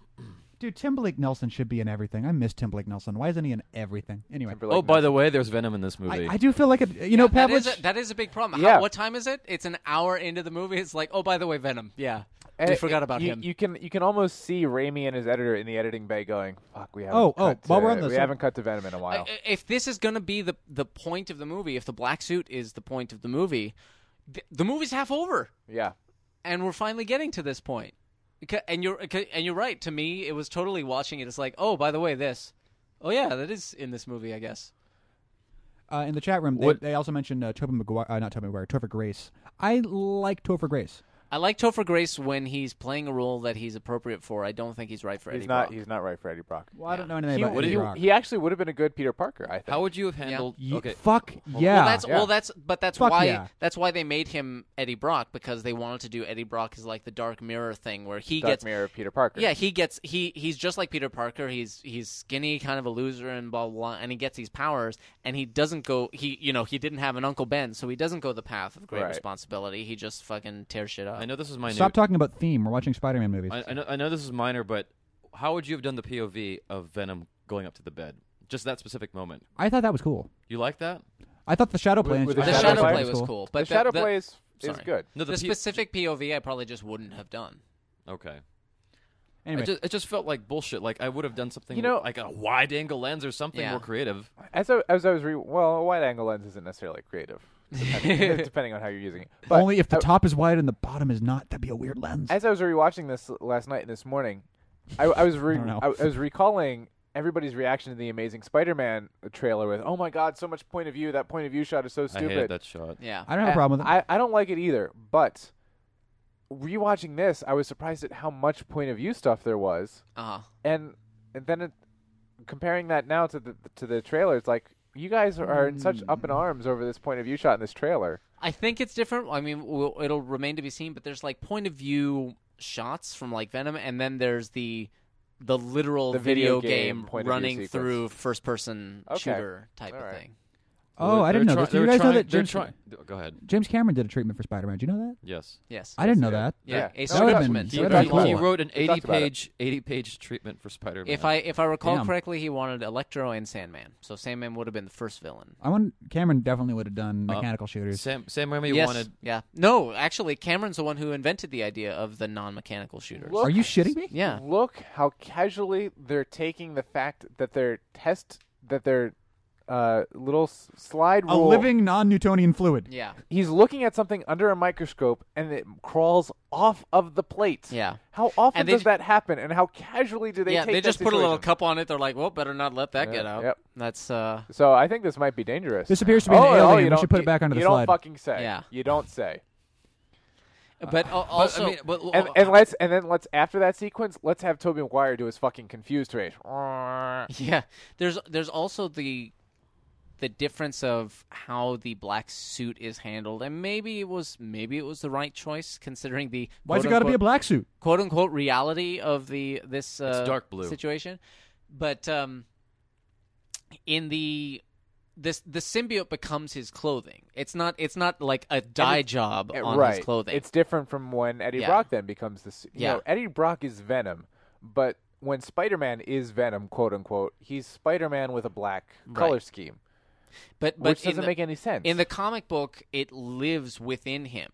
B: Dude, Tim Blake Nelson should be in everything. I miss Tim Blake Nelson. Why isn't he in everything? Anyway,
E: oh, by the way, there's venom in this movie.
B: I, I do feel like it. You know,
C: that
B: Pavlich.
C: is a, that is a big problem.
D: Yeah.
C: How, what time is it? It's an hour into the movie. It's like, oh, by the way, Venom. Yeah,
D: And
C: we
D: it-
C: forgot about
D: Eh, you,
C: him.
D: You can you can almost see Raimi and his editor in the editing bay going, "Fuck, we haven't."
B: Oh, oh,
D: cut to,
B: while we're on this,
D: we
B: uh,
D: haven't cut to Venom in a
C: I-
D: while.
C: I- if this is going to be the the point of the movie, if the black suit is the point of the movie, th- the movie's half over,
D: yeah,
C: and we're finally getting to this point. Ca- And you're ca- and you're right. To me, it was totally watching it. It's like, oh, by the way, this. Oh yeah, that is in this movie, I guess.
B: Uh, in the chat room, they,
E: What-
B: they also mentioned uh, Tobin McGuire, uh, not Tobin McGuire, Topher Grace. I like Topher Grace.
C: I like Topher Grace when he's playing a role that he's appropriate for. I don't think he's right for Eddie
D: he's not
C: Brock.
D: he's not right for Eddie Brock.
B: Well, I don't know anything
D: He,
B: about
E: what do
B: Eddie
D: he,
E: you-
B: Brock.
D: he actually would have been a good Peter Parker. I think.
E: How would you have handled?
B: Ye-
E: Okay,
B: Fuck yeah.
C: Well, that's
D: Yeah.
C: well, that's but that's
B: Fuck
C: why
B: yeah.
C: that's why they made him Eddie Brock because they wanted to do Eddie Brock as like the Dark Mirror thing where he
D: Dark
C: gets
D: Mirror Peter Parker.
C: yeah he gets he he's just like Peter Parker he's he's skinny kind of a loser and blah blah, blah and he gets these powers and he doesn't go he you know he didn't have an Uncle Ben so he doesn't go the path of great
D: Right.
C: responsibility he just fucking tears shit up
E: I know this is my
B: Stop talking about theme. We're watching Spider-Man movies.
E: I, I know, I know this is minor, but how would you have done the POV of Venom going up to the bed? Just that specific moment.
B: I thought that was cool.
E: You like that?
B: I thought the shadow play. in
D: with the
C: the
B: Spider-Man
C: shadow
D: play
C: play
D: was
C: was cool, but
D: the
C: that-
D: shadow
C: that-
D: play is, is
C: sorry.
D: good.
E: No,
C: the,
E: the, P-
C: specific POV I probably just wouldn't have done
E: Okay.
B: Anyway,
E: I just, it just felt like bullshit. Like I would have done something,
D: You know-
E: like a wide angle lens or something
C: Yeah.
E: more creative.
D: As I, as I was re well, a wide angle lens isn't necessarily creative, depending,
B: (laughs)
D: depending on how you're using it. But
B: only if the
D: I-
B: top is wide and the bottom is not. That'd be a weird lens.
D: as I was rewatching this last night and this morning, I, I was
B: (laughs)
D: re-
B: I don't know.
D: I, I was recalling everybody's reaction to the Amazing Spider-Man trailer with, "Oh my God, so much point of view! That point of view shot is so
E: I hated
D: stupid."
E: that shot.
C: (laughs) yeah
B: I don't have a problem with it.
D: I, I don't like it either. But rewatching this, I was surprised at how much point of view stuff there was,
C: uh
D: and and then it, comparing that now to the to the trailer, it's like you guys are in such up in
B: Hmm.
D: arms over this point of view shot in this trailer.
C: I think it's different. I mean, we'll, it'll remain to be seen. But there's like point of view shots from like Venom, and then there's the the literal
D: The video
C: video,
D: game
C: game,
D: point of view
C: running
D: sequence.
C: through first person
D: Okay.
C: shooter type
D: All
C: of
D: right.
C: thing.
B: oh, I didn't know
E: They were
B: this. Did you
E: try- they
B: guys
E: were
B: know
E: trying-
B: that
E: They're
B: James,
E: trying. Go ahead.
B: James Cameron did a treatment for Spider-Man. Do you know that?
E: Yes.
C: Yes.
B: I didn't know
D: yeah.
B: that.
C: yeah.
D: Yeah.
C: A
B: That would've
C: Scotsman.
B: been-
E: He,
B: So
E: he-
B: that'd
E: he
B: be cool.
E: wrote an
D: We talked about it.
E: eighty-page, eighty-page treatment for Spider-Man.
C: If I if I recall
B: Damn.
C: correctly, he wanted Electro and Sandman. So Sandman would have been the first villain.
B: I want Cameron definitely would have done mechanical shooters.
E: Sam Sam Raimi
C: yes.
E: wanted
C: Yeah. No, actually, Cameron's the one who invented the idea of the non-mechanical shooters.
D: Look-
B: Are you shitting me?
C: Yeah.
D: Look how casually they're taking the fact that their test that their uh, little s- slide
B: A
D: rule.
B: living non-Newtonian fluid.
C: Yeah.
D: He's looking at something under a microscope and it crawls off of the plate.
C: Yeah.
D: How often
C: And they
D: does
C: ju-
D: that happen? And how casually do they
C: yeah.
D: take
C: They
D: that
C: just put a little
D: situation?
C: cup on it. They're like, well, better not let that
D: Yeah,
C: get out.
D: yep.
C: That's uh.
D: So I think this might be dangerous.
B: This appears to be an
D: oh, oh,
B: alien.
D: you
B: We
D: don't-
B: should put it
D: you-
B: back onto the
D: you
B: slide.
D: don't fucking say.
C: Yeah.
D: You don't say.
C: But al- also,
E: I mean, but,
D: And, and let's and then let's after that sequence, let's have Toby Maguire do his fucking confused face. Uh,
C: Yeah, there's there's also the the difference of how the black suit is handled, and maybe it was maybe it was the right choice considering the
B: Why's it
C: quote
B: got to be a
C: unquote-
B: black suit?
C: quote unquote reality of the this uh,
E: dark blue.
C: situation. But um, in the this the symbiote becomes his clothing. It's not it's not like a dye job
D: Yeah,
C: uh, on
D: right.
C: his clothing.
D: It's different from when Eddie
C: Yeah.
D: Brock then becomes the. su- You
C: Yeah.
D: know, Eddie Brock is Venom, but when Spider Man is Venom, quote unquote, he's Spider Man with a black color scheme,
C: but but
D: which
C: in
D: doesn't
C: the-
D: make any sense.
C: In the comic book, it lives within him.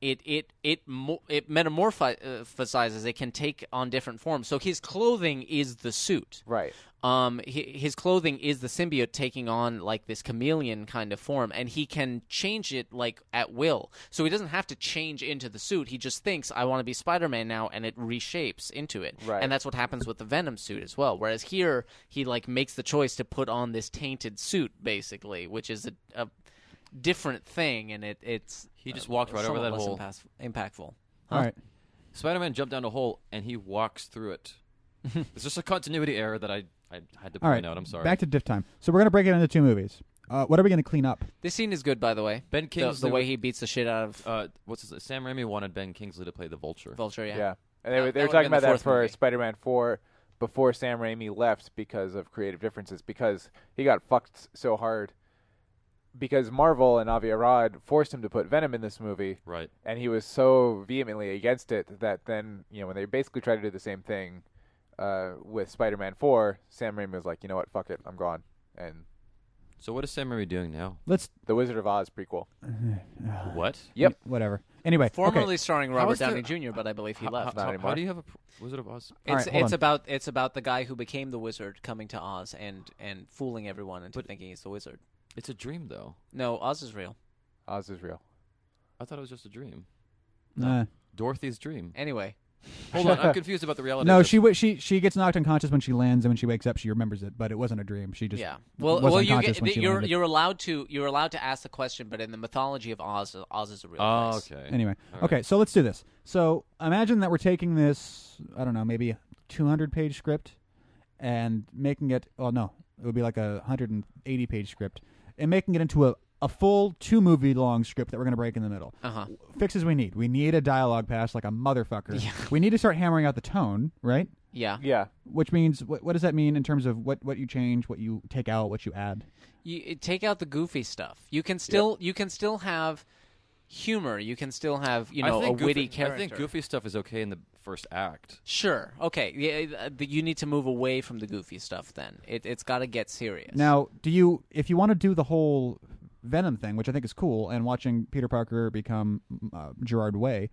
C: It it it mo- it metamorphosizes. It can take on different forms. So his clothing is the suit.
D: right.
C: Um, hi- his clothing is the symbiote taking on like this chameleon kind of form, and he can change it like at will. So he doesn't have to change into the suit. He just thinks, "I want to be Spider-Man now," and it reshapes into it.
D: Right.
C: And that's what happens with the Venom suit as well. Whereas here, he like makes the choice to put on this tainted suit, basically, which is a, a different thing, and it it's uh,
E: He just walked right over
C: somewhat
E: that
C: less
E: hole.
C: impas- impactful.
B: All right.
E: Spider-Man jumped down a hole and he walks through
C: (laughs)
E: it. it's just a continuity error that I, I had to
B: All right.
E: point out. I'm sorry.
B: Back to diff time. So we're gonna break it into two movies. Uh, what are we gonna clean up?
C: This scene is good, by the way.
E: Ben
C: The,
E: Kingsley.
C: the way he beats the shit out of
E: uh, what's his, Sam Raimi wanted Ben Kingsley to play the Vulture.
C: Vulture,
D: Yeah. And they, were
C: That- that
D: they were
C: would've
D: talking
C: been
D: about
C: the
D: that
C: fourth
D: for
C: movie.
D: Spider Man 4 before Sam Raimi left because of creative differences, because he got fucked s- so hard. Because Marvel and Avi Arad forced him to put Venom in this movie.
E: Right.
D: and he was so vehemently against it that then you know when they basically tried to do the same thing uh, with Spider-Man Four, Sam Raimi was like, you know what, fuck it, I'm gone, and
E: So what is Sam Raimi doing now?
B: Let's uh,
D: the Wizard of Oz prequel.
C: Uh,
E: What?
D: Yep.
B: whatever. Anyway,
C: Formerly
B: okay.
C: starring
E: How
C: Robert
E: is the-
C: Downey Jr., but I believe he
E: How-
C: left.
E: How, how
D: anymore.
E: do you have a pr- Wizard of Oz?
B: All
C: It's
B: right, hold
C: it's
B: on.
C: about it's about the guy who became the wizard coming to Oz and and fooling everyone into
E: But-
C: thinking he's the wizard.
E: It's a dream though.
C: No, Oz is real.
D: Oz is real.
E: I thought it was just a dream.
B: Nah.
E: Dorothy's dream.
C: (laughs) Anyway,
E: Hold on, I'm confused about the reality.
B: no,
E: of (laughs)
B: she wa- she she gets knocked unconscious when she lands, and when she wakes up, she remembers it, but it wasn't a dream. She just
C: yeah. Well,
B: was
C: well, you
B: unconscious
C: get,
B: when she
C: you're
B: landed.
C: you're allowed to you're allowed to ask the question, but in the mythology of Oz, Oz is a real
E: Oh,
C: place.
E: okay.
B: Anyway,
E: All right.
B: okay, so let's do this. So imagine that we're taking this, I don't know, maybe 200 page script and making it, oh no, it would be like a 180 page script and making it into a, a full two movie long script that we're going to break in the middle.
C: Uh-huh.
B: Fixes we need. We need a dialogue pass like a motherfucker.
E: (laughs)
B: We need to start hammering out the tone, right?
C: Yeah.
D: Yeah,
B: Which means, what, what does that mean in terms of what, what you change, what you take out, what you add?
C: You, you take out the goofy stuff. You can still you can still have humor. You can still have you
E: I
C: know a
E: think
C: witty
E: goofy,
C: character.
E: I think goofy stuff is okay in the first act.
C: Sure. Okay. Yeah. uh, You need to move away from the goofy stuff. Then it, it's got to get serious.
B: Now, do you if you want to do the whole Venom thing, which I think is cool, and watching Peter Parker become uh, Gerard Way,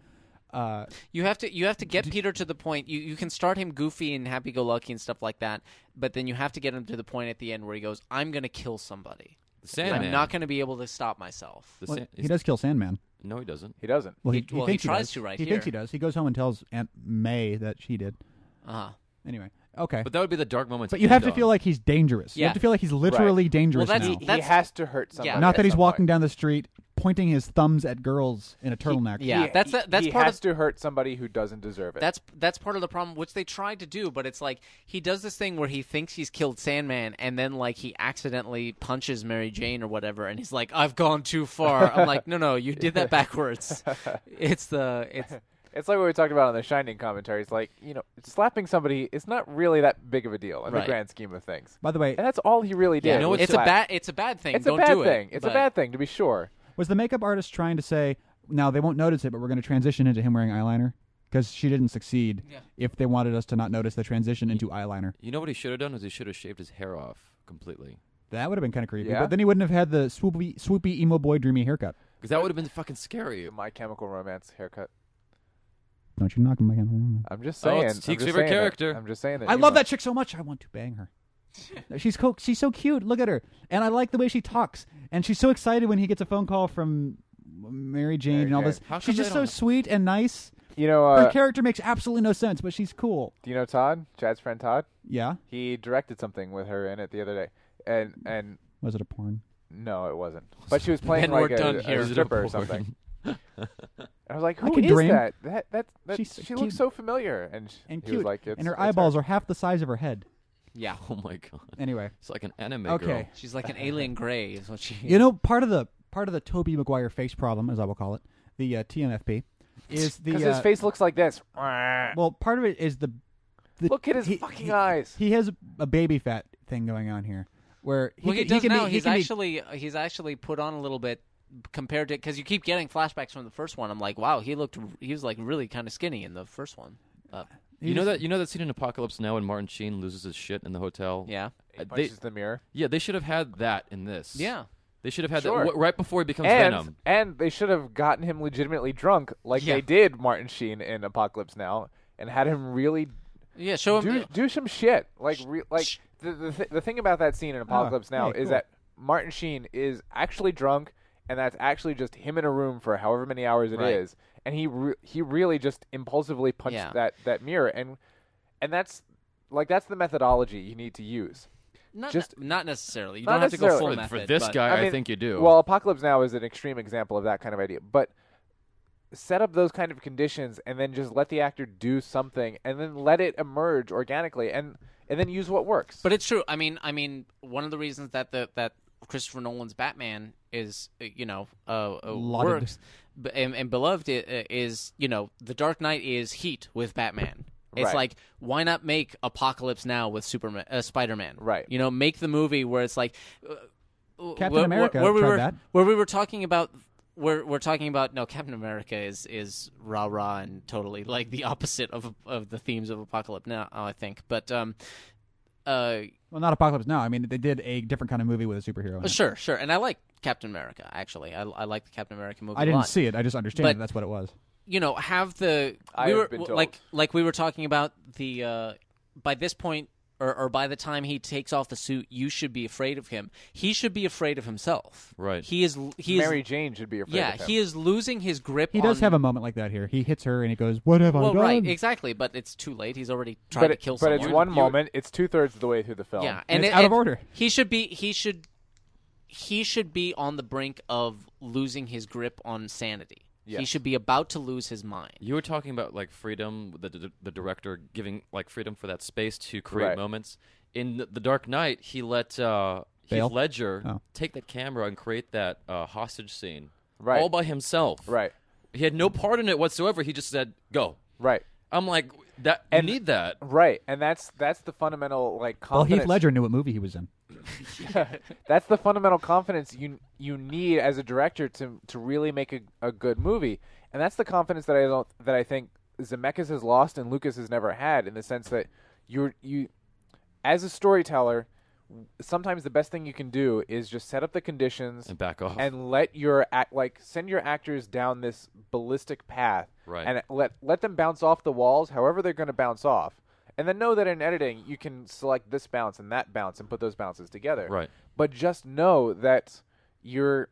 B: uh,
C: You have to you have to get Peter to the point. You you can start him goofy and happy go lucky and stuff like that, but then you have to get him to the point at the end where he goes, "I'm going to kill somebody.
E: The Sandman.
C: I'm not going to be able to stop myself."
E: The
B: well,
E: San-
B: he
E: is-
B: does kill Sandman.
E: No, he doesn't.
D: he doesn't.
B: Well, he,
C: He- well, he
B: thinks
C: tries
B: does.
C: to right
B: He thinks he
C: here.
B: does. He goes home and tells Aunt May that she did.
C: Uh-huh.
B: Anyway, okay,
E: But
B: but,
E: that would be the dark moment.
B: you have to feel like he's dangerous. You
C: Yeah.
B: have to feel like he's literally dangerous
C: Well, that's-
B: now.
C: he-
D: He
C: That's-
D: has to hurt somebody.
B: Not
D: at
B: that he's
D: some
B: walking
D: point.
B: down the street pointing his thumbs at girls in a turtleneck.
C: yeah.
D: He-
C: That's-
D: he-
C: that's
D: he
C: part
D: has
C: of-
D: to hurt somebody who doesn't deserve it.
C: That's that's part of the problem, which they tried to do, but it's like he does this thing where he thinks he's killed Sandman, and then like he accidentally punches Mary Jane or whatever, and he's like, "I've gone too far." I'm like, "No, no, you
D: (laughs)
C: did that backwards." it's the it's
D: It's like what we talked about on the Shining commentary. It's like you know, slapping somebody is not really that big of a deal in
C: Right.
D: the grand scheme of things.
B: By the way,
D: And that's all (laughs) he really did.
E: you know
D: was
E: what's-
C: it's a
D: slap.
C: bad it's a bad thing.
D: It's
C: Don't
D: a bad
C: do
D: thing.
C: it.
D: It's
C: but-
D: a bad thing to be sure.
B: was the makeup artist trying to say now they won't notice it, but we're going to transition into him wearing eyeliner? Because she didn't succeed
C: Yeah.
B: if they wanted us to not notice the transition into eyeliner.
E: You know what he should have done is he should have shaved his hair off completely
B: That would have been kind of creepy.
D: Yeah.
B: But then he wouldn't have had the swoopy, swoopy emo boy dreamy haircut.
E: because that would have been fucking scary. (laughs)
D: My Chemical Romance haircut.
B: Don't you knock him again.
D: I'm just
E: Oh,
D: saying.
E: it's
D: I'm
E: Teek's
D: just
E: favorite
D: saying that-
E: character.
D: I'm just saying that.
B: I
D: you
B: love
D: know.
B: that chick so much. I want to bang her. she's co- she's so cute. Look at her, and I like the way she talks. And she's so excited when he gets a phone call from Mary Jane
D: Mary
B: and all
D: Jane.
B: this.
E: How come
B: she's
E: they
B: just so
E: don't-
B: sweet and nice.
D: You know,
B: Her
D: uh,
B: character makes absolutely no sense, but she's cool.
D: do you know Todd? Chad's friend Todd.
B: Yeah,
D: He directed something with her in it the other day, and and
B: was it a porn?
D: no, it wasn't. But
C: (laughs)
D: she was playing
C: Then we're
D: like
C: done
D: a,
C: here.
D: a
E: Is it a
D: stripper or
C: (laughs)
E: porn?
D: something. I was like,
B: I
D: who
B: can
D: is
B: dream.
D: that? That that, that
B: She's so
D: she looks
B: cute.
D: so familiar, and, sh-
B: and
D: he
B: cute,
D: was like, it's,
B: and her
D: it's
B: eyeballs are half the size of her
D: (laughs)
B: head.
C: Yeah.
E: Oh my god,
B: Anyway,
E: it's like an anime girl.
B: Okay.
C: She's like an alien gray, is what she.
B: you know, part of the part of the Toby Maguire face problem, as I will call it, the uh, TMFP, is the
D: because
B: uh,
D: his face looks like this.
B: Well, part of it is the, the
D: Look at his
B: (laughs) he-
D: fucking
B: he-
C: Uh,
D: eyes.
B: He has a baby fat thing going on here. where he
C: well, he
B: can,
C: does
B: can
C: now.
B: be, he
C: he's
B: can be-
C: actually he's actually put on a little bit compared to because you keep getting flashbacks from the first one. I'm like, wow, he looked he was like really kind of skinny in the first one. Uh,
E: You know that you know that scene in Apocalypse Now when Martin Sheen loses his shit in the hotel.
C: yeah,
E: Uh, they-
D: punches the mirror.
E: yeah, they should have had that in this.
C: yeah.
E: they should have had
D: Sure.
E: that w- right before he becomes
D: And,
E: Venom.
D: and they should have gotten him legitimately drunk like
C: Yeah.
D: they did Martin Sheen in Apocalypse Now and had him really
C: Yeah, show him.
D: do, do some shit. Like re- like the the, th- the thing about that scene in Apocalypse Now
B: hey,
D: is
B: cool.
D: that Martin Sheen is actually drunk, and that's actually just him in a room for however many hours it is,
C: Right.
D: and he re- he really just impulsively punched
C: Yeah.
D: that that mirror, and and that's like that's the methodology you need to use.
C: not,
D: just-
C: not necessarily. You
D: Not
C: don't have to go full
D: necessarily.
E: For,
C: method.
E: for this
C: but-
E: guy, I,
D: mean,
E: think you do.
D: Well, Apocalypse Now is an extreme example of that kind of idea, but set up those kind of conditions and then just let the actor do something and then let it emerge organically and and then use what works.
C: But it's true. I mean, I mean, one of the reasons that the that Christopher Nolan's Batman is uh, you know uh, uh,
B: Lauded.
C: works b- and, and beloved i- uh, is you know the Dark Knight is heat with Batman. It's
D: Right.
C: like why not make Apocalypse Now with Superman, uh, Spider Man?
D: Right.
C: You know, make the movie where it's like uh, w-
B: Captain
C: where-
B: America
C: where, we
B: tried
C: were
B: that.
C: where we were talking about. We're, we're talking about no Captain America is is rah rah and totally like the (laughs) opposite of of the themes of Apocalypse Now I think but um uh
B: well, not Apocalypse Now. I mean, they did a different kind of movie with a superhero. in
C: Uh,
B: it.
C: Sure, sure. And I like Captain America, actually. I, I like the Captain America movie
B: I
C: a
B: didn't
C: lot.
B: see it. I just understand
C: But-
B: that that's what it was.
C: You know, have the.
D: I
C: we
D: have
C: were,
D: been
C: w-
D: told.
C: Like, like we were talking about the. Uh, by this point, or, or by the time he takes off the suit, you should be afraid of him. He should be afraid of himself.
E: Right.
C: He is. l- He
D: Mary
C: is.
D: Jane should be afraid
C: Yeah,
D: of him.
C: he is losing his grip
B: He does
C: on-
B: have a moment like that here. He hits her and he goes, "What have I
C: Well,
B: done?"
C: right, exactly. But it's too late. He's already
D: but,
C: tried to
D: it-
C: kill
D: but
C: someone.
D: it's one moment. It's two thirds of the way through the film.
C: Yeah,
B: And
C: and
B: it's
C: it-
B: out of
C: it-
B: order.
C: He should be. He should. He should be on the brink of losing his grip on sanity. He
D: Yes.
C: should be about to lose his mind.
E: You were talking about like freedom, the the, the director giving like freedom for that space to create
D: Right.
E: moments. In the, the Dark Knight, he let uh,
B: Bale?
E: Heath Ledger
B: Oh.
E: take that camera and create that uh, hostage scene
D: Right.
E: all by himself.
D: Right.
E: He had no part in it whatsoever. He just said, "Go."
D: Right.
E: I'm like that.
D: And-
E: you need that.
D: Right. And that's that's the fundamental like
B: Well,
D: confidence.
B: Heath Ledger knew what movie he was in.
D: That's the fundamental confidence you you need as a director to to really make a, a good movie. And that's the confidence that I don't that I think Zemeckis has lost and Lucas has never had in the sense that you're you as a storyteller sometimes the best thing you can do is just set up the conditions
E: And back off.
D: and let your act like send your actors down this ballistic path
E: Right.
D: and let let them bounce off the walls however they're going to bounce off and then know that in editing you can select this bounce and that bounce and put those bounces together
E: Right.
D: but just know that you're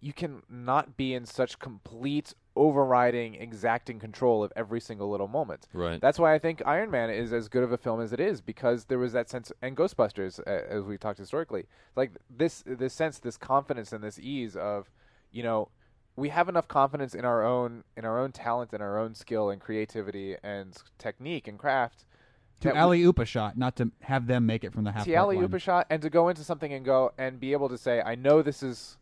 D: you can not be in such complete overriding exacting control of every single little moment
E: Right.
D: that's why i think iron man is as good of a film as it is because there was that sense and ghostbusters uh, as we talked historically like this this sense this confidence and this ease of you know we have enough confidence in our own in our own talent and our own skill and creativity and technique and craft
B: To
D: that we-
B: alley oop a shot, not to have them make it from the half.
D: to alley oop a shot and to go into something and go and be able to say, I know this is.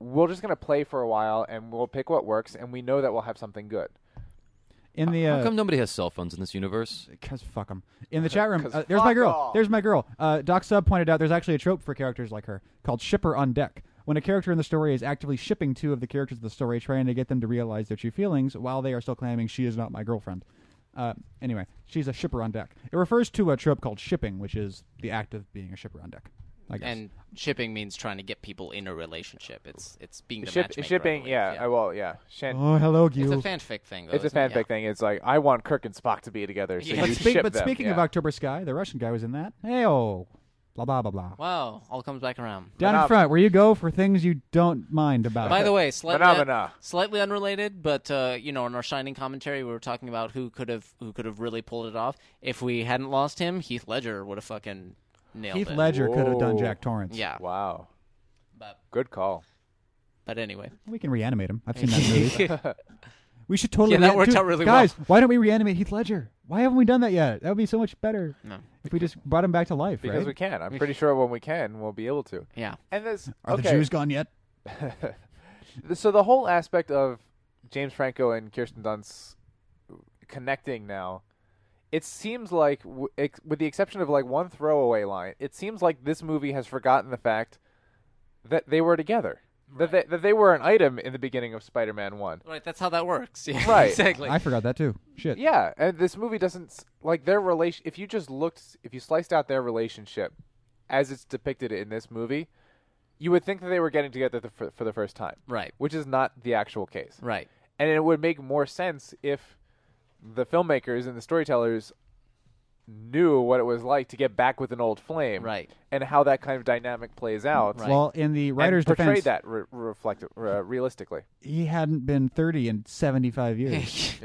D: We're just gonna play for a while and we'll pick what works and we know that we'll have something good.
B: in the
E: How
B: uh,
E: come nobody has cell phones in this universe?
B: Cause fuck 'em. In the
D: (laughs)
B: chat room,
D: 'Cause
B: uh, there's my
D: fuck
B: girl.
D: 'em.
B: There's my girl. Uh, Doc Sub pointed out there's actually a trope for characters like her called shipper on deck. When a character in the story is actively shipping two of the characters of the story, trying to get them to realize their true feelings while they are still claiming she is not my girlfriend. Uh, anyway, she's a shipper on deck. It refers to a trope called shipping, which is the act of being a shipper on deck. I guess.
C: And shipping means trying to get people in a relationship. It's it's being the
D: Ship,
C: matchmaker, I
D: shipping,
C: believe.
D: yeah, I will, yeah. Shan-
B: oh, hello,
C: It's a
B: Gil.
C: fanfic thing. Though,
D: it's a
C: isn't it?
D: fanfic thing. It's like I want Kirk and Spock to be together. So
C: Yeah.
D: you
B: but, speak-
D: ship
B: but
D: them,
B: speaking
D: yeah.
B: of October Sky, the Russian guy was in that. Hey, oh, blah blah blah blah.
C: Yeah. Wow, all comes back around.
B: Down in
D: Monopoly.
B: front, where you go for things you don't mind about.
C: By the way, slightly uh,
D: Phenomena.
C: slightly unrelated, but uh, you know, in our shining commentary, we were talking about who could have who could have really pulled it off. If we hadn't lost him, Heath Ledger would have fucking nailed
B: Heath
C: it.
B: Ledger could have done
D: Whoa.
B: Jack Torrance.
C: Yeah,
D: wow,
C: but
D: good call. (laughs)
C: but anyway.
B: We can reanimate him. I've seen
C: (laughs)
B: that movie. We should totally.
C: Yeah, that
B: rea-
C: worked
B: Dude,
C: out really
B: guys,
C: well.
B: why don't we reanimate Heath Ledger? Why haven't we done that yet? That would be so much better
C: No.
B: if we just brought him back to life.
D: Because
B: right?
D: we can. I'm pretty sure when we can, we'll be able to.
C: Yeah.
D: And this
B: Are
D: okay.
B: the Jews gone yet?
D: (laughs) so the whole aspect of James Franco and Kirsten Dunst connecting now it seems like, w- ex- with the exception of like one throwaway line, it seems like this movie has forgotten the fact that they were together, that they, that they were an item in the beginning of Spider-Man One.
C: Right, that's how that works. (laughs) Yeah,
D: Right.
C: exactly.
B: I forgot that too. Shit.
D: Yeah, and this movie doesn't s- like their relation. If you just looked, if you sliced out their relationship as it's depicted in this movie, you would think that they were getting together the, for, for the first time,
C: Right.
D: Which is not the actual case,
C: right.
D: And it would make more sense if the filmmakers and the storytellers knew what it was like to get back with an old flame,
C: Right.
D: And how that kind of dynamic plays out.
C: Right.
B: Well, in the
D: and
B: writer's
D: portray
B: defense,
D: that re- reflect uh, realistically.
B: he hadn't been 30 in 75 years.
C: (laughs)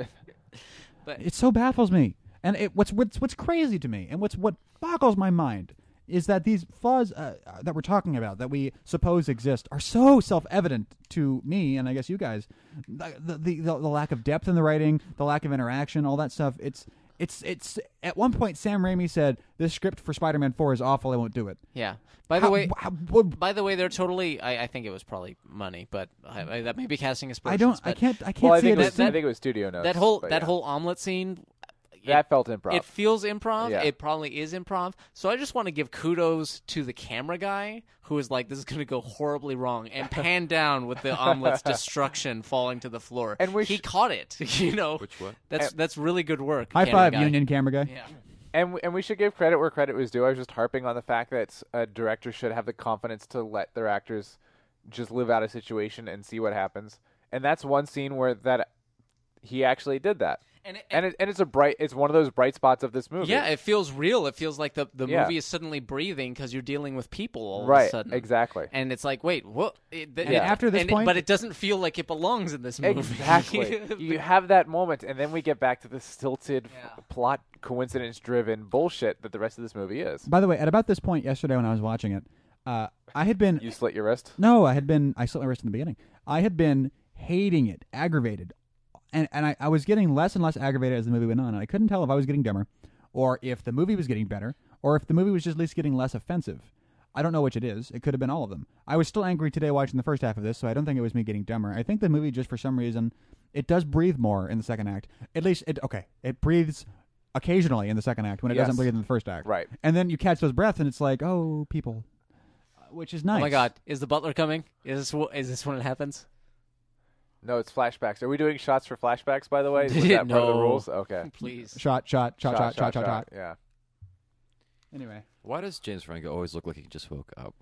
C: But-
B: it so baffles me. And it, what's what's what's crazy to me, and what's what boggles my mind, is that these flaws uh, uh, that we're talking about, that we suppose exist, are so self-evident to me, and I guess you guys, the the, the, the lack of depth in the writing, the lack of interaction, all that stuff. It's it's it's at one point Sam Raimi said this script for Spider-Man Four is awful. I won't do it.
C: Yeah. By the
B: How-
C: way,
B: how- what-
C: by the way, they're totally. I, I think it was probably money, but I, I, that may be casting
B: I
C: aspersions.
B: don't. I
C: but
B: can't. I can't
D: Well, I
B: see
D: think,
B: it
D: it
B: as
D: was, I
C: that-
D: think it was studio notes.
C: That whole
D: but
C: that
D: yeah.
C: whole omelet scene. it-
D: that felt improv.
C: It feels improv.
D: Yeah.
C: It probably is improv. So I just want to give kudos to the camera guy who is like, "This is going to go horribly wrong,"
B: (laughs)
C: and pan down with the omelet's destruction falling to the floor.
D: And we
C: he
D: sh-
C: caught it. (laughs) You know, which
E: what?
C: That's that's really good work.
B: High
C: camera
B: five,
C: guy.
B: Union camera guy.
C: Yeah.
D: And w- and we should give credit where credit was due. I was just harping on the fact that uh, directors should have the confidence to let their actors just live out a situation and see what happens. And that's one scene where that he actually did that.
C: And it-
D: and, it, and it's a bright. It's one of those bright spots of this movie.
C: Yeah, it feels real. It feels like the, the
D: Yeah.
C: movie is suddenly breathing because you're dealing with people all of
D: Right,
C: a sudden.
D: exactly.
C: And it's like, wait, what? It, th-
B: And
C: it-
B: after this
C: and
B: point-
C: but it doesn't feel like it belongs in this movie. (laughs)
D: Exactly. you have that moment, and then we get back to the stilted
C: Yeah.
D: f- plot coincidence-driven bullshit that the rest of this movie is.
B: By the way, at about this point yesterday when I was watching it, uh, I had been
D: You slit your wrist.
B: (laughs) no, I had been I slit my wrist in the beginning. I had been hating it, aggravated, and and I, I was getting less and less aggravated as the movie went on, and I couldn't tell if I was getting dumber, or if the movie was getting better, or if the movie was just at least getting less offensive. I don't know which it is. It could have been all of them. I was still angry today watching the first half of this, so I don't think it was me getting dumber. I think the movie just for some reason it does breathe more in the second act. At least it okay, it breathes occasionally in the second act when it
D: Yes.
B: doesn't breathe in the first act.
D: Right.
B: And then you catch those breaths, and it's like, oh, people, Uh, which is (laughs) nice.
C: Oh my God, is the butler coming? Is this wh- is this when it happens?
D: No, it's flashbacks. Are we doing shots for flashbacks? By
C: (laughs)
D: the way, was
C: Did
D: that
C: it-
D: part of the
C: no.
D: rules? Okay.
C: Please.
B: Shot, shot, shot, shot, shot, shot, shot.
D: Yeah.
B: Anyway,
E: Why does James Franco always look like he just woke
B: (laughs)
E: up?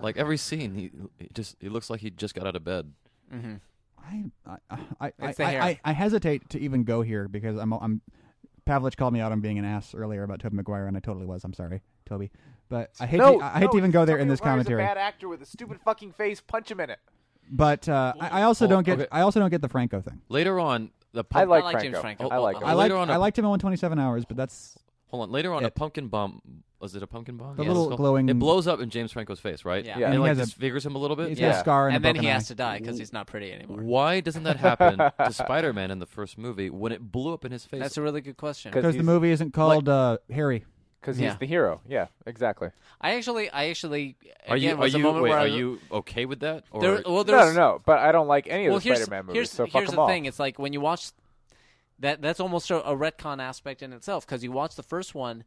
E: like every scene, he, he just he looks like he just got out of bed.
B: I, I, I, I,
C: It's the
B: I,
C: hair.
B: I, I hesitate to even go here because I'm, I'm. Pavlich called me out on being an ass earlier about Toby McGuire, and I totally was. I'm sorry, Toby, but I hate, to, I hate to even go there in this commentary.
D: A bad actor with a stupid fucking face. Punch him in it.
B: But uh, I, I also
E: Oh,
B: don't get,
E: okay.
B: I also don't get the Franco thing.
E: Later on, the
D: I
E: pump-
D: like,
C: I like James Franco.
D: I like
E: Oh,
D: him.
B: I
E: Well,
B: like,
E: later on
B: I
E: a-
B: liked him in 127 hours, but that's
E: Hold on. Later on, a
B: It-
E: pumpkin bomb. Was it a pumpkin bomb?
B: The
E: Yes, it's
B: little
E: called-
B: glowing-
E: It blows up in James Franco's face, right?
C: Yeah.
D: Yeah.
E: And,
B: And
E: it,
B: he
E: like
B: has a-
E: disfigures him a little bit.
B: he's
E: yeah.
B: got a
D: Yeah.
B: scar and, a
C: And then
B: broken
C: he
B: eye.
C: has to die because he's not pretty anymore.
E: Why doesn't that happen
D: (laughs)
E: to Spider-Man in the first movie when it blew up in his face?
C: That's a really good question.
D: 'Cause
B: because the
D: he's-
B: movie isn't called uh, Harry.
D: because
C: Yeah.
D: he's the hero. Yeah, exactly.
C: I actually, I actually,
E: are you
C: again,
E: are
C: was a
E: you
C: moment
E: wait,
C: where I-
E: are you okay with that? Or
C: There, well,
D: No, no,
C: there's-
D: no. But I don't like any
C: well,
D: of the
C: here's,
D: Spider-Man movies,
C: here's,
D: so fuck
C: here's
D: them
C: the
D: all.
C: thing. It's like when you watch that. That's almost a, a retcon aspect in itself because you watch the first one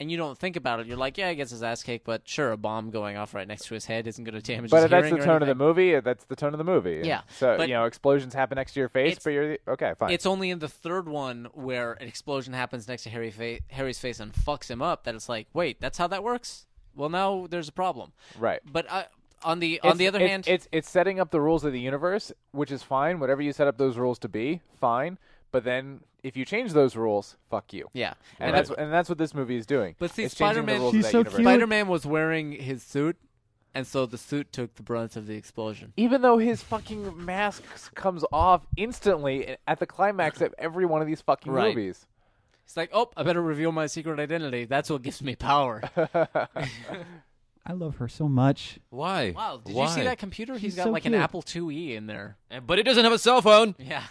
C: and you don't think about it. You're like, yeah, I guess his ass kicked, but sure, a bomb going off right next to his head isn't going to damage.
D: but
C: his
D: if that's the
C: hearing or
D: tone of the
C: anything.
D: movie. if That's the tone of the movie.
C: Yeah,
D: So
C: but-
D: you know, explosions happen next to your face,
C: It's-
D: but you're okay, fine.
C: It's only in the third one where an explosion happens next to Harry fa- Harry's face and fucks him up that it's like, wait, that's how that works. Well, now there's a problem.
D: right.
C: But I, on the
D: It's-
C: on the other
D: it's-
C: hand,
D: it's it's setting up the rules of the universe, which is fine. Whatever you set up those rules to be, fine. But then if you change those rules, fuck you.
C: yeah,
D: And that's and that's what this movie is doing.
C: But see,
D: It's changing the
C: Spider-Man-
D: rules of
B: He's
D: that
B: so
D: universe.
B: cute.
C: Spider Man was wearing his suit, and so the suit took the brunt of the explosion.
D: even though his fucking mask s- comes off instantly at the climax of every one of these fucking
C: Right.
D: movies.
C: It's like, oh, I better reveal my secret identity. That's what gives me power.
B: I love her so much.
E: why?
C: (laughs) Wow, did
E: why?
C: you see that computer? He's
B: He's
C: got
B: so
C: like an
B: cute.
C: Apple IIe in there.
E: And- But he doesn't have a cell phone.
C: Yeah.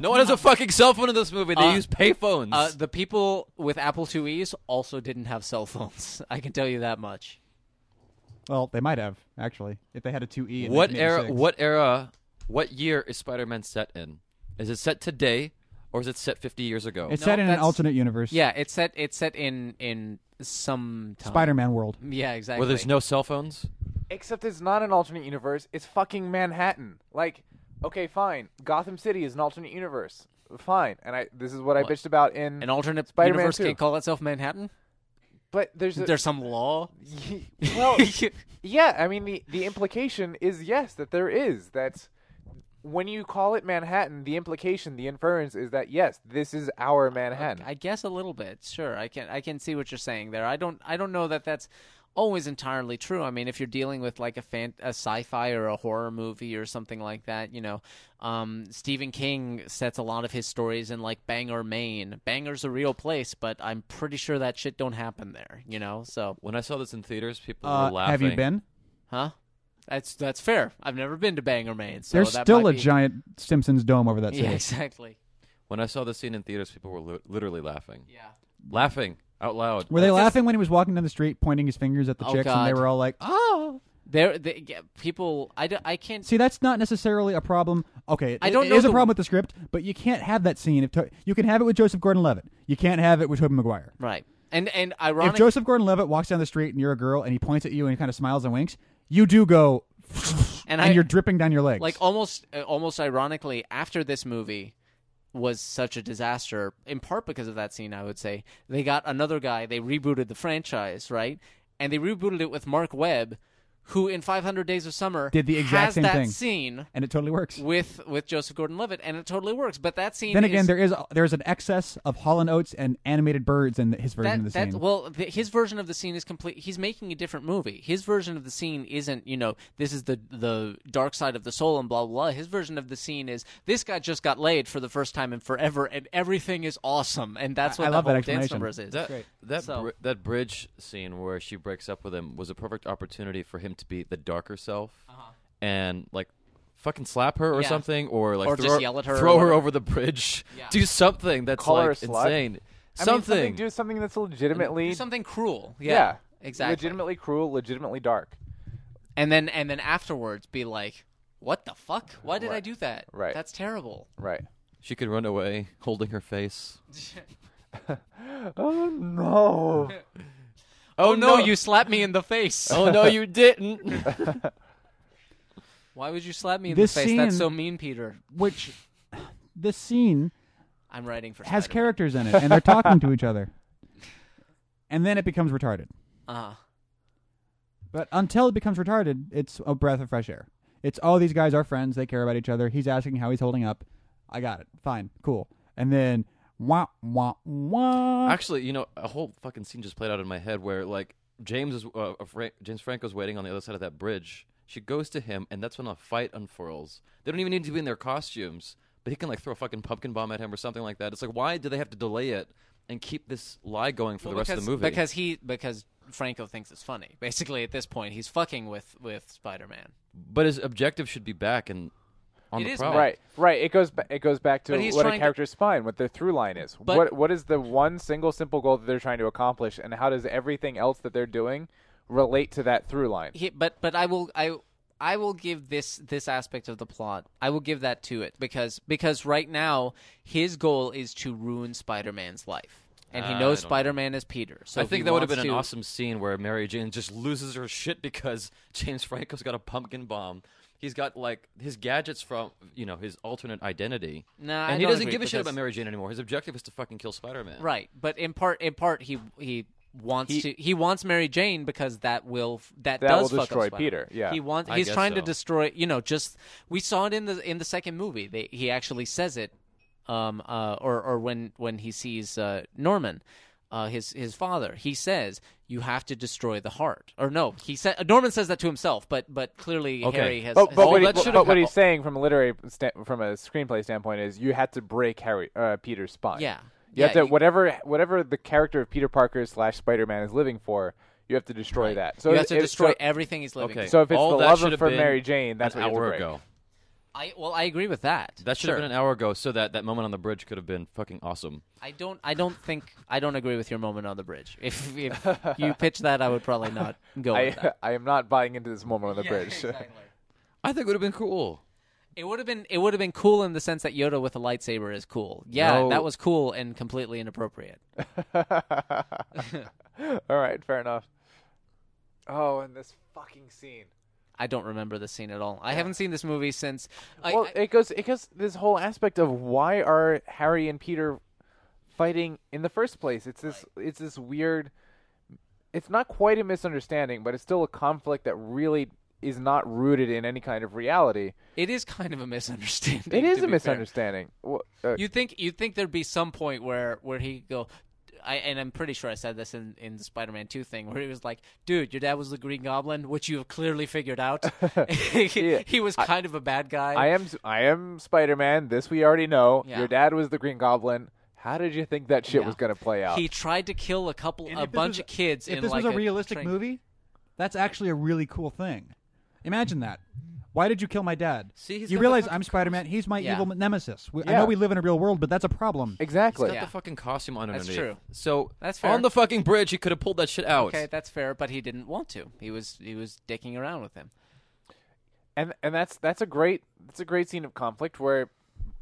E: No one has a fucking cell phone in this movie. They
C: Uh,
E: use payphones.
C: Uh, the people with Apple IIes also didn't have cell phones. (laughs) I can tell you that much.
B: Well, they might have actually if they had a two E. in
E: What era?
B: 1986.
E: What era? What year is Spider-Man set in? Is it set today, or is it set 50 years ago?
B: It's
C: No,
B: set in an
C: that's-
B: alternate universe.
C: Yeah, it's set. It's set in in some time.
B: Spider-Man world.
C: Yeah, exactly.
E: Where there's no cell phones.
D: Except it's not an alternate universe. It's fucking Manhattan. Like, okay, fine. Gotham City is an alternate universe. Fine. And I this is what, I bitched about in
C: an alternate
D: Spider-Man
C: universe
D: 2.
C: can't call itself Manhattan.
D: But there's a,
C: There's some law.
D: (laughs)
C: (laughs)
D: well, yeah. I mean, the the implication is yes that there is that when you call it Manhattan, the implication, the inference is that yes, this is our Manhattan.
C: I guess a little bit. Sure, I can I can see what you're saying there. I don't I don't know that that's always entirely true. I mean, if you're dealing with like a fan a sci-fi or a horror movie or something like that, you know, um, Stephen King sets a lot of his stories in like Bangor, Maine. Bangor's a real place, but I'm pretty sure that shit don't happen there. You know, so
E: When I saw this in theaters, people
B: Uh,
E: were laughing.
B: have you been?
C: huh? That's that's fair. I've never been to Bangor, Maine. So
B: There's
C: that
B: still
C: might
B: a
C: be-
B: giant Simpsons dome over that city.
C: (laughs) Yeah, exactly.
E: When I saw the scene in theaters, people were li- literally laughing,
C: Yeah.
E: laughing out loud.
B: Were they laughing when he was walking down the street, pointing his fingers at the
C: Oh,
B: chicks, and they
C: God.
B: were all like, "Oh."
C: There, they, yeah, people. I, d- I can't.
B: See, that's not necessarily a problem. Okay,
C: I
B: it-
C: don't
B: it
C: know
B: is a
C: the-
B: problem with the script, but you can't have that scene if to- you can have it with Joseph Gordon-Levitt. You can't have it with Tobey Maguire.
C: Right. And and
B: If
C: ironic.
B: Joseph Gordon-Levitt walks down the street and you're a girl and he points at you and he kind of smiles and winks, you do go, (laughs) and,
C: And I-
B: you're dripping down your legs.
C: like almost uh, almost ironically after this movie was such a disaster in part because of that scene i would say they got another guy they rebooted the franchise right and they rebooted it with mark webb who in 500 days of summer
B: Did the exact
C: has
B: same
C: that
B: thing.
C: scene
B: and it totally works.
C: with with joseph gordon-levitt and it totally works but that scene
B: Then again,
C: is,
B: there is there is an excess of Holland Oates and animated birds in his version
C: that,
B: of the
C: that-
B: scene.
C: Well, th his version of the scene is complete. He's making a different movie. His version of the scene isn't, you know, this is the the dark side of the soul and blah blah. blah. His version of the scene is this guy just got laid for the first time in forever, and everything is awesome, and that's
B: I-
C: what
B: I
C: the
B: love that
C: whole dance
B: explanation.
C: numbers is.
E: That that
C: So-
E: bri- that bridge scene where she breaks up with him was a perfect opportunity for him to be the darker self and like fucking slap her or
C: Uh-huh. Yeah.
E: something or like
C: Or
E: throw
C: just yell at her or
E: throw her
C: whatever.
E: over the bridge,
C: Yeah.
E: do something that's
D: Call her
E: like
D: a slut.
E: insane.
D: I mean,
E: something.
D: do something that's legitimately
C: Do something cruel. Yeah.
D: yeah,
C: Exactly.
D: legitimately cruel, legitimately dark.
C: And then and then afterwards be like, what the fuck? Why did I do that?
D: Right.
C: That's terrible.
D: Right.
E: she could run away holding
C: (laughs)
E: her face.
D: Oh no.
E: Oh,
C: No, you slapped me in the face.
E: Oh no, you didn't.
C: Why would you slap me in
B: This
C: the face? That's
B: scene-
C: so mean, Peter.
B: (sighs) which this scene
C: I'm writing for
B: has
C: Spider-Man.
B: characters in it, and they're talking to each other, and then it becomes retarded.
C: Uh-huh.
B: But until it becomes retarded, it's a breath of fresh air. It's all these guys are friends. They care about each other. He's asking how he's holding up. I got it. Fine. Cool. And then wah wah wah.
E: Actually, you know, a whole fucking scene just played out in my head where like James is uh, uh, Fra- James Franco's waiting on the other side of that bridge. She goes to him, and that's when a fight unfurls. They don't even need to be in their costumes, but he can like throw a fucking pumpkin bomb at him or something like that. It's like, why do they have to delay it and keep this lie going for the
C: Well,
E: rest
C: because,
E: of the movie?
C: Because he because Franco thinks it's funny. Basically, at this point, he's fucking with with Spider Man.
E: but his objective should be back and on
C: It
E: the
C: is
E: prowl.
D: (laughs) Right, right. It goes ba- it goes back to
C: But he's
D: what a
C: trying to-
D: character's spine, what their through line is.
C: But-
D: what what is the one single simple goal that they're trying to accomplish, and how does everything else that they're doing relate to that through line?
C: He, but but I will I I will give this this aspect of the plot. I will give that to it because because right now his goal is to ruin Spider Man's life, and he
E: Ah, I
C: knows
E: don't know.
C: Spider Man is Peter. So
E: I
C: if he
E: think that would have
C: wants
E: been an
C: to-
E: awesome scene where Mary Jane just loses her shit because (laughs) James Franco's got a pumpkin bomb. He's got like his gadgets from you know his alternate identity.
C: Nah,
E: and
C: I
E: he
C: don't
E: doesn't
C: agree
E: give a shit
C: because-
E: about Mary Jane anymore. His objective is to fucking kill Spider Man.
C: Right, but in part in part he he wants to he wants Mary Jane because that will that,
D: That
C: does
D: will
C: fuck up
D: destroy
C: Spider-Man.
D: Peter, yeah.
C: he wants
E: I
C: he's
E: guess
C: trying to
E: so.
C: destroy. You know, just we saw it in the in the second movie. They, he actually says it, um, uh, or or when when he sees uh, Norman. Uh, his his father, he says, you have to destroy the heart. Or no, he said uh, Norman says that to himself, but but clearly
E: Okay.
C: Harry has.
D: But,
C: has-
D: but, what, he,
E: that
D: but,
E: should've
D: what
E: hap-
D: he's saying from a literary sta- from a screenplay standpoint is you had to break Harry uh, Peter's spine.
C: Yeah.
D: you have
C: Yeah,
D: to
C: you-
D: whatever whatever the character of Peter Parker slash Spider Man is living for, you have to destroy that. So
C: you
D: it-
C: have to
D: it-
C: destroy
D: so-
C: everything he's living.
E: Okay.
C: for.
D: So if it's
E: All
D: the
E: that
D: love
E: should have
D: for
E: been
D: Mary Jane, that's
E: an
D: what you have to
E: hour
D: break.
E: ago.
C: I well, I agree with that.
E: That should have
C: Sure.
E: been an hour ago, so that that moment on the bridge could have been fucking awesome.
C: I don't. I don't think. I don't agree with your moment on the bridge. If, if you pitch that, I would probably not go with
D: (laughs) I
C: that.
D: I am not buying into this moment on the bridge.
E: I think it would have been cool.
C: It would have been it would have been cool in the sense that Yoda with a lightsaber is cool. Yeah,
E: No.
C: that was cool and completely inappropriate.
D: (laughs) All right, fair enough. Oh, and this fucking scene.
C: I don't remember the scene at all. I haven't seen this movie since. I,
D: well,
C: I-
D: it goes it goes this whole aspect of why are Harry and Peter fighting in the first place? It's this it's this weird it's not quite a misunderstanding, but it's still a conflict that really is not rooted in any kind of reality.
C: it is kind of a misunderstanding.
D: It
C: to
D: is
C: be
D: a
C: fair.
D: misunderstanding. Wha- uh,
C: You think you think there'd be some point where where he would go. I, and I'm pretty sure I said this in, in the Spider-Man 2 thing, where he was like, "Dude, your dad was the Green Goblin, which you have clearly figured
D: (laughs)
C: out. (laughs) he, he was kind of a bad guy.
D: I am I am Spider-Man. This we already know.
C: Yeah.
D: Your dad was the Green Goblin. How did you think that shit
C: Yeah.
D: was going to play out?
C: He tried to kill a couple,
B: And
C: a
B: if this
C: bunch
B: was-
C: of kids.
B: If
C: in
B: this
C: like
B: was a realistic
C: train-
B: movie, that's actually a really cool thing. Imagine that. Why did you kill my dad?
E: See, he's
B: you
E: got the
B: realize
E: fucking
B: I'm Spider Man. He's my
C: Yeah.
B: evil nemesis. We, I
D: Yeah.
B: know we live in a real world, but that's a problem.
D: exactly.
E: He's got
C: Yeah.
E: the fucking costume on
C: That's
E: underneath.
C: true.
E: So
C: That's fair.
E: on the fucking bridge, he could have pulled that shit out.
C: Okay, that's fair, but he didn't want to. He was he was dicking around with him.
D: and and that's that's a great that's a great scene of conflict where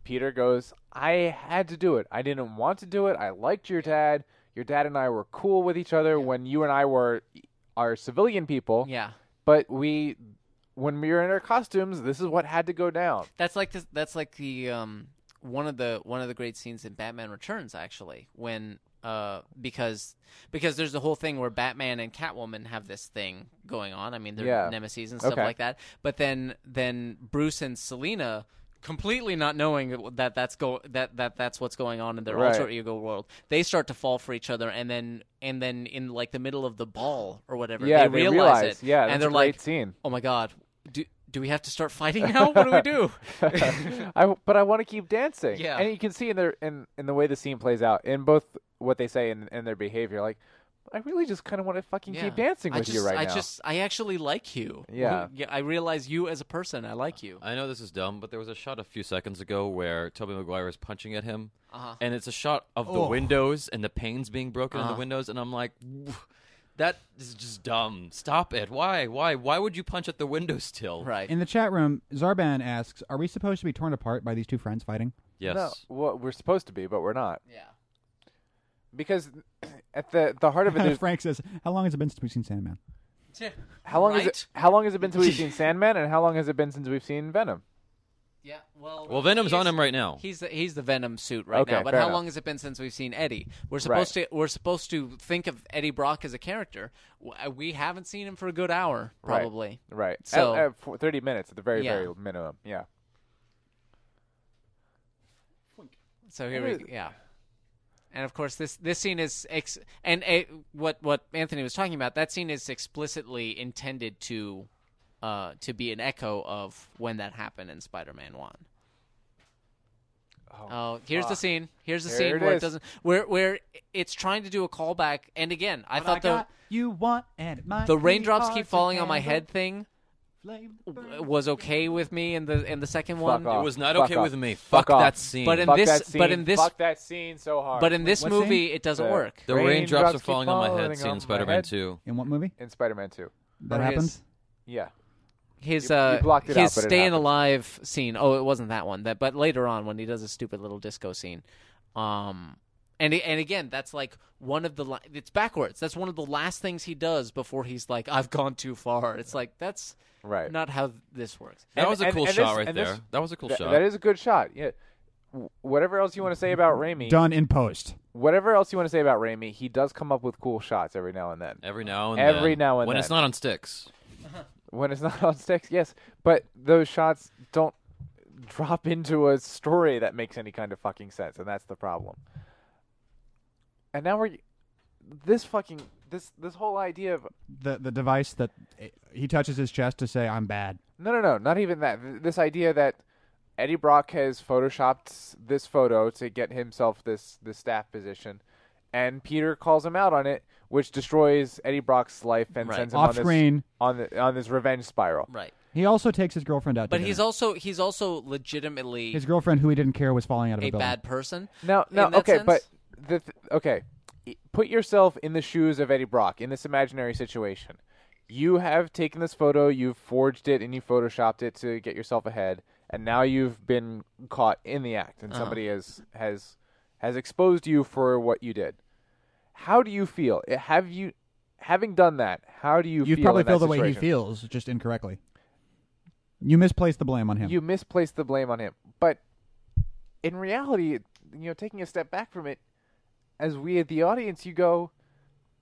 D: Peter goes, "I had to do it. I didn't want to do it. I liked your dad. Your dad and I were cool with each other when you and I were are civilian people.
C: Yeah,
D: But we when we were in our costumes, this is what had to go down.
C: that's like this, that's like the um one of the one of the great scenes in Batman Returns actually when uh because because there's the whole thing where Batman and Catwoman have this thing going on. I mean they're
D: Yeah.
C: nemesis and stuff
D: Okay.
C: like that. But then then Bruce and Selina completely not knowing that that's go that, that that's what's going on in their
D: Right.
C: alter ego world they start to fall for each other and then and then in like the middle of the ball or whatever they,
D: Yeah, they
C: realize, it
D: realize. Yeah, that's
C: and
D: a
C: they're
D: great
C: like
D: scene.
C: oh my god do, do we have to start fighting now what do we
D: (laughs)
C: do
D: I but I want to keep dancing.
C: Yeah.
D: and you can see in their in in the way the scene plays out in both what they say and, and their behavior, like. I really just kind of want to fucking keep dancing
C: I
D: with
C: just,
D: you right
C: I
D: now.
C: just, I actually like you.
D: Yeah.
C: I realize you as a person. I like you.
E: I know this is dumb, but there was a shot a few seconds ago where Toby Maguire is punching at him,
C: Uh-huh.
E: and it's a shot of the
B: Oh.
E: windows and the panes being broken in
C: Uh-huh.
E: the windows, and I'm like, "Wh- that is just dumb. Stop it. Why? Why? Why would you punch at the window still?
C: Right.
B: In the chat room, Zarban asks Are we supposed to be torn apart by these two friends fighting?
C: (laughs)
E: Yes.
D: No, well, we're supposed to be, but we're not
C: yeah.
D: because (clears throat) at the the heart of it,
B: (laughs)
D: there's,
B: Frank says, How long has it been since we've seen Sandman?
C: (laughs)
D: how long
C: right?
D: is it? How long has it been since we've seen Sandman, and how long has it been since we've seen Venom?
C: Yeah. Well.
E: Well, Venom's
C: he is-
E: on him right now.
C: He's the, he's the Venom suit right
D: Okay,
C: now. But
D: fair
C: how
D: enough.
C: long has it been since we've seen Eddie? We're supposed to we're supposed to think of Eddie Brock as a character. W- uh, We haven't seen him for a good hour
D: Right.
C: probably.
D: Right. Uh, At-
C: So-
D: at fo- thirty minutes at the very
C: Yeah.
D: very minimum. Yeah.
C: So here we yeah. And of course, this this scene is ex- and uh, what what Anthony was talking about. That scene is explicitly intended to uh, to be an echo of when that happened in Spider-Man One. Oh, here's the scene. Here's the
D: Here
C: scene
D: it
C: where it
D: is.
C: doesn't where where it's trying to do a callback. And again, I thought the
B: you want and it might
C: the
B: be
C: raindrops
B: hard
C: keep
B: to
C: falling on my
B: handle.
C: head thing
B: Flame
C: w- was okay with me in the in the second one.
D: Fuck off.
E: It was not
D: Fuck
E: okay
D: off.
E: with me.
D: Fuck
E: Fuck,
D: off.
E: that scene.
C: But in
D: Fuck
C: this-
D: that scene.
C: but in this-
D: fuck that scene so hard.
C: But in this
B: what
C: movie,
B: scene?
C: it doesn't
D: The-
C: work.
E: the
D: Raindrops
E: raindrops, are
D: keep
E: falling on my
D: falling
E: head. Scene
D: on my
E: in Spider-Man
D: head.
E: 2.
B: In what movie?
D: in Spider-Man Two.
B: That
C: There it
B: happened?
C: is.
D: Yeah.
C: his
D: You- you
C: uh
D: blocked it
C: his
D: out, but it
C: staying
D: happened.
C: alive scene. Oh, it wasn't that one. That but later on when he does a stupid little disco scene. Um and a- and again, that's like one of the la- it's backwards. That's one of the last things he does before he's like I've gone too far. It's like that's
D: Right.
C: not how this works.
E: That
D: And-
E: was a
D: and-
E: cool
D: and
E: shot
D: this-
E: right
D: and
E: there.
D: this-
E: that was a cool
D: Th-
E: shot.
D: that is a good shot. Yeah. W- Whatever else you want to say about Raimi,
B: Done in post.
D: whatever else you want to say about Raimi, he does come up with cool shots every now and then.
E: every now and
D: Every
E: then.
D: now and
E: when it's
D: then.
E: not on sticks.
D: when it's (laughs) not on sticks, yes. But those shots don't drop into a story that makes any kind of fucking sense, and that's the problem. And now we're this fucking this this whole idea of
B: The, the device that eh, he touches his chest to say, I'm bad.
D: no no no not even that Th- this idea that Eddie Brock has photoshopped this photo to get himself this this staff position, and Peter calls him out on it, which destroys Eddie Brock's life and
C: Right.
D: sends him
B: Off
D: on this
B: screen.
D: on the on this revenge spiral.
C: Right.
B: He also takes his girlfriend out to
C: But he's
B: dinner.
C: also he's also legitimately
B: His girlfriend, who he didn't care, was falling out of a,
C: a
B: building.
C: bad person.
D: No, no,
C: in that
D: okay,
C: sense.
D: but the th- okay, I- put yourself in the shoes of Eddie Brock in this imaginary situation. You have taken this photo, you've forged it, and you photoshopped it to get yourself ahead. and now you've been caught in the act,
C: Uh-huh.
D: and somebody has has has exposed you for what you did. How do you feel? Eh, Have you having done that? How do you?
B: You've
D: feel
B: probably
D: in that
B: feel the way he
D: situation?
B: feels, just incorrectly. You misplaced the blame on him.
D: You misplaced the blame on him, but in reality, it- you know, taking a step back from it, as we at the audience, you go,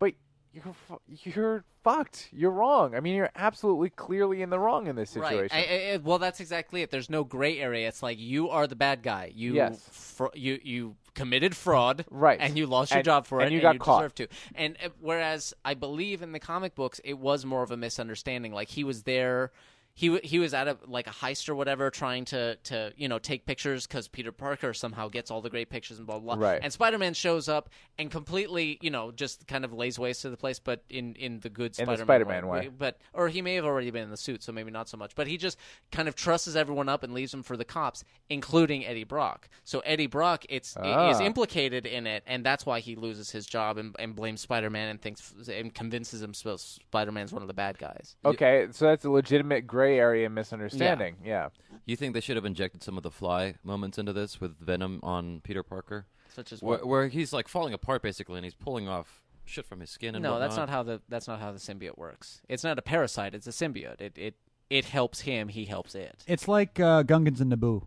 D: but you're fu- you're fucked. You're wrong. I mean, you're absolutely clearly in the wrong in this situation.
C: Right. I- I- I- well, that's exactly it. There's no gray area. It's like you are the bad guy. You
D: Yes.
C: fr- you you committed fraud.
D: Right.
C: And you lost your
D: And-
C: job for
D: and
C: it.
D: you got
C: you
D: caught.
C: deserve to. And uh, whereas I believe in the comic books, it was more of a misunderstanding. Like he was there. He, w- he was at a like a heist or whatever, trying to, to you know take pictures because Peter Parker somehow gets all the great pictures and blah blah. blah.
D: Right.
C: And Spider Man shows up and completely you know just kind of lays waste to the place, but in, in the good
D: In the
C: Spider-Man,
D: Spider-Man way.
C: but or he may have already been in the suit, so maybe not so much. But he just kind of trusses everyone up and leaves them for the cops, including Eddie Brock. So Eddie Brock, it's i- is
D: Ah.
C: implicated in it, and that's why he loses his job and, and blames Spider Man and thinks and convinces himself Spider Man's one of the bad guys.
D: Okay, so that's a legitimate gray area misunderstanding. Yeah.
E: You think they should have injected some of the fly moments into this with Venom on Peter Parker?
C: Such as
E: Where,
C: what?
E: where he's like falling apart basically and he's pulling off shit from his skin and
C: No, that's
E: whatnot.
C: not how the that's not how the symbiote works. It's not a parasite. It's a symbiote. It it it helps him. He helps it.
B: it's like uh, Gungans and Naboo.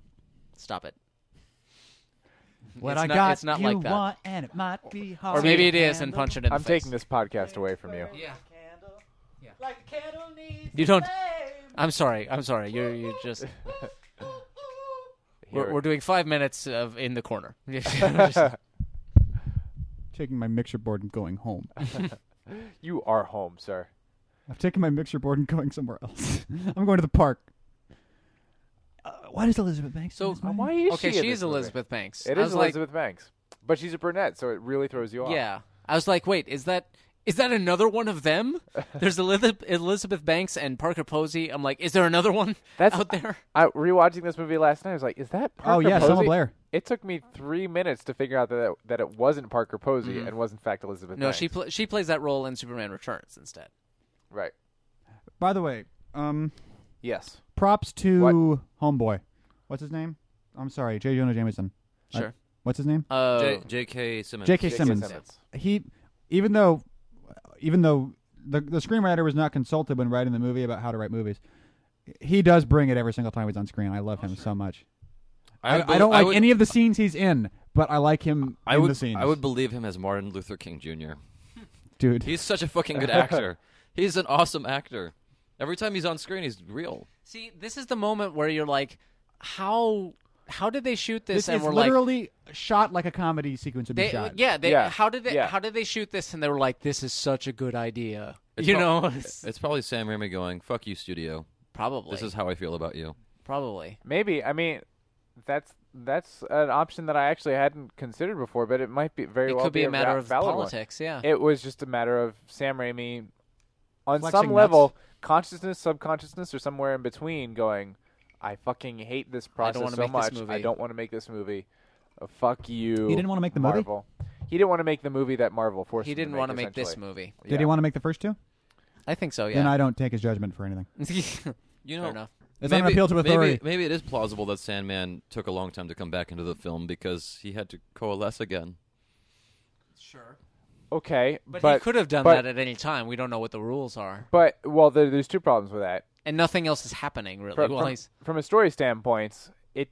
C: Stop it.
B: What
C: It's
B: I
C: not-
B: got,
C: it's not
B: you
C: like that.
B: want, and it might be hard.
C: Or maybe it is, and punch it in
D: I'm
C: the face.
D: taking this podcast away from you.
C: Yeah. Yeah. Like the candle needs you don't. I'm sorry. I'm sorry. You're you just.
D: (laughs) Here-
C: We're, we're doing five minutes of in the
D: (laughs)
C: corner. (laughs) Just-
B: Taking my mixer board and going home.
D: You are home, sir.
B: I've taken my mixer board and going somewhere else. (laughs) I'm going to the park. Uh, why does Elizabeth Banks?
C: So,
B: in this movie?
D: Why is
C: okay,
D: she? in
C: she's
D: this movie?
C: Elizabeth Banks.
D: It
C: I
D: is
C: was like-
D: Elizabeth Banks, but she's a brunette, so it really throws you off.
C: yeah, I was like, wait, is that is that another one of
D: (laughs)
C: them? There's Elizabeth, Elizabeth Banks and Parker Posey. I'm like, is there another one
D: That's-
C: out there?
D: I rewatching this movie last night. I was like, "Is that Parker
B: Oh yeah,
D: Posey?"
B: Selma Blair.
D: It took me three minutes to figure out that that it wasn't Parker Posey and was in fact Elizabeth.
C: Mm-hmm. No,
D: Banks.
C: she pl- she plays that role in Superman Returns instead.
D: right.
B: By the way, um,
D: Yes.
B: props to homeboy. What's his name? I'm sorry, J. Jonah Jameson. I-
C: Sure.
B: what's his name?
C: Uh,
E: J- J.K. Uh, Simmons.
B: J.K.
D: J.K.
B: Simmons.
D: Simmons.
B: He, even though, even though the the screenwriter was not consulted when writing the movie about how to write movies, he does bring it every single time he's on screen. I love him so much. I,
E: would
B: I don't
E: bel-
B: like
E: would-
B: any of the scenes he's in, but I like him
E: I
B: in
E: would,
B: the scenes.
E: I would believe him as Martin Luther King Jr.
B: dude.
E: He's such a fucking good actor. he's an awesome actor. Every time he's on screen, he's real.
C: see, this is the moment where you're like, how how did they shoot this?
B: this
C: and
B: is
C: we're like,
B: literally shot like a comedy sequence would be
C: They,
B: shot.
C: yeah, they,
D: Yeah,
C: How did they?
D: yeah.
C: How did they shoot this? And they were like, "This is such a good idea."
E: It's
C: you
D: (laughs)
E: prob-
C: know,
E: (laughs) It's probably Sam Raimi going, "Fuck you, studio.
C: probably
E: This is how I feel about you."
C: probably.
D: Maybe. I mean, that's that's an option that I actually hadn't considered before, but it might be very
C: It
D: well
C: could be a matter
D: ra-
C: of
D: valid one.
C: politics. Yeah,
D: It was just a matter of Sam Raimi, on
B: Flexing
D: some
B: nuts.
D: level, consciousness, subconsciousness, or somewhere in between, going, "I fucking hate this
C: I
D: process
C: don't wanna
D: so
C: make this
D: much. I
C: movie."
D: don't want to make this movie. Uh, fuck you."
B: He didn't wanna make the movie?
D: Marvel. He didn't want to make the movie that Marvel forced.
C: he
D: him to
C: didn't
D: make,
C: want to make this
D: essentially.
C: movie.
B: Did he
D: Yeah.
B: want to make the first two?
C: I think so.
B: Then
C: Yeah.
B: I don't take his judgment for anything.
C: (laughs)
E: You know,
C: Fair enough.
B: It's not an appeal to authority.
E: Maybe, maybe it is plausible that Sandman took a long time to come back into the film because he had to coalesce again.
C: Sure.
D: Okay,
C: But,
D: but
C: he could have done
D: but-
C: that at any time. We don't know what the rules are,
D: But well, there, there's two problems with that.
C: and nothing else is happening really.
D: Fro-
C: while
D: from,
C: he's-
D: from a story standpoint, it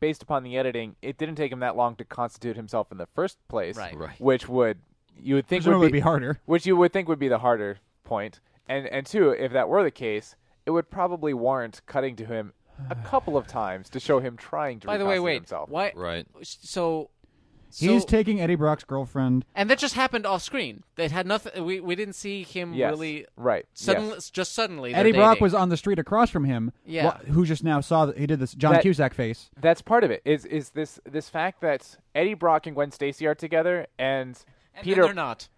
D: based upon the editing, it didn't take him that long to constitute himself in the first place,
C: Right.
E: Right.
D: Which would you would think
B: Presumably it'd
D: would
B: be harder.
D: which you would think would be the harder point. And and two, if that were the case, it would probably warrant cutting to him a couple of times to show him trying to.
C: By the way,
D: reconstitute
C: wait.
D: himself.
C: Why?
E: Right.
C: So.
B: He's
C: so-
B: taking Eddie Brock's girlfriend.
C: and that just happened off screen. It had nothing. We, we didn't see him
D: Yes,
C: really.
D: right,
C: Suddenly,
D: yes.
C: just suddenly. they're
B: Eddie Brock
C: dating.
B: was on the street across from him.
C: Yeah.
B: wh- who just now saw that he did this John
D: That-
B: Cusack face.
D: That's part of it. Is is this this fact that Eddie Brock and Gwen Stacy are together and,
C: And then
D: Peter
C: They're not.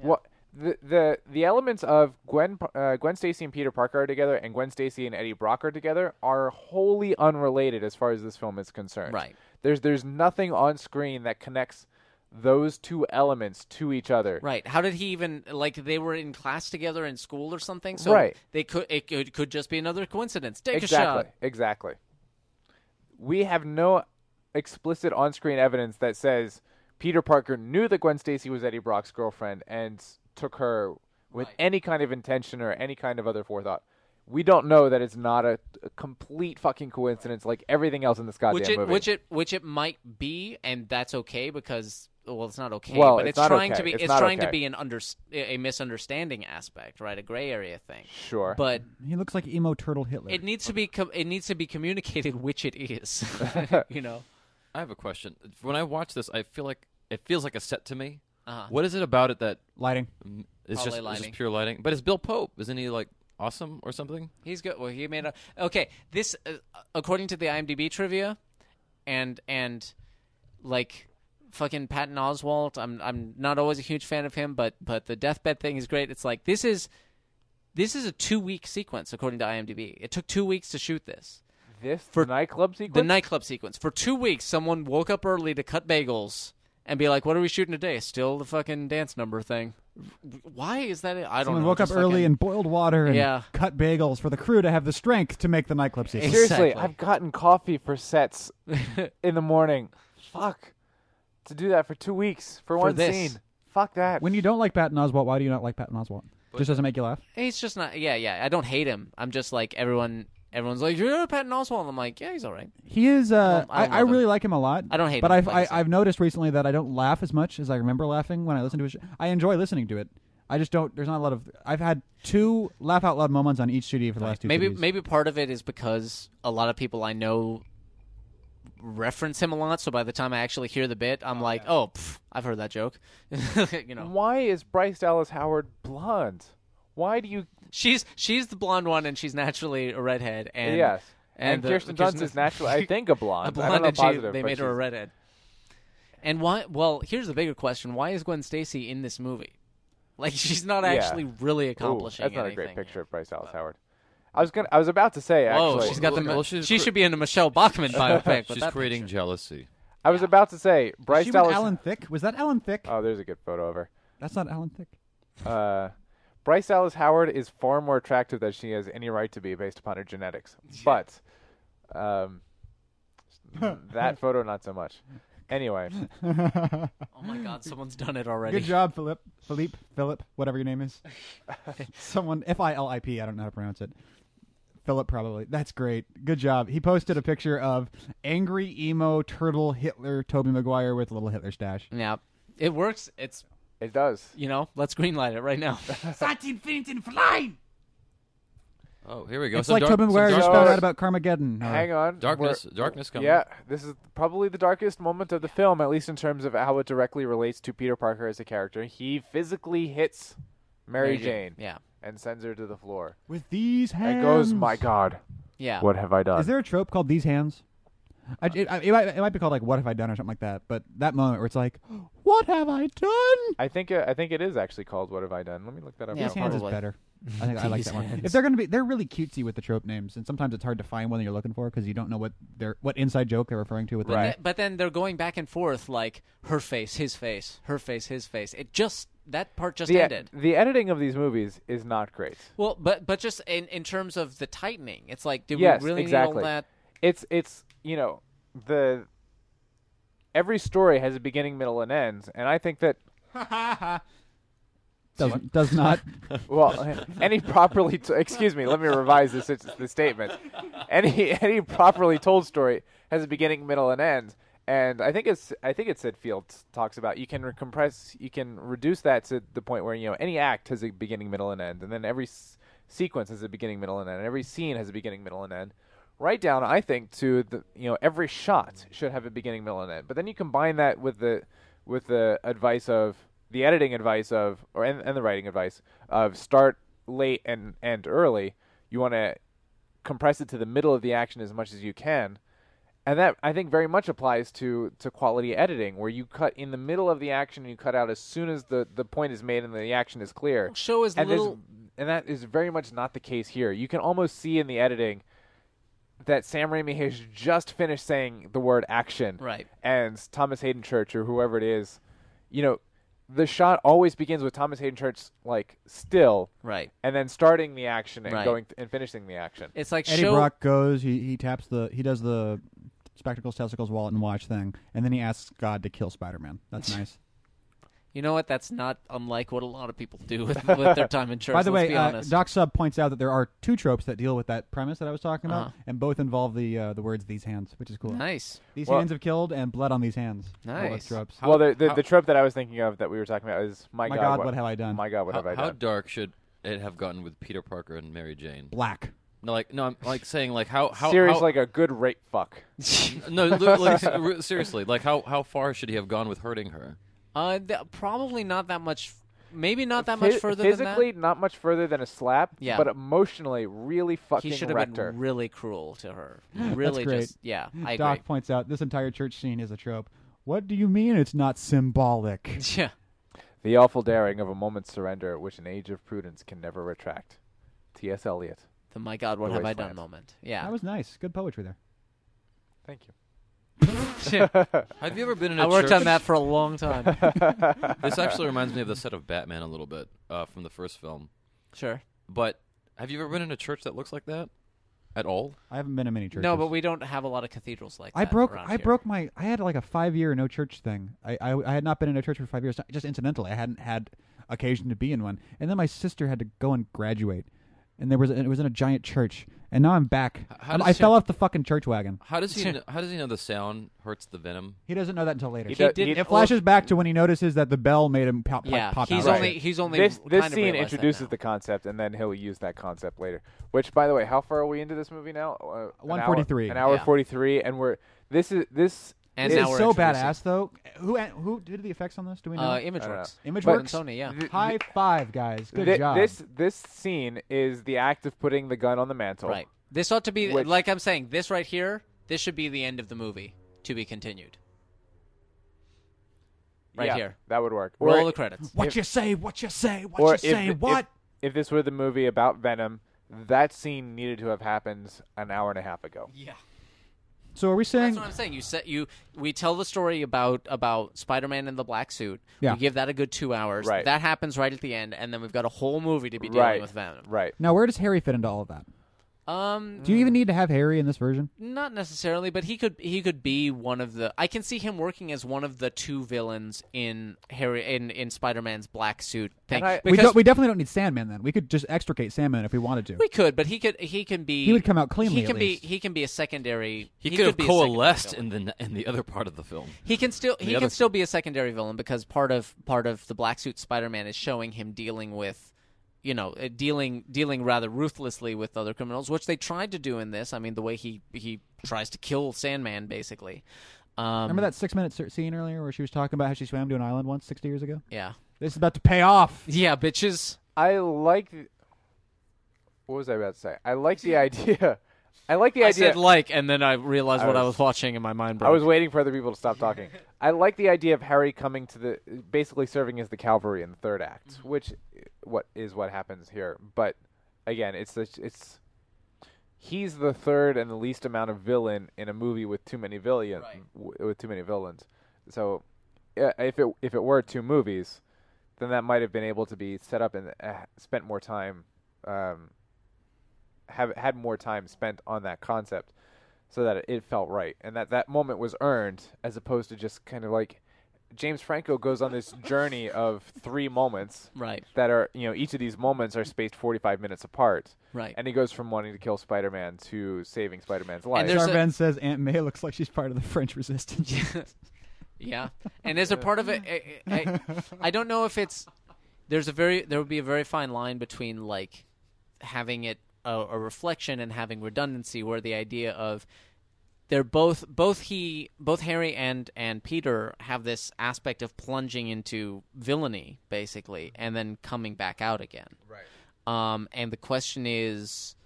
D: What the the the elements of Gwen Par- uh, Gwen Stacy and Peter Parker are together, and Gwen Stacy and Eddie Brock are together are wholly unrelated as far as this film is concerned.
C: Right.
D: There's there's nothing on screen that connects those two elements to each other.
C: Right. How did he even like they were in class together in school or something? So
D: Right.
C: they could it could, could just be another coincidence. Take a
D: Exactly.
C: shot.
D: Exactly. we have no explicit on-screen evidence that says Peter Parker knew that Gwen Stacy was Eddie Brock's girlfriend and took her with any kind of intention or any kind of other forethought. We don't know that it's not a, a complete fucking coincidence, like everything else in this goddamn
C: which it
D: movie.
C: which it which it might be, and that's okay because well, it's not okay,
D: Well,
C: but
D: it's
C: it's,
D: not
C: trying
D: okay.
C: to be
D: It's
C: it's,
D: not
C: trying
D: okay.
C: to be an under a misunderstanding aspect, right? A gray area thing.
D: Sure.
C: But
B: He looks like emo turtle Hitler.
C: it needs to be com- it needs to be communicated (laughs) which it is. you know.
E: I have a question. When I watch this, I feel like it feels like a set to me.
C: Uh-huh.
E: What is it about it that
B: Lighting.
E: mm,
C: Probably
E: it's just, it's
C: lighting.
E: just pure lighting? But it's Bill Pope, isn't he like awesome or something?
C: He's good. Well, he made a okay. This, uh, according to the IMDb trivia, and and like fucking Patton Oswalt. I'm I'm not always a huge fan of him, but but the deathbed thing is great. It's like this is this is a two week sequence according to IMDb. It took two weeks to shoot this.
D: this
C: for
D: nightclub sequence.
C: The nightclub sequence for two weeks. Someone woke up early to cut bagels and be like, "What are we shooting today? Still the fucking dance number thing. Why is that? I don't
B: Someone
C: know.
B: woke up
C: Just
B: early
C: fucking-
B: and boiled water and
C: Yeah.
B: cut bagels for the crew to have the strength to make the nightclub sequence.
D: Seriously,
C: Exactly.
D: I've gotten coffee for sets
C: (laughs)
D: in the morning. Fuck. To do that for two weeks for, one
C: this.
D: scene. Fuck that.
B: (laughs) When you don't like Patton Oswalt, why do you not like Patton Oswalt? Just doesn't make you laugh.
C: He's just not. Yeah, yeah. I don't hate him. I'm just like everyone. Everyone's like, "You're Patton Oswalt." I'm like, "Yeah, he's all right."
B: He is. Uh,
C: I
B: I,
C: don't
B: I,
C: love
B: really
C: him.
B: like him a lot.
C: I don't hate
B: but
C: him,
B: I've,
C: like I said.
B: I, I've noticed recently that I don't laugh as much as I remember laughing when I listen to his. Sh- I enjoy listening to it. I just don't. There's not a lot of. I've had two laugh out loud moments on each CD for the last two.
C: Maybe
B: CDs.
C: maybe part of it is because a lot of people I know reference him a lot. So by the time I actually hear the bit, I'm like, "Oh, pff, I've heard that joke." (laughs) you know,
D: Why is Bryce Dallas Howard blonde? Why do you?
C: she's she's the blonde one, and she's naturally a redhead. And
D: yes.
C: and,
D: And,
C: the-
D: Kirsten
C: (laughs)
D: Dunst is naturally, I think, a blonde.
C: a
D: I don't
C: blonde,
D: know
C: and she,
D: positive,
C: they
D: but
C: made her a
D: she's-
C: redhead. And why? Well, here's the bigger question: Why is Gwen Stacy in this movie? Like (laughs) she's not
D: Yeah.
C: actually really
D: Ooh,
C: accomplishing.
D: that's not a
C: anything
D: great
C: here.
D: picture of Bryce Dallas Howard. I was gonna. I was about to say
C: Oh,
D: actually.
C: she's got the.
E: Well, she's
C: she
E: cre-
C: should be in a Michelle Bachman (laughs) biopic. with
E: (laughs) She's
C: that
E: creating
C: picture.
E: jealousy.
D: I was about to say
B: Is
D: Bryce
B: she with
D: Dallas.
B: Alan Thick. Was that Alan Thick?
D: Oh, there's a good photo of her.
B: That's not Alan (laughs) Thick.
D: Uh, Bryce Dallas Howard is far more attractive than she has any right to be based upon her genetics. But um, that photo, not so much. Anyway,
C: Oh my God, someone's done it already.
B: Good job, Philip. Philippe, Philip, whatever your name
D: (laughs)
B: is. Someone F I L I P. I don't know how to pronounce it. Philip, probably. That's great. Good job. He posted a picture of angry emo turtle Hitler Toby Maguire with a little Hitler stash.
C: Yeah, it works. It's
D: it does.
C: you know, let's greenlight it right
D: (laughs)
C: now.
E: Oh, here we go.
B: it's
E: Some
B: like
E: dark-
B: Toby
E: some
B: Maguire
E: dark-
B: just
D: dark-
B: found out about Carmageddon.
C: Uh,
B: or-
D: Hang on.
E: darkness.
D: we're-
E: Darkness coming.
D: Yeah, this is probably the darkest moment of the film, at least in terms of how it directly relates to Peter Parker as a character. He physically hits Mary,
C: Mary
D: Jane,
C: Jane, yeah.
D: and sends her to the floor.
B: With these hands.
D: And goes, my God,
C: Yeah.
D: what have I done?
B: Is there a trope called these hands? I, it, I- it might, it might be called like "What have I done" or something like that. But that moment where it's like, (gasps) "What have I done?"
D: I think uh, I think it is actually called "What Have I Done." Let me look that up.
C: Yeah,
D: real
B: These hands
D: quick.
B: is
C: Probably.
B: better. I think I like
C: These
B: that one.
C: hands.
B: If they're gonna be, they're really cutesy with the trope names, and sometimes it's hard to find one that you're looking for because you don't know what they're what inside joke they're referring to with the
D: Right.
B: name.
C: Th- But then they're going back and forth, like her face, his face, her face, his face. It just that part just
D: the, e-, uh,
C: ended.
D: the editing of these movies is not great.
C: Well, but but just in in terms of the tightening, it's like, did
D: yes,
C: we really
D: exactly.
C: need all that?
D: It's it's you know the every story has a beginning, middle, and end, and I think that
B: Doesn't does not.
D: well, (laughs) any properly t- excuse me, let me revise this the statement. Any (laughs) any properly told story has a beginning, middle, and end. And I think it's I think it's said Field talks about you can re- compress you can reduce that to the point where you know any act has a beginning, middle, and end, and then every s- sequence has a beginning, middle, and end. Every scene has a beginning, middle, and end. Right down, I think, to the you know every shot should have a beginning, middle, and end. But then you combine that with the with the advice of the editing advice of or and, and the writing advice of start late and end early you want to compress it to the middle of the action as much as you can and that i think very much applies to to quality editing where you cut in the middle of the action and you cut out as soon as the the point is made and the action is clear
C: Show as
D: and there's-
C: little.
D: and that is very much not the case here you can almost see in the editing that Sam Raimi has just finished saying the word action.
C: Right.
D: And Thomas Hayden Church or whoever it is, you know, the shot always begins with Thomas Hayden Church like still
C: Right.
D: and then starting the action and
C: Right.
D: going and finishing the action.
C: It's like
B: Eddie
C: show
B: Brock goes. He he taps the. He does the spectacles, testicles, wallet, and watch thing, and then he asks God to kill Spider-Man. That's nice.
C: You know what? That's not unlike what a lot of people do with, with their
B: (laughs)
C: time in church.
B: By the
C: let's
B: way,
C: be
B: uh,
C: honest.
B: Doc Sub points out that there are two tropes that deal with that premise that I was talking about,
C: Uh-huh.
B: and both involve the uh, the words "these hands," which is cool.
C: nice.
B: These
D: Well-
B: hands have killed, and blood on these hands. All those
C: Nice.
B: tropes.
D: well, the the,
E: how-
D: the trope that I was thinking of that we were talking about is my,
B: My
D: God,
B: God, what have I done?
D: My God, what
E: How,
D: have I
E: how
D: done?
E: dark should it have gotten with Peter Parker and Mary Jane?
B: Black.
E: No, like no, I'm like saying like how how
D: Serious
E: how,
D: like a good rape fuck.
E: no li- like, (laughs) se- re- seriously like how how far should he have gone with hurting her?
C: Uh, th- probably not that much. Maybe not that much
D: Phy-
C: further than that.
D: Physically, not much further than a slap.
C: Yeah.
D: But emotionally, really fucking
C: he should have
D: wrecked
C: been
D: her.
C: really cruel
B: (gasps)
C: to her. Really,
B: great.
C: just yeah, I agree.
B: Doc points out this entire church scene is a trope. What do you mean it's not symbolic?
C: (laughs) Yeah,
D: the awful daring of a moment's surrender, which an age of prudence can never retract. T.S. Eliot.
C: the my God, what
D: The
C: have I
D: wasteland.
C: done moment. Yeah,
B: That was nice. Good poetry there.
D: Thank you.
C: (laughs)
D: (laughs)
E: Have you ever been in a
C: I worked
E: church?
C: on that for a
B: (laughs)
C: long time.
E: This (laughs) actually reminds me of the set of Batman a little bit uh, from the first film.
C: sure.
E: But have you ever been in a church that looks like that at all?
B: I haven't been in many churches.
C: No, but we don't have a lot of cathedrals like that.
B: I broke.
C: around
B: I
C: here.
B: broke my. I had like a five year no church thing. I, I I had not been in a church for five years. Just incidentally, I hadn't had occasion to be in one. And then my sister had to go and graduate, and there was it was in a giant church. And now I'm back.
E: how
B: I'm-
E: does
B: I fell
E: your-
B: off the fucking church wagon.
E: How does he kn- how does he know the sound hurts the venom?
B: He doesn't know that until later.
D: does-
C: did-
B: it flashes back to when he notices that the bell made him pop. pop-
C: Yeah,
B: pop
C: he's
B: out.
D: Right.
C: only he's only
D: this this
C: kind of
D: scene
C: realized that now.
D: introduces the concept, and then he'll use that concept later. Which, by the way, how far are we into this movie now? Uh, an hour-
B: 1:43.
D: An hour
C: Yeah.
D: forty-three, and we're this is this.
C: And
D: is
B: It's
C: now we're
B: so
C: introducing-
B: badass though. Who who did the effects on this? Do we know?
C: uh, ImageWorks.
D: know.
B: ImageWorks?
C: And Sony, yeah.
D: th-
B: High five, guys. Good
D: thi-
B: job.
D: This this scene is the act of putting the gun on the mantle.
C: Right. This ought to be
D: Which-
C: like I'm saying. This right here. This should be the end of the movie. To be continued. Right
D: Yeah,
C: here.
D: That would work.
C: Roll
D: or
C: the credits.
B: what you say? What you say? What
D: or
B: you
D: if,
B: say?
D: if-
B: what?
D: If, this were the movie about Venom, that scene needed to have happened an hour and a half ago.
C: Yeah.
B: so are we saying?
C: That's what I'm saying. You set you. We tell the story about about Spider-Man in the black suit.
B: Yeah.
C: We give that a good two hours.
D: Right.
C: That happens right at the end, and then we've got a whole movie to be dealing
D: right.
C: with Venom.
D: Right.
B: Now, where does Harry fit into all of that?
C: Um,
B: Do you even need to have Harry in this version?
C: not necessarily, but he could he could be one of the. I can see him working as one of the two villains in Harry in in Spider-Man's black suit thing.
D: And I-
B: We,
C: because
B: don't, we definitely don't need Sandman then. We could just extricate Sandman if we wanted to.
C: we could, but he could he can be
B: He would come out cleanly,
C: He
B: at
C: can
B: least.
C: be he can be a secondary.
E: He,
C: could
E: could have
C: be a secondary
E: coalesced
C: villain.
E: in the n- in the other part of the film.
C: He can still he
E: other-
C: can still be a secondary villain because part of part of the black suit Spider-Man is showing him dealing with you know uh, dealing dealing rather ruthlessly with other criminals which they tried to do in this. I mean the way he he tries to kill Sandman basically. Um
B: Remember that six minute cer- scene earlier where she was talking about how she swam to an island once 60 years ago?
C: Yeah.
B: This is about to pay off.
C: (laughs) Yeah, bitches.
D: I like. th- What was I about to say? I
C: (laughs)
D: like the idea. I like the
C: I
D: idea.
C: said like and then I realized what I
D: was-
C: was watching and my mind broke.
D: I was waiting for other people to stop talking. I like the idea of Harry coming to the, basically serving as the cavalry in the third act, which i- what is what happens here. But again, it's the, it's he's the third and the least amount of villain in a movie with too many villain w- with too many villains. So uh, if it if it were two movies, then that might have been able to be set up and uh, spent more time. Um, have had more time spent on that concept so that it, it felt right and that that moment was earned as opposed to just kind of like James Franco goes on this
C: (laughs)
D: journey of three moments
C: Right.
D: that are you know each of these moments are spaced 45 minutes apart
C: Right.
D: and he goes from wanting to kill Spider-Man to saving Spider-Man's life
C: there's a-
B: Jarvan says Aunt May looks like she's part of the French resistance.
C: (laughs) Yeah, and as a part of it, eh, I, I, I don't know if it's there's a very there would be a very fine line between like having it a, a reflection and having redundancy, where the idea of they're both both he both Harry and and Peter have this aspect of plunging into villainy basically, and then coming back out again. Right. Um, and the question is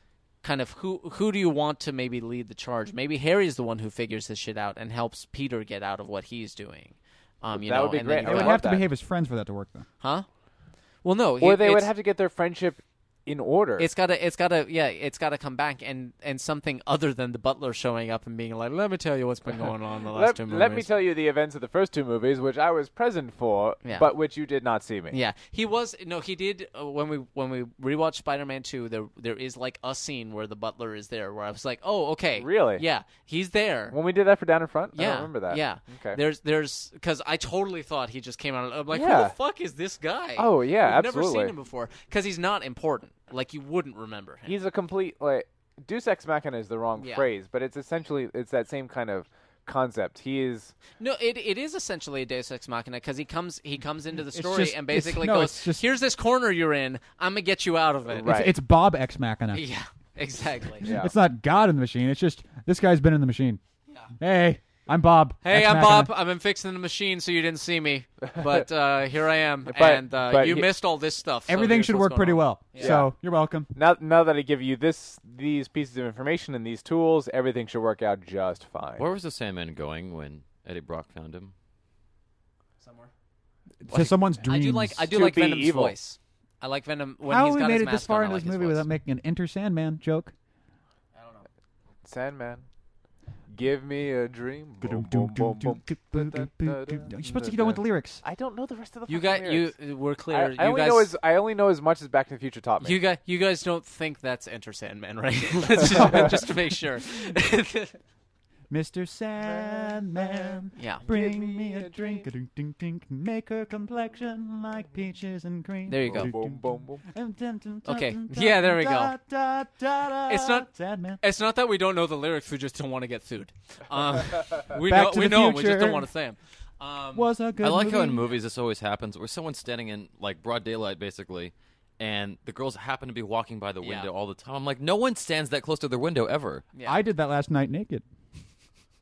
C: kind of who who do you want to maybe lead the charge? Maybe Harry's the one who figures this shit out and helps Peter get out of what he's doing. Um, you
D: That
C: know,
D: would be
C: and then
D: great.
C: you
B: they would
D: I
C: got-
D: love
B: have to
D: that.
B: behave as friends for that to work, though.
C: huh? Well, no,
D: or they would
C: it's-
D: have to get their friendship in order.
C: It's gotta, it's gotta, yeah, it's gotta come back and and something other than the butler showing up and being like, "Let me tell you what's been going on in
D: (laughs)
C: the last
D: let,
C: two movies."
D: let me tell you the events of the first two movies, which I was present for,
C: Yeah.
D: but which you did not see me.
C: Yeah, he was. No, he did. Uh, when we when we rewatched Spider Man Two, there there is like a scene where the butler is there, where I was like, oh, okay,
D: Really?
C: Yeah, he's there.
D: When we did that for Down in Front, I
C: yeah,
D: don't remember that.
C: Yeah,
D: Okay.
C: There's there's because I totally thought he just came out. I'm like, who
D: Yeah.
C: the fuck is this guy?
D: Oh, yeah,
C: We've never
D: absolutely.
C: seen him before because he's not important. Like you wouldn't remember him.
D: He's a complete like Deus Ex Machina is the wrong
C: Yeah.
D: phrase, but it's essentially it's that same kind of concept. He is
C: No, it, it is essentially a Deus Ex Machina because he comes he comes into the story
B: just-
C: and
B: it's-
C: basically
B: no,
C: goes,
B: it's just-
C: "Here's this corner you're in. I'm gonna get you out of it."
D: Right.
B: It's, it's Bob Ex Machina.
C: (laughs) Yeah, exactly.
D: Yeah.
B: It's not God in the machine. It's just this guy's been in the machine. Hey, I'm Bob.
C: Hey,
B: Ex
C: I'm
B: Machina.
C: Bob. I've been fixing the machine, so you didn't see me, but uh, here I am, and uh,
D: (laughs) but
C: you
D: he-
C: missed all this stuff. so
B: Everything
C: here's
B: should
C: what's
B: work
C: going
B: pretty
C: on.
B: well. So you're welcome.
D: now now that I give you this these pieces of information and these tools, everything should work out just fine.
E: Where was the Sandman going when Eddie Brock found him?
B: to somenene's
C: I
B: dreams.
C: do like I do
D: To
C: like
D: be
C: Venom's
D: evil.
C: voice. I like Venom when
B: How
C: he's
B: we
C: got
B: made
C: his
B: it this
C: mask
B: far
C: on,
B: in
C: I like
B: this
C: his
B: movie
C: voice.
B: without making an Enter Sandman joke?
D: Sandman. Give me a dream. Boom, boom, boom, boom.
B: You're supposed to go with the lyrics.
D: I don't know the rest of the
C: You
D: fucking
C: got
D: lyrics.
C: you. We're clear.
D: I, I
C: you
D: only
C: guys,
D: know um, as I only know as much as Back to the Future taught me.
C: you guys, you guys don't think that's Enter Sandman,
D: (laughs)
C: right? (laughs) Let's just, just to make sure.
B: Mr. Sandman,
C: Yeah.
B: bring me a drink. Ka-dunk-dunk-dunk. Make her complexion like peaches and cream.
C: There you go.
D: boom, boom, boom.
C: Okay. Yeah, there we go. It's
B: It's
C: not-
B: Sandman.
C: It's not that we don't know the lyrics; we just don't want to get
D: (laughs)
C: sued. Um, we
B: Back
C: know
B: to
C: we
B: the
C: know 'em, we just
B: Future.
C: don't want to say them. Um,
B: Was a good
E: I like how in
B: movie.
E: movies this always happens, where someone's standing in like broad daylight, basically, and the girls happen to be walking by the
C: Yeah.
E: window all the time. I'm like, no one stands that close to their window ever.
C: Yeah.
B: I did that last night naked. (laughs)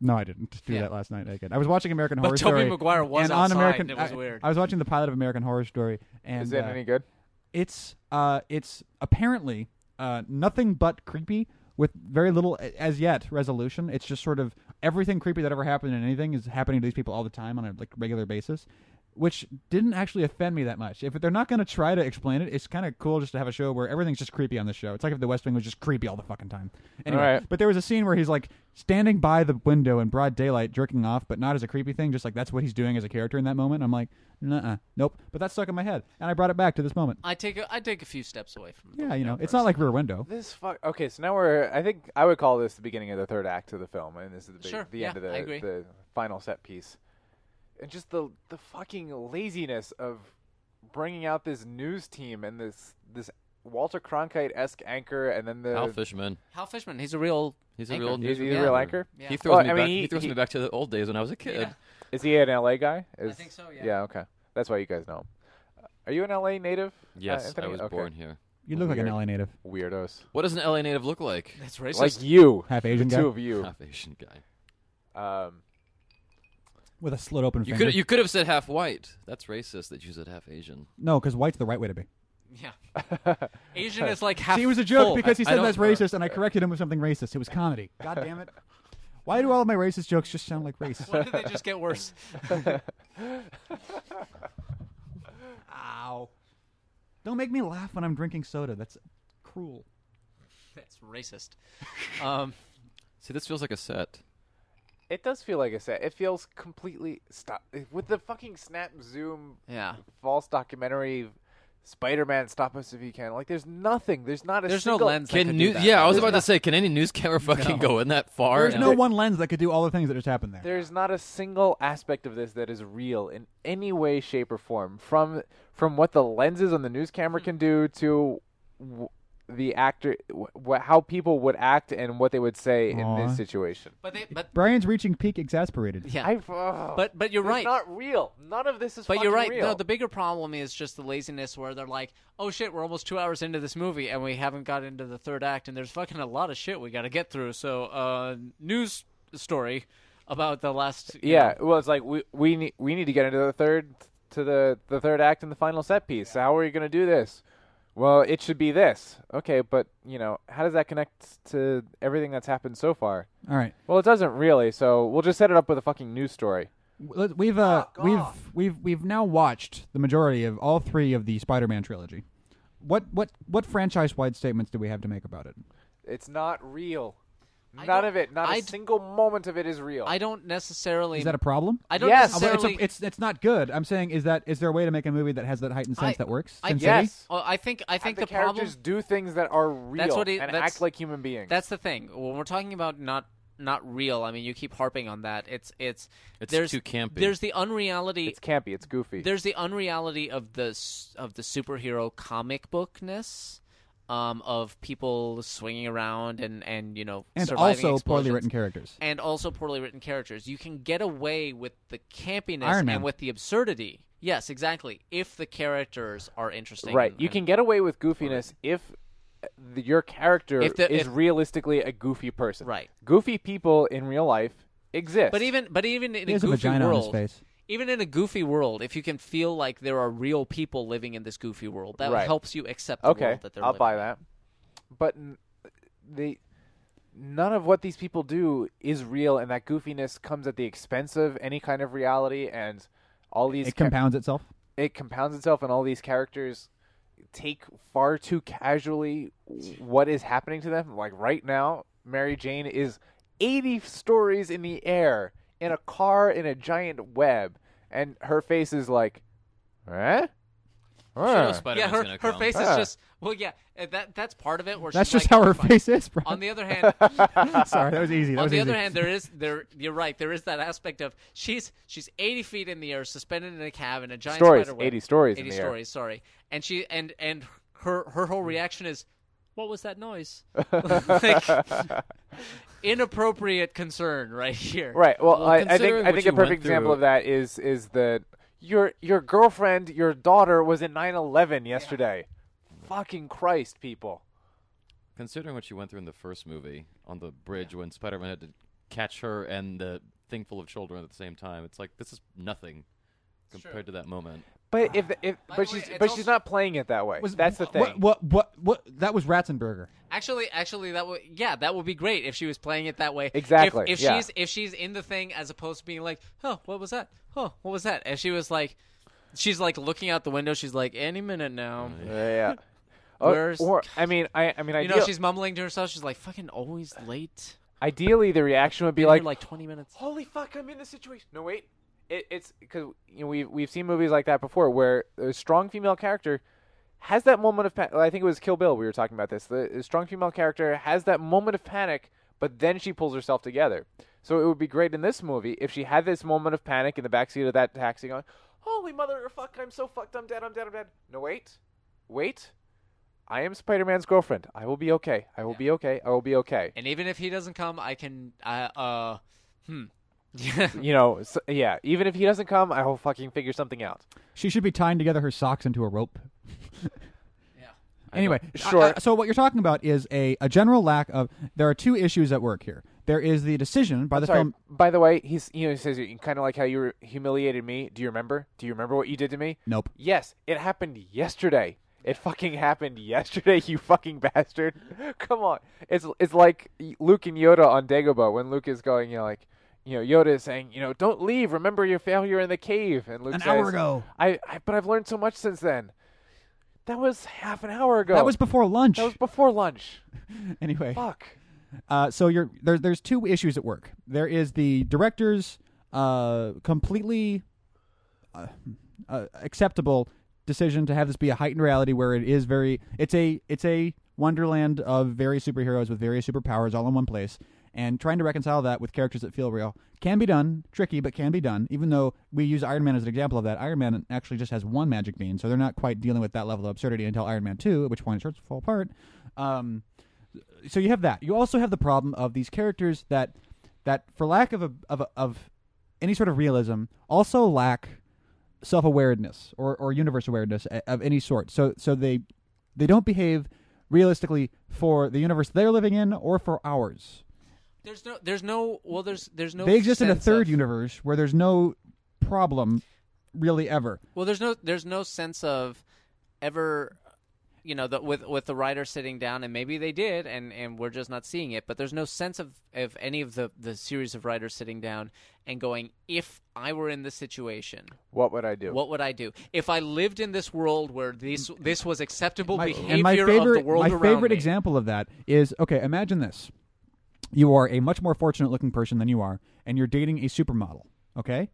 B: No, I didn't do
C: Yeah.
B: that last night naked. I was watching American
C: But
B: Horror
C: Tobey
B: Story.
C: Maguire was
B: and
C: outside,
B: on American,
C: and it was
B: I,
C: weird.
B: I was watching the pilot of American Horror Story, and
D: Is it
B: uh,
D: any good?
B: it's uh, it's apparently uh, nothing but creepy with very little a- as yet resolution. It's just sort of everything creepy that ever happened in anything is happening to these people all the time on a like regular basis, which didn't actually offend me that much. If they're not going to try to explain it, it's kind of cool just to have a show where everything's just creepy on the show. It's like if The West Wing was just creepy all the fucking time. Anyway,
D: Alright.
B: but there was a scene where he's like standing by the window in broad daylight, jerking off, but not as a creepy thing. Just like that's what he's doing as a character in that moment. I'm like, nah, nope. But that stuck in my head, and I brought it back to this moment.
C: I take a, I take a few steps away from. the
B: Yeah, you know,
C: window
B: it's
C: for a
B: not like Rear Window.
D: This fuck. Okay, so now we're. I think I would call this the beginning of the third act of the film, and this is the big,
C: Sure,
D: the
C: yeah,
D: end of the
C: I agree.
D: the final set piece, and just the the fucking laziness of bringing out this news team and this this Walter Cronkite esque anchor, and then the
E: Al Fishman,
C: Hal Fishman, he's a real.
E: he's a
C: Anchor.
E: real
D: is
E: news
D: he
C: Yeah.
D: the real anchor?
C: Yeah.
E: He throws
D: Well,
E: me
D: I mean,
E: back.
D: he-
E: he throws
D: he-
E: me back to the old days when I was a kid.
C: Yeah.
D: Is he an LA guy? Is,
C: think so, yeah.
D: Yeah. Okay. That's why you guys know. him. Are you an LA native? uh,
E: Yes, I
D: Anthony?
E: was
D: Okay.
E: born here.
B: You look like an
D: Weird.
B: LA native,
D: Weirdos.
E: What does an LA native look like? (laughs)
C: That's racist.
D: like you.
B: half Asian
D: the
B: guy
D: two of you.
E: Half Asian guy.
D: Um,
B: with a slit open
E: You
B: finger.
E: could you could have said half white. That's racist that you said half Asian.
B: no, because white's the right way to be.
C: yeah.
D: (laughs)
C: Asian is like half.
B: See, it was a joke
C: full.
B: because he
E: I
B: said
E: don't-
B: that's
C: (laughs)
B: racist, and I corrected him with something racist. It was comedy. God damn it! Why do all of my racist jokes just sound like racist?
C: Why did they just get
B: (laughs)
C: worse?
B: Ow! Don't make me laugh when I'm drinking soda. That's cruel.
C: That's racist. Um,
E: See, this feels like a set.
D: It does feel like a set. It feels completely stop with the fucking snap zoom
C: yeah.
D: false documentary Spider-Man stop us if you can. Like there's nothing. There's not a
C: There's no
D: single
C: lens. that
E: Can
C: could
E: new,
C: do that.
E: yeah, I was about to say, can any news camera fucking go in that far?
B: There's
E: And
B: no one lens that could do all the things that just happened there.
D: There's not a single aspect of this that is real in any way shape or form from from what the lenses on the news camera can do to w- the actor w- wh- how people would act and what they would say in
B: Aw.
D: this situation.
C: But they, but
B: Brian's reaching peak exasperated.
C: yeah.
D: I've, oh,
C: but but you're
D: it's
C: right.
D: not real. None of this is
C: But you're
D: fucking
C: right.
D: real.
C: No, the bigger problem is just the laziness where they're like, oh shit, we're almost two hours into this movie and we haven't got into the third act and there's fucking a lot of shit we got to get through. So, uh, news story about the last. you
D: Yeah,
C: know-
D: well, it's like we we need we need to get into the third to the the third act and the final set piece. So How are we going to do this? Well, it should be this. Okay, but you know, how does that connect to everything that's happened so far?
B: All right.
D: Well, it doesn't really. So we'll just set it up with a fucking news story.
B: Let- We've uh, we've we've we've now watched the majority of all three of the Spider-Man trilogy. What what what franchise wide statements do we have to make about it?
D: It's not real.
C: I
D: None
C: don't-
D: of it. Not a
C: I d-
D: single moment of it is real.
C: I don't necessarily.
B: Is that a problem?
C: I don't
D: Yes.
B: Oh, but it's,
C: necessarily.
B: a, it's it's not good. I'm saying is that is there a way to make a movie that has that heightened sense
C: I-
B: that works?
C: I-
B: Sin City?
D: yes.
C: Oh, I think I
D: And
C: think
D: the,
C: problem.
D: characters do things that are real
C: what it-
D: and
C: that's-
D: act like human beings.
C: That's the thing. When we're talking about not not real, I mean, you keep harping on that. It's it's
E: It's
C: there's,
E: too campy.
C: There's the unreality.
D: it's campy. It's goofy.
C: there's the unreality of the s- of the superhero comic bookness. Um, of people swinging around and and you know
B: and
C: surviving
B: also poorly
C: explosions.
B: written characters.
C: and also poorly written characters. You can get away with the campiness
B: Iron Man.
C: and with the absurdity. Yes, exactly. If the characters are interesting,
D: right.
C: and-
D: You
C: and-
D: can get away with goofiness if uh, the, your character
C: If the-
D: is
C: if-
D: realistically a goofy person.
C: Right.
D: Goofy people in real life exist.
C: But even but even in
B: He
C: a
B: has a
C: goofy
B: vagina on his
C: world,
B: face.
C: even in a goofy world, if you can feel like there are real people living in this goofy world, that
D: Right.
C: helps you accept the
D: okay,
C: world that they're
D: I'll
C: living.
D: buy that. But n- they none of what these people do is real, and that goofiness comes at the expense of any kind of reality, and all these
B: It
D: cha-
B: compounds itself.
D: it compounds itself and all these characters take far too casually what is happening to them like right now mary jane is 80 stories in the air in a car in a giant web and her face is like eh?
E: know
D: Eh."
E: Spider-Man's
C: Yeah, her,
E: gonna
C: her
E: come.
C: face
D: Ah.
C: is just well, yeah. uh, That that's part of it. Where
B: That's
C: she's
B: just
C: like,
B: how her
C: fine.
B: face is, bro.
C: On the other hand,
B: (laughs) Sorry, that was easy. That
C: on
B: was
C: the
B: easy.
C: other hand, there is there. You're right. There is that aspect of she's she's 80 feet in the air, suspended in a cab in a giant
D: Stories,
C: spider web.
D: 80 stories in
C: 80
D: the air.
C: stories. Sorry, and she and and her her whole reaction is, "What was that noise?" (laughs) like, (laughs) inappropriate concern right here.
D: right well,
E: Well,
D: I, I
E: considering
D: think i
E: what
D: think
E: you
D: a
E: went
D: perfect example
E: through-
D: of that is is the your your girlfriend your daughter was in 9-11 yesterday fucking christ people
E: Considering what she went through in the first movie on the bridge when Spider-Man had to catch her and the thing full of children at the same time, it's like this is nothing compared to that moment.
D: But if if
C: the way,
D: but she's
C: it's
D: but she's
C: also-
D: not playing it that way.
B: Ah. Was-
D: That's the
B: wha-
D: thing.
B: What, what what that was Ratzenberger.
C: Actually, actually, that would yeah, that would be great if she was playing it that way.
D: Exactly,
C: If, if
D: yeah.
C: she's if she's in the thing as opposed to being like, "Huh, what was that? Huh, what was that?" And she was like, she's like looking out the window. She's like, "Any minute now."
B: (laughs)
D: yeah. Or,
C: Where's-
D: or I mean, I I mean,
C: You
D: ideal,
C: know, she's mumbling to herself. She's like, "Fucking always late."
D: ideally the reaction would be
C: Been here, like
D: like,
C: 20 minutes.
D: "Holy fuck, I'm in this situation." No, wait, it, it's because you know, we've we've seen movies like that before where a strong female character has that moment of panic. I think it was Kill Bill we were talking about this. The, the strong female character has that moment of panic, but then she pulls herself together. So it would be great in this movie if she had this moment of panic in the backseat of that taxi, going, "Holy mother of fuck, I'm so fucked, I'm dead, I'm dead, I'm dead." No, wait, wait. I am Spider-Man's girlfriend. I will be okay. I will be okay. I will be okay.
C: And even if he doesn't come, I can. I uh, hmm. (laughs)
D: you know, s yeah. Even if he doesn't come, I will fucking figure something out.
B: She should be tying together her socks into a
C: (laughs)
B: rope. Anyway,
D: Sure.
B: I- I- so what you're talking about is a, a general lack of. There are two issues at work here. There is the decision by the
D: Sorry.
B: film.
D: By the way, he's you know he says kind of like how you were humiliated me. Do you remember? Do you remember what you did to me?
B: Nope.
D: Yes, it happened yesterday. It fucking happened yesterday, (laughs) you fucking bastard. (laughs) Come on. It's it's like Luke and Yoda on Dagobah when Luke is going, you know, like, you know, Yoda is saying, you know, don't leave. Remember your failure in the cave. And Luke
B: An
D: says,
B: hour ago.
D: I, I but I've learned so much since then. That was half an hour ago.
B: That was before lunch. (laughs)
D: Oh. that was before lunch.
B: anyway.
D: Fuck.
B: Uh, so you're there, there's two issues at work. There is the director's uh, completely uh, uh, acceptable decision to have this be a heightened reality where it is very it's a it's a wonderland of various superheroes with various superpowers all in one place and trying to reconcile that with characters that feel real can be done tricky but can be done even though we use iron man as an example of that iron man actually just has one magic bean so they're not quite dealing with that level of absurdity until iron man 2 at which point it starts to fall apart um, so you have that. You also have the problem of these characters that that for lack of a, of a, of any sort of realism also lack self awareness or, or universe awareness a- of any sort. So so they they don't behave realistically for the universe they're living in or for ours.
C: There's no. There's no. Well, there's there's no.
B: they exist in a
C: sense
B: third
C: of-
B: universe where there's no problem really ever.
C: Well, there's no there's no sense of ever. you know, the, with with the writer sitting down, and maybe they did, and and we're just not seeing it. But there's no sense of of any of the the series of writers sitting down and going, if I were in this situation,
D: What would I do?
C: what would I do? If I lived in this world where this this was acceptable
B: My-
C: behavior
B: and my
C: of
B: favorite,
C: the world
B: my
C: around
B: favorite
C: me.
B: example of that is okay. Imagine this: you are a much more fortunate-looking person than you are, and you're dating a supermodel. Okay,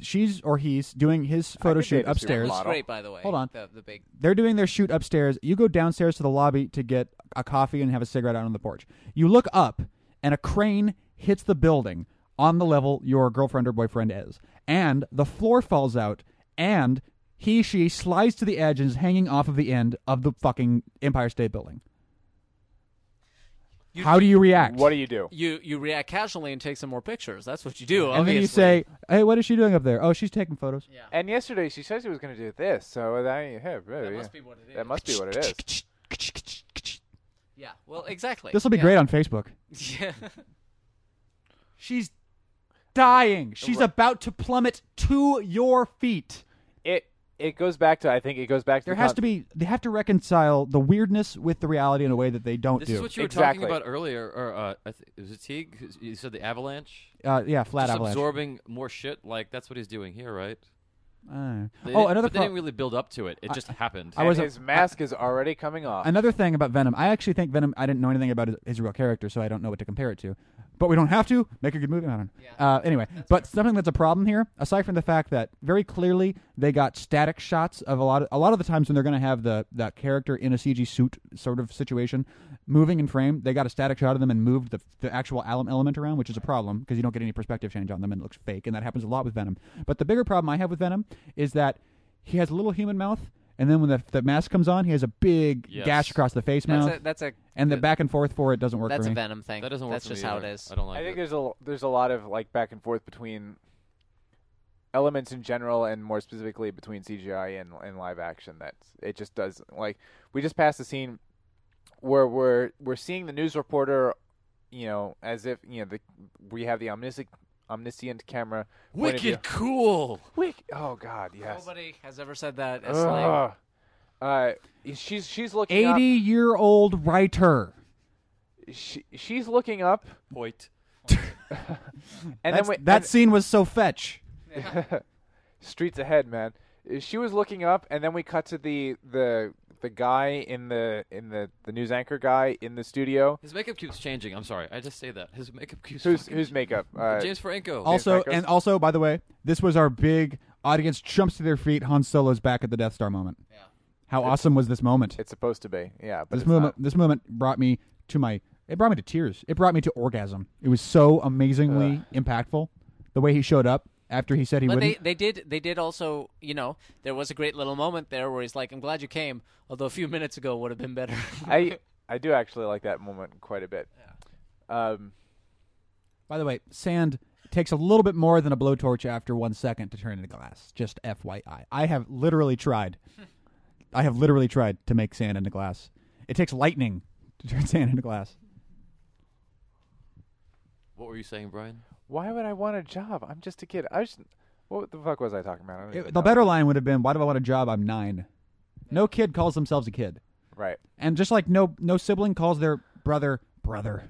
B: she's or he's doing his photo
D: could
B: shoot
D: date a
B: upstairs.
D: supermodel.
C: Looks great, by the way.
B: Hold on.
C: the, the big
B: They're doing their shoot upstairs. You go downstairs to the lobby to get a coffee and have a cigarette out on the porch. You look up, and a crane hits the building on the level your girlfriend or boyfriend is, and the floor falls out, and he she slides to the edge and is hanging off of the end of the fucking Empire State Building. How do you react?
D: What do you do?
C: you you react casually and take some more pictures. That's what you do.
B: and then you say, "Hey, what is she doing up there? Oh, she's taking photos."
D: And yesterday she said she was going to do this, so that, yeah, really,
C: that
D: yeah.
C: must be what it is.
D: That must be what it
B: (laughs)
D: is.
C: yeah. Well, exactly.
B: This will be
C: Yeah.
B: great on Facebook.
C: (laughs) Yeah.
B: She's dying. She's about to plummet to your feet.
D: It it goes back to I think it goes back to
B: There
D: the
B: has
D: con-
B: to be. They have to reconcile the weirdness with the reality in a way that they don't
E: This
B: do.
E: is what you were
D: Exactly.
E: talking about earlier. Or uh, I th- was it Teague? who's- You said the avalanche.
B: uh, yeah, flat
E: Just
B: avalanche.
E: absorbing more shit. Like that's what he's doing here, right?
B: Uh,
E: They
B: oh,
E: didn't-
B: another
E: But they didn't
B: pro-
E: really build up to it. It just happened.
B: I was-
D: and his mask is already coming off.
B: another thing about Venom. I actually think Venom. I didn't know anything about his, his real character, so I don't know what to compare it to. But we don't have to make a good movie. I don't know. Uh, anyway, but something that's a problem here, aside from the fact that very clearly they got static shots of a lot of a lot of the times when they're going to have the that character in a CG suit sort of situation moving in frame, they got a static shot of them and moved the, the actual ele- element around, which is a problem because you don't get any perspective change on them and it looks fake, and that happens a lot with Venom. But the bigger problem I have with Venom is that he has a little human mouth. And then when the, the mask comes on, he has a big
E: Yes.
B: gash across the face
C: That's
B: mouth,
C: a that's a
B: and the back and forth for it doesn't work
C: that's
B: for
C: a
B: me.
C: venom thing.
E: that doesn't work.
C: That's
E: for me
C: just how it
E: either.
C: is.
E: I don't like
D: I think
E: it.
D: there's a there's a lot of like back and forth between elements in general and more specifically between CGI and and live action that it just does like we just passed a scene where we're we're seeing the news reporter you know as if you know the we have the omniscient omniscient camera point of view.
E: Wicked cool.
D: Wick- oh god yes
C: Nobody has ever said that. As like,
D: Ugh. uh she's she's looking up-
B: Eighty-year-old writer.
D: she, she's looking up
E: Point.
D: and
B: That's-
D: then we,
B: that
D: and-
B: scene was so fetch.
D: streets ahead, man. Uh, She was looking up, and then we cut to the the the guy in the in the the news anchor guy in the studio.
E: His makeup keeps changing. I'm sorry. I just say that. His makeup keeps.
D: Who's
E: fucking
D: whose makeup? Uh,
E: James Franco.
B: Also,
D: Franco's-
B: and also, by the way, this was our big audience jumps to their feet. Han Solo's back at the Death Star moment. Yeah. How awesome was this moment?
D: It's supposed to be, yeah, but
B: This
D: it's
B: moment,
D: not.
B: this moment brought me to my. It brought me to tears. It brought me to orgasm. It was so amazingly impactful. The way he showed up after he said he
C: Uh. but
B: wouldn't.
C: they, they did they did also you know there was a great little moment there where he's like I'm glad you came although a few minutes ago would have been better.
E: (laughs)
D: I I do actually like that moment quite a bit. Um,
B: By the way, sand takes a little bit more than a blowtorch after one second to turn into glass. Just FYI. I have literally tried. I have literally tried to make sand into glass. It takes lightning to turn (laughs) sand into glass.
E: What were you saying, Brian?
D: why would I want a job? I'm just a kid. I just what the fuck was I talking about? I don't
B: It-
D: even
B: the
D: know.
B: better line would have been, "Why do I want a job? I'm nine. No kid calls themselves a kid,
D: right?
B: and just like no no sibling calls their brother brother.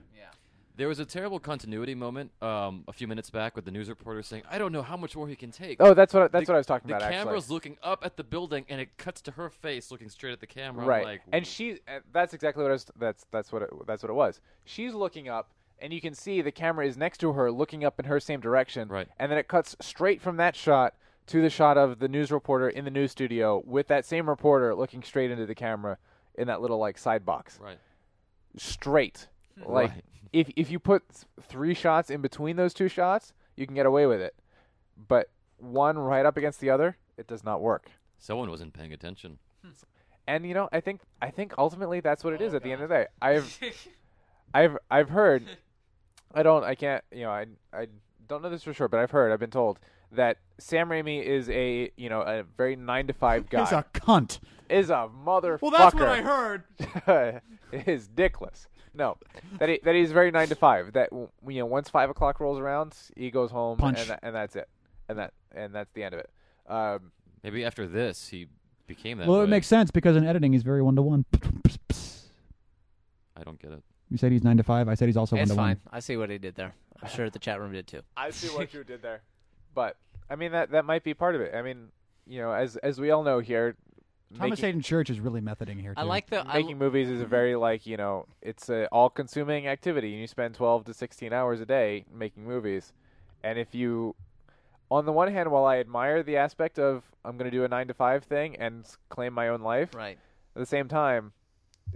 E: There was a terrible continuity moment um, a few minutes back with the news reporter saying, "I don't know how much more he can take."
D: Oh, that's what I- that's
E: the,
D: what I was talking
E: the
D: about. actually.
E: camera's looking up at the building, and it cuts to her face looking straight at the camera. I'm
D: right
E: like,
D: and she uh, that's exactly what I was that's that's what it, that's what it was she's looking up and you can see the camera is next to her looking up in her same direction
E: Right.
D: and then it cuts straight from that shot to the shot of the news reporter in the news studio with that same reporter looking straight into the camera in that little like side box
E: right. (laughs)
D: straight like
E: Right.
D: if if you put th- three shots in between those two shots you can get away with it but one right up against the other it does not work
E: Someone wasn't paying attention.
D: and you know i think i think ultimately that's what it is
B: Oh,
D: at the end of the day
B: (laughs)
D: i've i've i've heard i don't i can't you know i i don't know this for sure but i've heard i've been told that sam raimi is a you know a very nine to five
B: (laughs)
D: guy
B: He's a cunt.
D: is a motherfucker
B: heard.
D: (laughs) is dickless no that he, that he's very nine to five that w- you know once five o'clock rolls around he goes home
B: Punch.
D: and tha- and that's it and that and that's the end of it um
E: Maybe after this, he became that.
B: Well,
E: way.
B: it makes sense because in editing he's very one to one.
E: I don't get it.
B: (laughs) You said he's nine to five. I said he's also one
C: (laughs) It's
B: to one.
C: fine. I see what I did there. I'm sure the chat room did too.
D: I see
C: (laughs)
D: what you did there. But I mean that that might be part of it. I mean, you know, as as we all know here,
B: Thomas
D: making,
B: Hayden Church is really methoding here. Too.
C: I like the. I,
D: making movies is a very like you know it's a all-consuming activity, and you spend 12 to 16 hours a day making movies. And if you, on the one hand, while I admire the aspect of I'm going to do a nine to five thing and s- claim my own life,
C: right,
D: at the same time,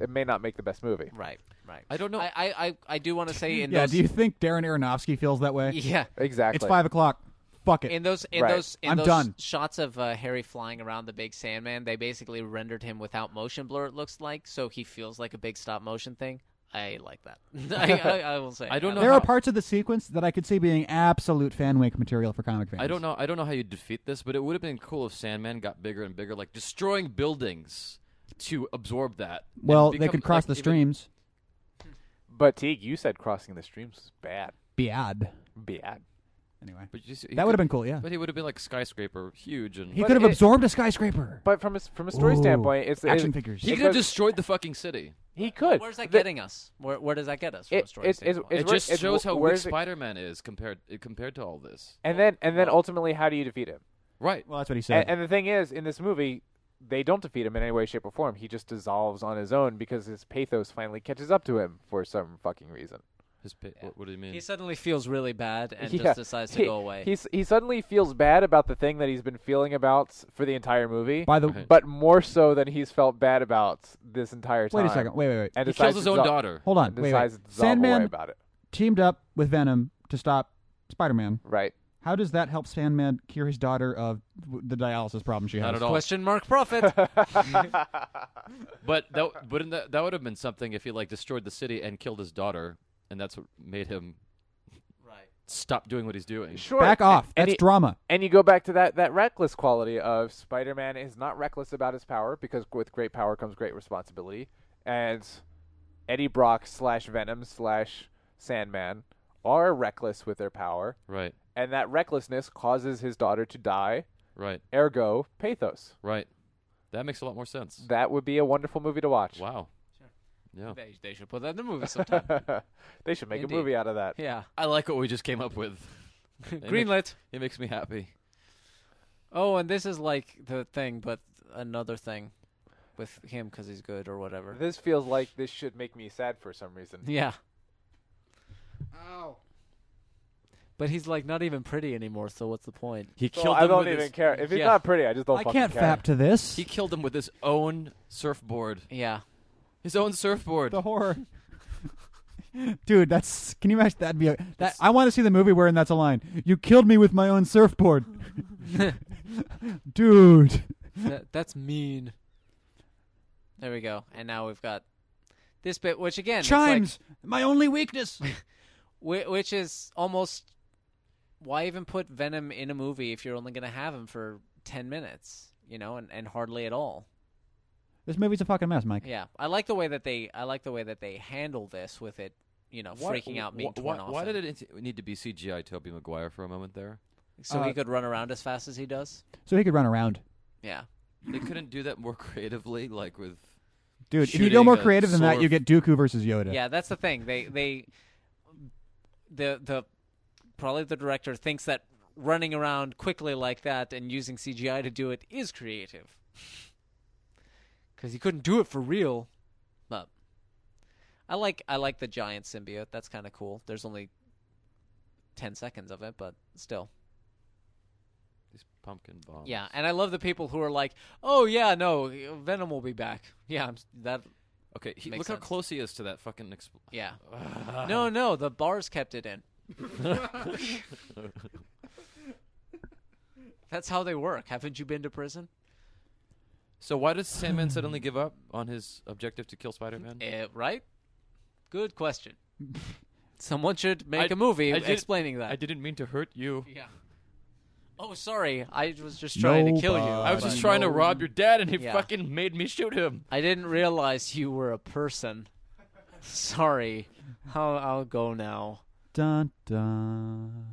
D: it may not make the best movie.
C: right, right.
E: I don't know.
C: I, I, I, I
B: (laughs)
C: do want to say in
B: Yeah.
C: those.
B: Do you think Darren Aronofsky feels that way?
C: (laughs) yeah.
D: Exactly.
B: It's five o'clock. Fuck it.
C: In those, in
D: Right.
C: those, in
B: I'm
C: those
B: done.
C: shots of uh, Harry flying around the Big Sandman, they basically rendered him without motion blur. It looks like, so he feels like a big stop motion thing. I like that. (laughs) I, I, I will say.
E: I don't know
B: there
E: how-
B: are parts of the sequence that I could see being absolute fanwake material for comic fans.
E: I don't know. I don't know how you defeat this, but it would have been cool if Sandman got bigger and bigger, like destroying buildings to absorb that. and
B: Well, they
E: become,
B: could cross
E: like,
B: the
E: even-
B: streams.
D: But Teague, you said crossing the streams is bad.
B: Bad.
D: Bad.
B: Anyway,
E: but you see- he
B: that would have
E: could-
B: been cool. Yeah.
E: But he would have been like skyscraper, huge, and
B: He
D: But
B: could have
D: it-
B: absorbed a skyscraper.
D: But from a s- from a story
B: Ooh,
D: standpoint, it's
B: action
D: it,
B: figures.
E: he
D: it
E: could have
D: goes-
E: destroyed the fucking city.
D: He could.
C: Where's that
D: The-
C: getting us? Where, where does that get us? From
D: It-
C: a story
D: it's- it's-
C: standpoint?
D: it's-
E: It
D: where-
E: just shows how
D: where
E: weak
D: is it-
E: Spider-Man is compared it- compared to all this.
D: And then and then ultimately, how do you defeat him?
E: Right.
B: well, that's what he
D: A-
B: said.
D: And, the thing is, in this movie, they don't defeat him in any way, shape, or form. He just dissolves on his own because his pathos finally catches up to him for some fucking reason.
E: His pa- what, what do you mean?
C: He suddenly feels really bad and
D: Yeah.
C: just decides to
D: He-
C: go away.
D: He s- he suddenly feels bad about the thing that he's been feeling about s- for the entire movie,
B: By the
E: Right.
D: but more so than he's felt bad about this entire time.
B: wait a second. Wait, wait, wait.
D: And
E: He
D: decides
E: kills his
D: to
E: own
D: dissolve-
E: daughter.
B: Hold on.
D: and
B: Wait,
D: decides
B: wait.
D: to dissolve away
B: Sandman
D: about it.
B: teamed up with Venom to stop Spider-Man.
D: Right.
B: How does that help Sandman cure his daughter of w- the dialysis problem she has?
E: Not at all.
C: Question mark profit.
D: (laughs)
E: But that wouldn't that, that would have been something if he like destroyed the city and killed his daughter, and that's what made him
C: right.
E: stop doing what he's doing.
D: Sure.
B: Back off.
D: And
B: That's
D: he-
B: drama.
D: And you go back to that, that reckless quality of Spider Man is not reckless about his power because with great power comes great responsibility. And Eddie Brock slash Venom slash Sandman are reckless with their power.
E: Right.
D: And that recklessness causes his daughter to die,
E: Right.
D: ergo, pathos.
E: Right. That makes a lot more sense.
D: That would be a wonderful movie to watch.
E: Wow. Yeah.
C: They, they should put that in the movie
D: (laughs)
C: sometime.
D: they should make
C: Indeed.
D: a movie out of that.
C: yeah.
E: I like what we just came up with. It makes,
C: Greenlit.
E: it makes me happy.
C: Oh, and this is like the thing, but another thing with him because he's good or whatever.
D: This feels like this should make me sad for some reason.
C: Yeah. Ow. But he's like not even pretty anymore, so what's the point?
E: He
D: So
E: killed
D: I
E: him
D: don't
E: with
D: even
E: his,
D: care. If he's
C: Yeah.
D: not pretty, I just don't
B: I
D: fucking
B: can't
D: care.
B: fap to this.
E: Oh, He killed him with his own surfboard.
C: Yeah.
E: His own surfboard.
B: the
D: (laughs)
B: horror. Dude, that's can you imagine that'd be a, that I want to see the movie wherein that's a line. You killed me with my own
D: (laughs)
B: surfboard. Dude.
C: that, that's mean. There we go. And now we've got this bit, which again, it's like-
B: Chimes, my only weakness.
C: Whi- which is almost why even put Venom in a movie if you're only going to have him for 10 minutes, you know, and, and hardly at all.
B: this movie's a fucking mess, Mike.
C: Yeah. I like the way that they I like the way that they handle this with it, you know,
E: Why-
C: freaking out
E: wh-
C: being
E: wh-
C: torn
E: why,
C: off.
E: Why did
C: and-
E: it int- need to be CGI Toby Maguire for a moment there?
C: so
B: uh,
C: he could run around as fast as he does?
B: So he could run around.
C: Yeah.
E: They couldn't do that more (laughs) creatively, like with.
B: Dude, if you go
E: Shooting
B: more
E: a
B: creative than that,
E: sword.
B: you get Dooku versus Yoda.
C: Yeah, that's the thing. They they the the probably the director thinks that running around quickly like that and using CGI to do it is creative. (laughs) Cuz he couldn't do it for real. But I like I like the giant symbiote. That's kind of cool. There's only 10 seconds of it, but still.
E: These pumpkin bombs.
C: Yeah, and I love the people who are like, "Oh yeah, no, Venom will be back." Yeah, I'm, s- that
E: Okay, he,
C: Makes
E: look
C: sense.
E: how close he is to that fucking. Expl-
C: yeah.
E: Uh-huh.
C: no, no, the bars kept it
E: (laughs)
C: in. That's how they work. Haven't you been to prison?
E: so why does Sandman suddenly give up on his objective to kill Spider-Man?
C: Eh, right? Good question. Someone should make a
E: I-
C: movie
E: I did-
C: explaining that.
E: I didn't mean to hurt you.
C: Yeah. Oh, sorry. I was just trying to kill you.
B: Nobody.
E: I was just
C: but
E: trying to rob your dad, and he
C: Yeah.
E: fucking made me shoot him.
C: I didn't realize you were a person. Sorry. I'll, I'll go now.
B: Dun dun.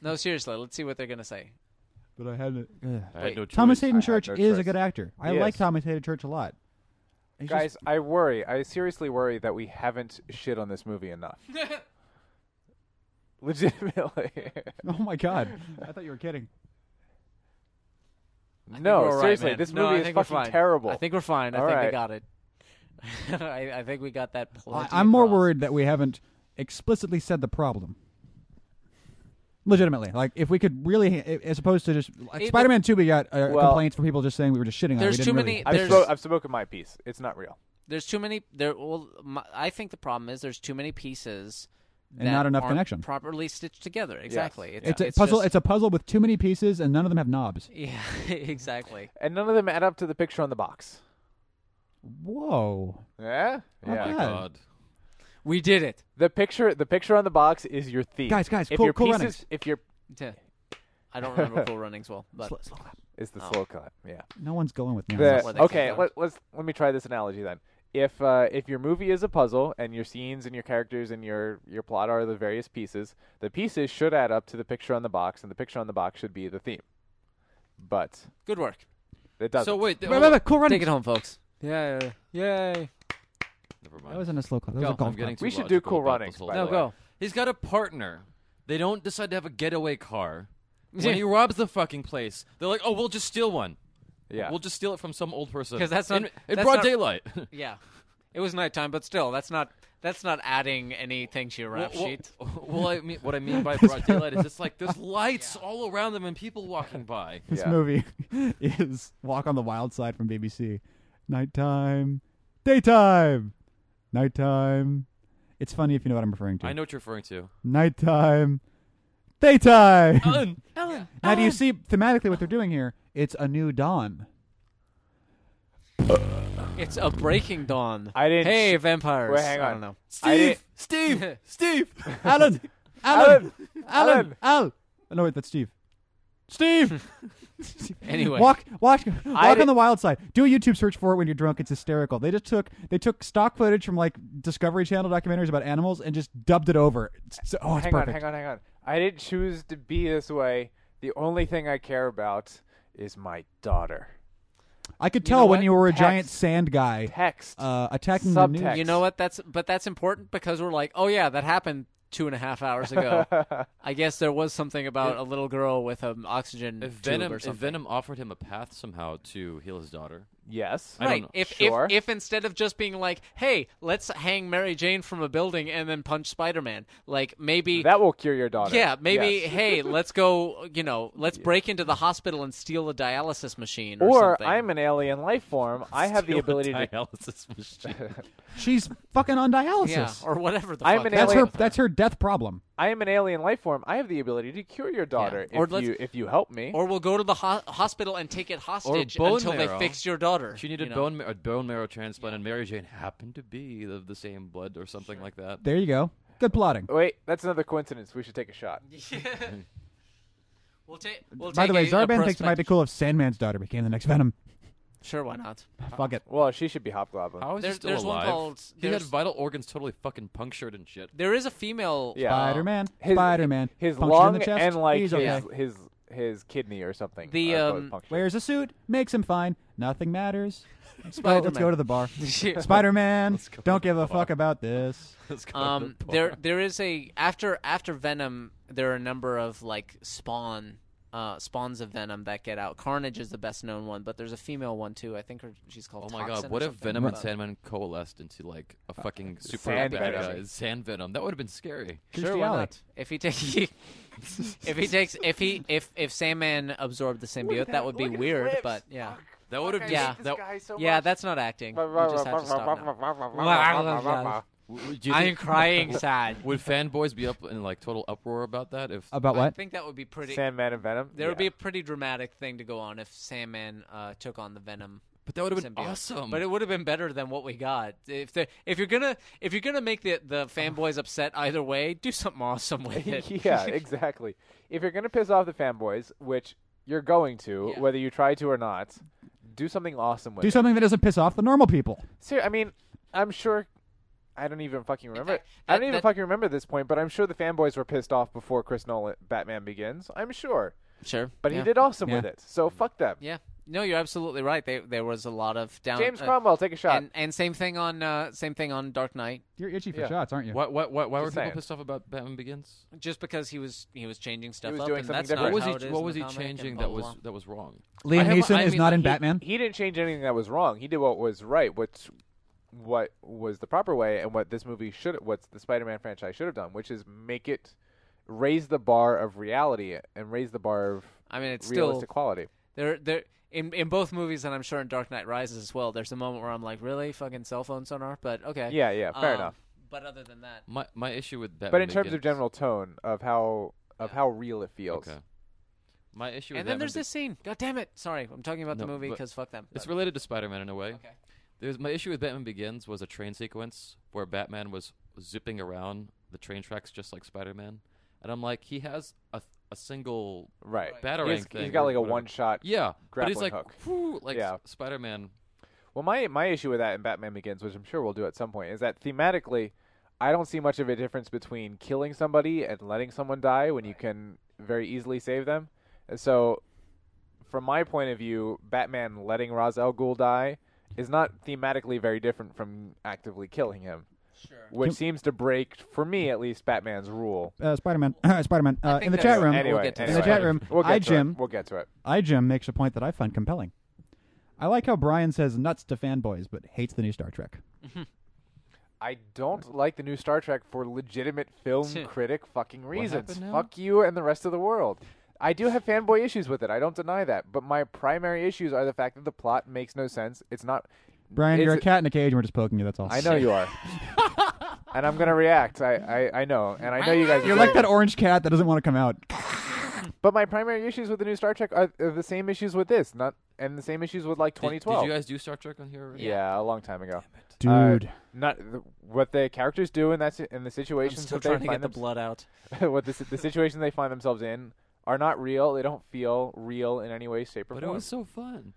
C: No, seriously. Let's see what they're gonna say.
B: but I hadn't.
E: I had no choice.
B: Thomas Hayden
D: I had
B: Church
D: no
B: is a
D: choice.
B: good actor. I
D: He
B: like
D: is.
B: Thomas Hayden Church a lot. He's
D: Guys,
B: just-
D: I worry. I seriously worry that we haven't shit on this movie enough.
B: (laughs)
D: Legitimately.
B: (laughs) oh my god, I thought you were kidding.
D: no,
C: We're all right,
D: seriously,
C: man.
D: this
C: No,
D: movie
C: I
D: is
C: think we're
D: fucking
C: fine.
D: terrible.
C: I think we're fine. I
D: All
C: think we
D: right.
C: got it. (laughs) I, I think we got that.
B: I,
C: plenty
B: I'm more
C: across.
B: worried that we haven't explicitly said the problem. Legitimately, like if we could really, as opposed to just like
C: It-
B: Spider-Man Two, we got uh,
D: Well-
B: complaints from people just saying we were just shitting on. it. We
C: There's
B: didn't
C: too
B: really-
C: many-
D: I've,
C: there's-
D: spo- I've spoken my piece. It's not real.
C: There's too many. There, well, my, I think the problem is there's too many pieces
B: And
C: that
B: not enough
C: aren't
B: connection.
C: properly stitched together. Exactly.
B: It's a puzzle.
C: just-
B: It's a puzzle with too many pieces, and none of them have knobs.
C: (laughs) yeah, exactly.
D: And none of them add up to the picture on the box.
B: Whoa!
D: Yeah?
B: Not
D: yeah.
E: Oh
B: bad.
E: My God.
C: We did it.
D: The picture the picture on the box is your theme.
B: Guys, guys,
D: if
B: cool-
D: your
B: cool
D: pieces
B: runnings.
D: if your
C: Yeah. I don't
D: (laughs)
C: remember Cool Runnings well, but
B: Slow- slow clap.
D: is the
C: Oh.
D: slow cut. Yeah.
B: No one's going with me. on
D: The-
B: this.
C: where they
D: okay,
C: came from.
D: let, let's let me try this analogy then. If uh, if your movie is a puzzle and your scenes and your characters and your your plot are the various pieces, the pieces should add up to the picture on the box, and the picture on the box should be the theme. But
C: good work.
D: it doesn't.
E: So wait,
B: Wait, wait, wait, cool running.
C: Take it home, folks. Yeah. Yay.
E: Never mind.
B: That wasn't a slow clap. That was
E: Go.
B: a golf
E: I'm getting
B: clap.
E: too
D: We should do
E: logical
D: Cool
E: about
D: Runnings,
E: this whole
D: by the
C: No,
E: thing.
D: way.
C: go.
E: He's got a partner. They don't decide to have a
C: (laughs)
E: getaway car. When he robs the fucking place, they're like, "Oh, we'll just steal one.
D: yeah,
E: We'll just steal it from some old
C: (laughs)
E: person."
C: 'Cause that's not-
E: in, in
C: that's
E: broad
C: not-
E: daylight. (laughs)
C: Yeah. It was nighttime, but still, that's not that's not adding anything to your rap
E: well,
C: sheet.
E: well- (laughs) well, I mean, what I mean by broad daylight is it's
C: (laughs)
E: like there's lights all around them and people walking by.
B: This
D: Yeah.
B: movie (laughs) is Walk on the Wild Side from BBC. Nighttime, daytime, nighttime. It's funny if you know what I'm referring to.
E: I know what you're referring to.
B: Nighttime, daytime.
D: (laughs)
E: Ellen,
B: now, do you see thematically what they're doing here? It's a new dawn.
C: It's a breaking dawn.
D: I didn't
C: Hey,
D: sh-
C: vampires.
D: Wait, hang
C: I don't
D: on.
C: know.
E: Steve, Steve, (laughs) Steve.
B: (laughs) (laughs) Alan, Alan,
D: Alan,
B: Alan, Al. Oh, no, wait, that's Steve. Steve.
C: Anyway,
B: Walk, walk, walk on
D: did-
B: the wild side. Do a YouTube search for it when you're drunk. It's hysterical. They just took they took stock footage from like Discovery Channel documentaries about animals and just dubbed it over. It's- it's- oh, it's
D: hang
B: perfect.
D: on, hang on, hang on. I didn't choose to be this way. The only thing I care about is my daughter.
B: I could
D: You know
B: tell when
D: what?
B: you were a
D: Text.
B: giant sand guy
D: Text.
B: uh, attacking the news.
D: Subtext.
C: you know what? That's but that's important because we're like, oh yeah, that happened two and a half hours
D: (laughs)
C: ago. I guess there was something about a little girl with an oxygen tube
E: If Venom,
C: or
E: if
C: something.
E: Venom offered him a path somehow to heal his daughter,
D: yes.
E: I don't
C: Right.
E: know.
C: If,
D: Sure.
C: if if instead of just being like, "Hey, let's hang Mary Jane from a building and then punch Spider-Man," like maybe
D: That will cure your daughter.
C: yeah, maybe
D: Yes. (laughs)
C: hey, let's go, you know, let's break into the hospital and steal a dialysis machine or,
D: Or
C: something.
D: I'm an alien life form. I have the
E: Steal a
D: ability
E: (laughs)
D: to
E: dialysis machine.
B: She's fucking on dialysis.
C: yeah, or whatever the
D: I'm
C: fuck.
D: an
C: that
B: that's her.
D: alien.
C: was.
B: That's her death problem.
D: I am an alien life form. I have the ability to cure your daughter
C: Or
D: if
C: let's-
D: you if you help me.
C: Or we'll go to the ho- hospital and take it hostage
E: bone
C: until
E: marrow.
C: they fix your daughter.
E: She needed
C: you know?
E: bone ma- a bone marrow transplant, and Mary Jane happened to be of the same blood or something like that.
B: There you go. Good plotting.
D: Wait, that's another coincidence. We should take a shot.
C: We'll ta- we'll
B: By the way,
C: take a- a
B: Zarban thinks it might be
C: prospect-
B: cool if Sandman's daughter became the next Venom. (laughs)
C: Sure, why not?
B: Fuck it.
D: Well, she should be Hobgoblin.
E: How is
C: There's-
E: he still
C: there's one
E: alive?
C: called-
E: he had
C: there's-
E: vital organs totally fucking punctured and shit. (laughs)
C: There is a female.
D: Yeah.
C: uh,
B: Spider Man.
D: His-
B: Spider Man.
D: His
B: Punctured
D: lung
B: in the chest.
D: and like
B: He's
D: his,
B: okay.
D: his his kidney or something.
C: The,
D: are both
C: um,
D: punctured.
B: Wears a suit, makes him fine. Nothing
D: (laughs)
B: matters. Let's go, let's
C: Spider-Man.
B: go to the bar. Spider Man,
E: go to
B: don't
E: the
B: give a
E: bar.
B: fuck about this.
E: Let's go to
C: Um,
E: the bar.
C: there there is a after after Venom, there are a number of like spawn uh spawns of Venom that get out. Carnage is the best known one, but there's a female one too. I think her, she's called.
E: Oh my
C: Toxin
E: god!
C: or
E: What if
C: something,
E: Venom and
C: but-
E: Sandman coalesced into like a fucking super
D: Uh, Sand
E: bad
D: Venom.
E: guy? Sand Venom. That would have been scary.
C: Sure,
B: Kirstie
C: why
B: Alley.
C: not? If he takes, (laughs) if he takes, if he if if Sandman absorbed the symbiote, that, would be weird. But yeah,
E: That would have
D: I
E: just.
D: hate
C: yeah,
D: this
E: that-
D: guy so
C: yeah,
D: much.
C: that's not acting. You just have to stop now.
D: (laughs)
E: w- w- do you
C: I'm (laughs)
E: think-
C: crying sad.
E: (laughs) Would fanboys be up in like total uproar about that? If
B: About
C: I
B: what?
C: think that would be pretty.
D: Sandman and Venom.
C: there would be
D: Yeah.
C: a pretty dramatic thing to go on if Sandman uh, took on the Venom
E: but that would have been
C: symbiote.
E: awesome.
C: But it would have been better than what we got. If the if you're gonna if you're gonna make the the fanboys upset either way, do something awesome with it. (laughs)
D: (laughs) yeah, exactly. If you're gonna piss off the fanboys, which you're going to,
C: Yeah.
D: whether you try to or not, do something awesome with
B: Do
D: it.
B: something that doesn't piss off the normal people.
D: Ser- I mean, I'm sure. I don't even fucking remember.
C: fact,
D: I
C: that-
D: don't even
C: that-
D: fucking remember this point, but I'm sure the fanboys were pissed off before Chris Nolan Batman Begins. I'm sure.
C: Sure.
D: But
C: yeah. Mm.
D: he did awesome
B: Yeah.
D: with it. So fuck them.
C: Yeah. No, you're absolutely right. They, there was a lot of down.
D: James
C: uh,
D: Cromwell, take a shot.
C: and, and same thing on uh, same thing on Dark Knight.
B: You're itchy for
D: Yeah.
B: shots, aren't you?
E: Why, why, why, why were
D: Just
E: people
D: saying.
E: pissed off about Batman Begins?
C: Just because he was he was changing stuff
D: was
C: up,
D: doing
C: and
D: something
C: that's not
E: What
D: different.
E: was
C: how
E: he?
C: it is
E: What
C: in
E: was
C: the
E: he
C: comic and
E: changing
C: blah,
E: that
C: blah,
E: was
C: blah.
E: that was wrong? I
B: Liam
E: have-
B: Neeson
E: I
B: is
E: mean,
B: not
E: like,
B: in
E: he-
B: Batman.
D: he didn't change anything that was wrong. He did what was right, what's what was the proper way, and what this movie should, what the Spider-Man franchise should have done, which is make it raise the bar of reality and raise the bar of
C: I mean, it's still
D: realistic quality.
C: there there in in both movies, and I'm sure in Dark Knight Rises as well. There's a moment where I'm like, really, fucking cell phone sonar, but okay.
D: Yeah, yeah, fair
C: Um,
D: enough.
C: But other than that,
E: My my issue with Batman.
D: But in terms
E: Begins-
D: of general tone of how of how real it feels,
E: okay. My issue. with
C: and then
E: Batman
C: there's
E: Be-
C: this scene. God damn it! Sorry, I'm talking about the
E: No,
C: movie
E: but
C: because fuck them.
E: It's
C: But-
E: related to Spider-Man in a way.
C: Okay.
E: There's my issue with Batman Begins was a train sequence where Batman was zipping around the train tracks just like Spider-Man, and I'm like, he has a a single
D: right?
E: battering
D: He's-
E: thing.
D: he's got
E: or
D: like a
E: whatever.
D: one-shot.
E: Yeah, but he's
D: grappling
E: like,
D: hook.
E: whew, like
D: Yeah.
E: S- Spider-Man.
D: Well, my my issue with that in Batman Begins, which I'm sure we'll do at some point, is that thematically, I don't see much of a difference between killing somebody and letting someone die when you can very easily save them. And so, from my point of view, Batman letting Ra's al Ghul die is not thematically very different from actively killing him,
C: Sure.
D: which
B: Can-
D: seems to break, for me at least, Batman's rule.
B: Uh, Spider-Man. (clears throat) Spider-Man. Uh,
C: think
B: in the
C: that's-
B: chat room.
D: anyway,
C: We'll get to
D: anyway.
B: In the chat room,
D: We'll get
B: I
D: to it.
B: Jim.
D: We'll get to it.
B: I Jim makes a point that I find compelling. I like how Brian says nuts to fanboys, but hates the new Star Trek.
D: I don't like the new Star Trek for legitimate film
C: Tch.
D: critic fucking reasons.
E: happened now?
D: Fuck you and the rest of the world. I do have fanboy issues with it. I don't deny that. But my primary issues are the fact that the plot makes no sense. It's not.
B: Brian,
D: it's-
B: you're a cat in a cage, and we're just poking you. That's all.
D: I know you are. and I'm gonna react. I, I, I know, and I know you guys.
B: You're like that orange cat that doesn't want to come out.
D: But my primary issues with the new Star Trek are, are the same issues with this, not and the same issues with like
E: Did-
D: 2012.
E: Did, you guys do Star Trek on here already?
D: yeah, a long time ago. Uh,
B: Dude,
D: not th- what the characters do in that si- in the
C: I'm
D: situations
C: still
D: that they
C: trying to get
D: find
C: the
D: themselves-
C: blood out.
D: (laughs) what the, si- the situation they find themselves in are not real. They don't feel real in any way, shape, or
E: But it
D: form.
E: was so fun.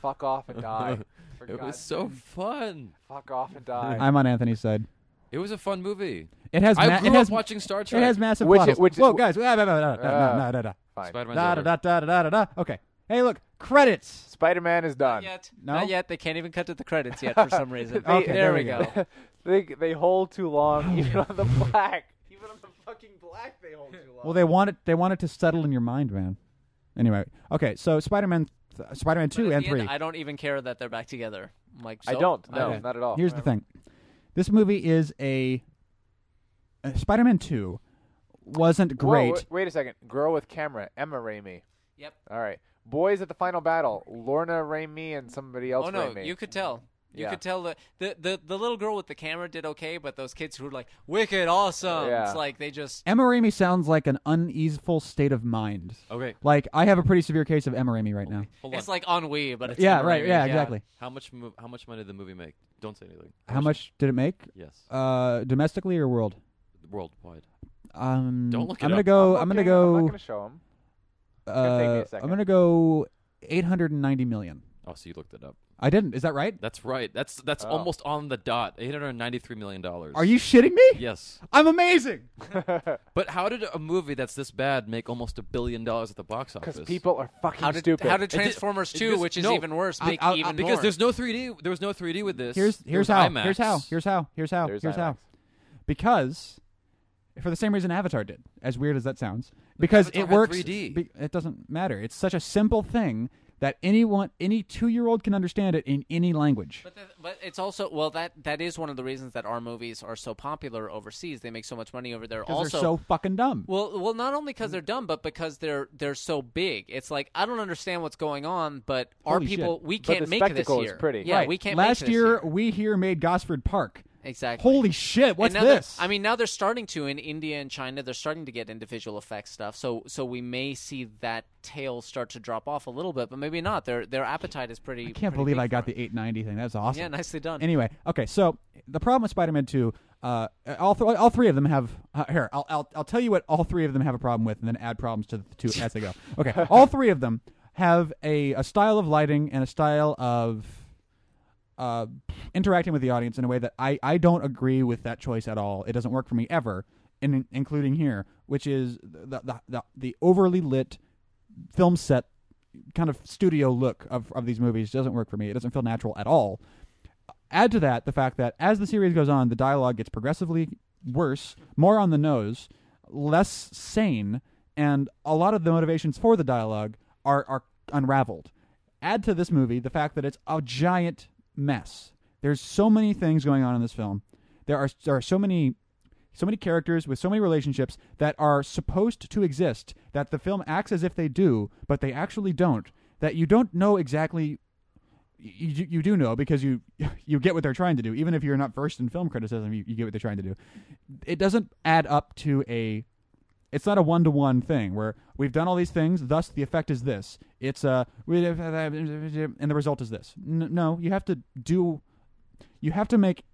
D: fuck off and die. For
E: It was
D: God's
E: so fun.
D: sake, fuck off
B: (laughs)
D: and die.
B: I'm on Anthony's side.
E: It was a fun movie.
B: It has.
E: I
B: ma-
E: grew
B: it has
E: up watching Star Trek.
B: It has massive
D: Which-
B: plot holes.
D: which-
B: Whoa, guys! Ah, da, da, da, da,
D: Uh,
B: da, da,
D: Fine.
E: Spider-Man's
B: da, da,
E: over.
B: da, da, da, da, da. Okay. Hey, look, credits.
D: Spider-Man is done.
C: Not yet.
B: No?
C: Not yet. They can't even cut to the credits yet for
D: (laughs)
C: some reason.
D: They-
B: Okay,
C: there we go.
D: they they hold too long, even on the black. Even on the fucking black, they hold too long.
B: Well, they want it. They want it to settle in your mind, man. Anyway, okay. So Spider-Man, th- Spider-Man
C: But
B: two
C: at
B: and
C: the end,
B: three.
C: I don't even care that they're back together. I'm like,
D: I
C: so?
D: don't. No,
C: Okay.
D: not at all.
B: Here's the thing. This movie is a uh, Spider-Man 2 wasn't
D: Whoa,
B: great.
D: wait, wait a second. Girl with camera, Emma Raimi.
C: Yep.
D: All right. Boys at the final battle, Lorna Raimi and somebody else.
C: Oh no,
D: Raimi.
C: you could tell. You
D: Yeah.
C: could tell that the, the the little girl with the camera did okay, but those kids who were like, "Wicked awesome!"
D: Yeah.
C: It's like
B: (laughs)
C: they just
B: Emma Raimi sounds like an uneaseful state of mind.
E: Okay.
B: Like I have a pretty severe case of Emma Raimi right now.
E: Hold on.
C: it's like ennui, but it's
B: Yeah,
C: Emma
B: right.
C: Raimi.
B: Yeah, exactly.
E: how much mo- how much money did the movie make? Don't say anything.
B: How much did it make?
E: Yes.
B: Uh, domestically or world?
E: Worldwide.
B: Um,
E: Don't look it
B: I'm gonna
E: up.
B: go.
D: I'm
B: I'm gonna
D: looking, I'm not
B: go.
D: gonna show him. gonna take me a
B: Uh, I'm
D: second.
B: gonna go. Eight hundred and ninety million.
E: Oh, so you looked it up.
B: I didn't. Is that right?
E: That's right. That's that's
D: Oh.
E: almost on the dot. Eight hundred ninety-three million dollars.
B: Are you shitting me?
E: Yes.
B: I'm amazing.
E: But how did a movie that's this bad make almost a billion dollars at the box office?
D: Because people are fucking
C: How did
D: stupid.
C: how did
E: It did-
C: Transformers
E: it
C: Two,
E: just-
C: which is
E: no.
C: even worse,
B: I-
C: make
B: I- I-
C: even
E: because
C: more?
E: there's no 3D. There was no 3D with this.
B: Here's
E: There
B: here's
E: was
B: how.
E: IMAX.
B: Here's how. Here's how. Here's how.
D: There's
B: here's
D: IMAX.
B: how. Because for the same reason Avatar did, as weird as that sounds, because
E: Avatar
B: it
E: had
B: works.
E: 3D.
B: be- it doesn't matter. It's such a simple thing that anyone, any two-year-old can understand it in any language.
C: But, the, but it's also well that that is one of the reasons that our movies are so popular overseas. They make so much money over there.
B: 'Cause
C: Also,
B: they're so Mm. fucking dumb.
C: Well, well, not only because they're dumb, but because they're they're so big. It's like I don't understand what's going on, but our
B: Holy
C: people
B: shit.
C: we
D: But
C: can't
D: the
C: make
D: spectacle
C: this
D: is
C: year.
D: pretty.
C: Yeah,
B: Right.
C: we can't.
B: Last
C: make this
B: year, we here made Gosford Park.
C: exactly.
B: Holy shit! What's
C: and now they're-
B: this?
C: I mean, now they're starting to in India and China. They're starting to get into visual effects stuff. So, so we may see that tail start to drop off a little bit, but maybe not. Their their appetite is pretty.
B: I can't believe I got the 890 thing. That's awesome.
C: Yeah, nicely done.
B: Anyway, okay, so the problem with Spider-Man Two, uh, all th- all three of them have uh, here. I'll, I'll I'll tell you what all three of them have a problem with, and then add problems to the two as they go. Okay, all three of them have a a style of lighting and a style of uh, interacting with the audience in a way that I I don't agree with that choice at all. It doesn't work for me ever, in, including here, which is the the the, the overly lit film set kind of studio look of, of these movies doesn't work for me. It doesn't feel natural at all. Add to that the fact that as the series goes on, the dialogue gets progressively worse, more on the nose, less sane, and a lot of the motivations for the dialogue are, are unraveled. Add to this movie the fact that it's a giant mess. There's so many things going on in this film. There are there are so many so many characters with so many relationships that are supposed to exist that the film acts as if they do but they actually don't that you don't know exactly you, you do know because you (laughs) you get what they're trying to do even if you're not versed in film criticism you, you get what they're trying to do it doesn't add up to a it's not a one to one thing where we've done all these things thus the effect is this it's a (laughs) and the result is this N- no you have to do you have to make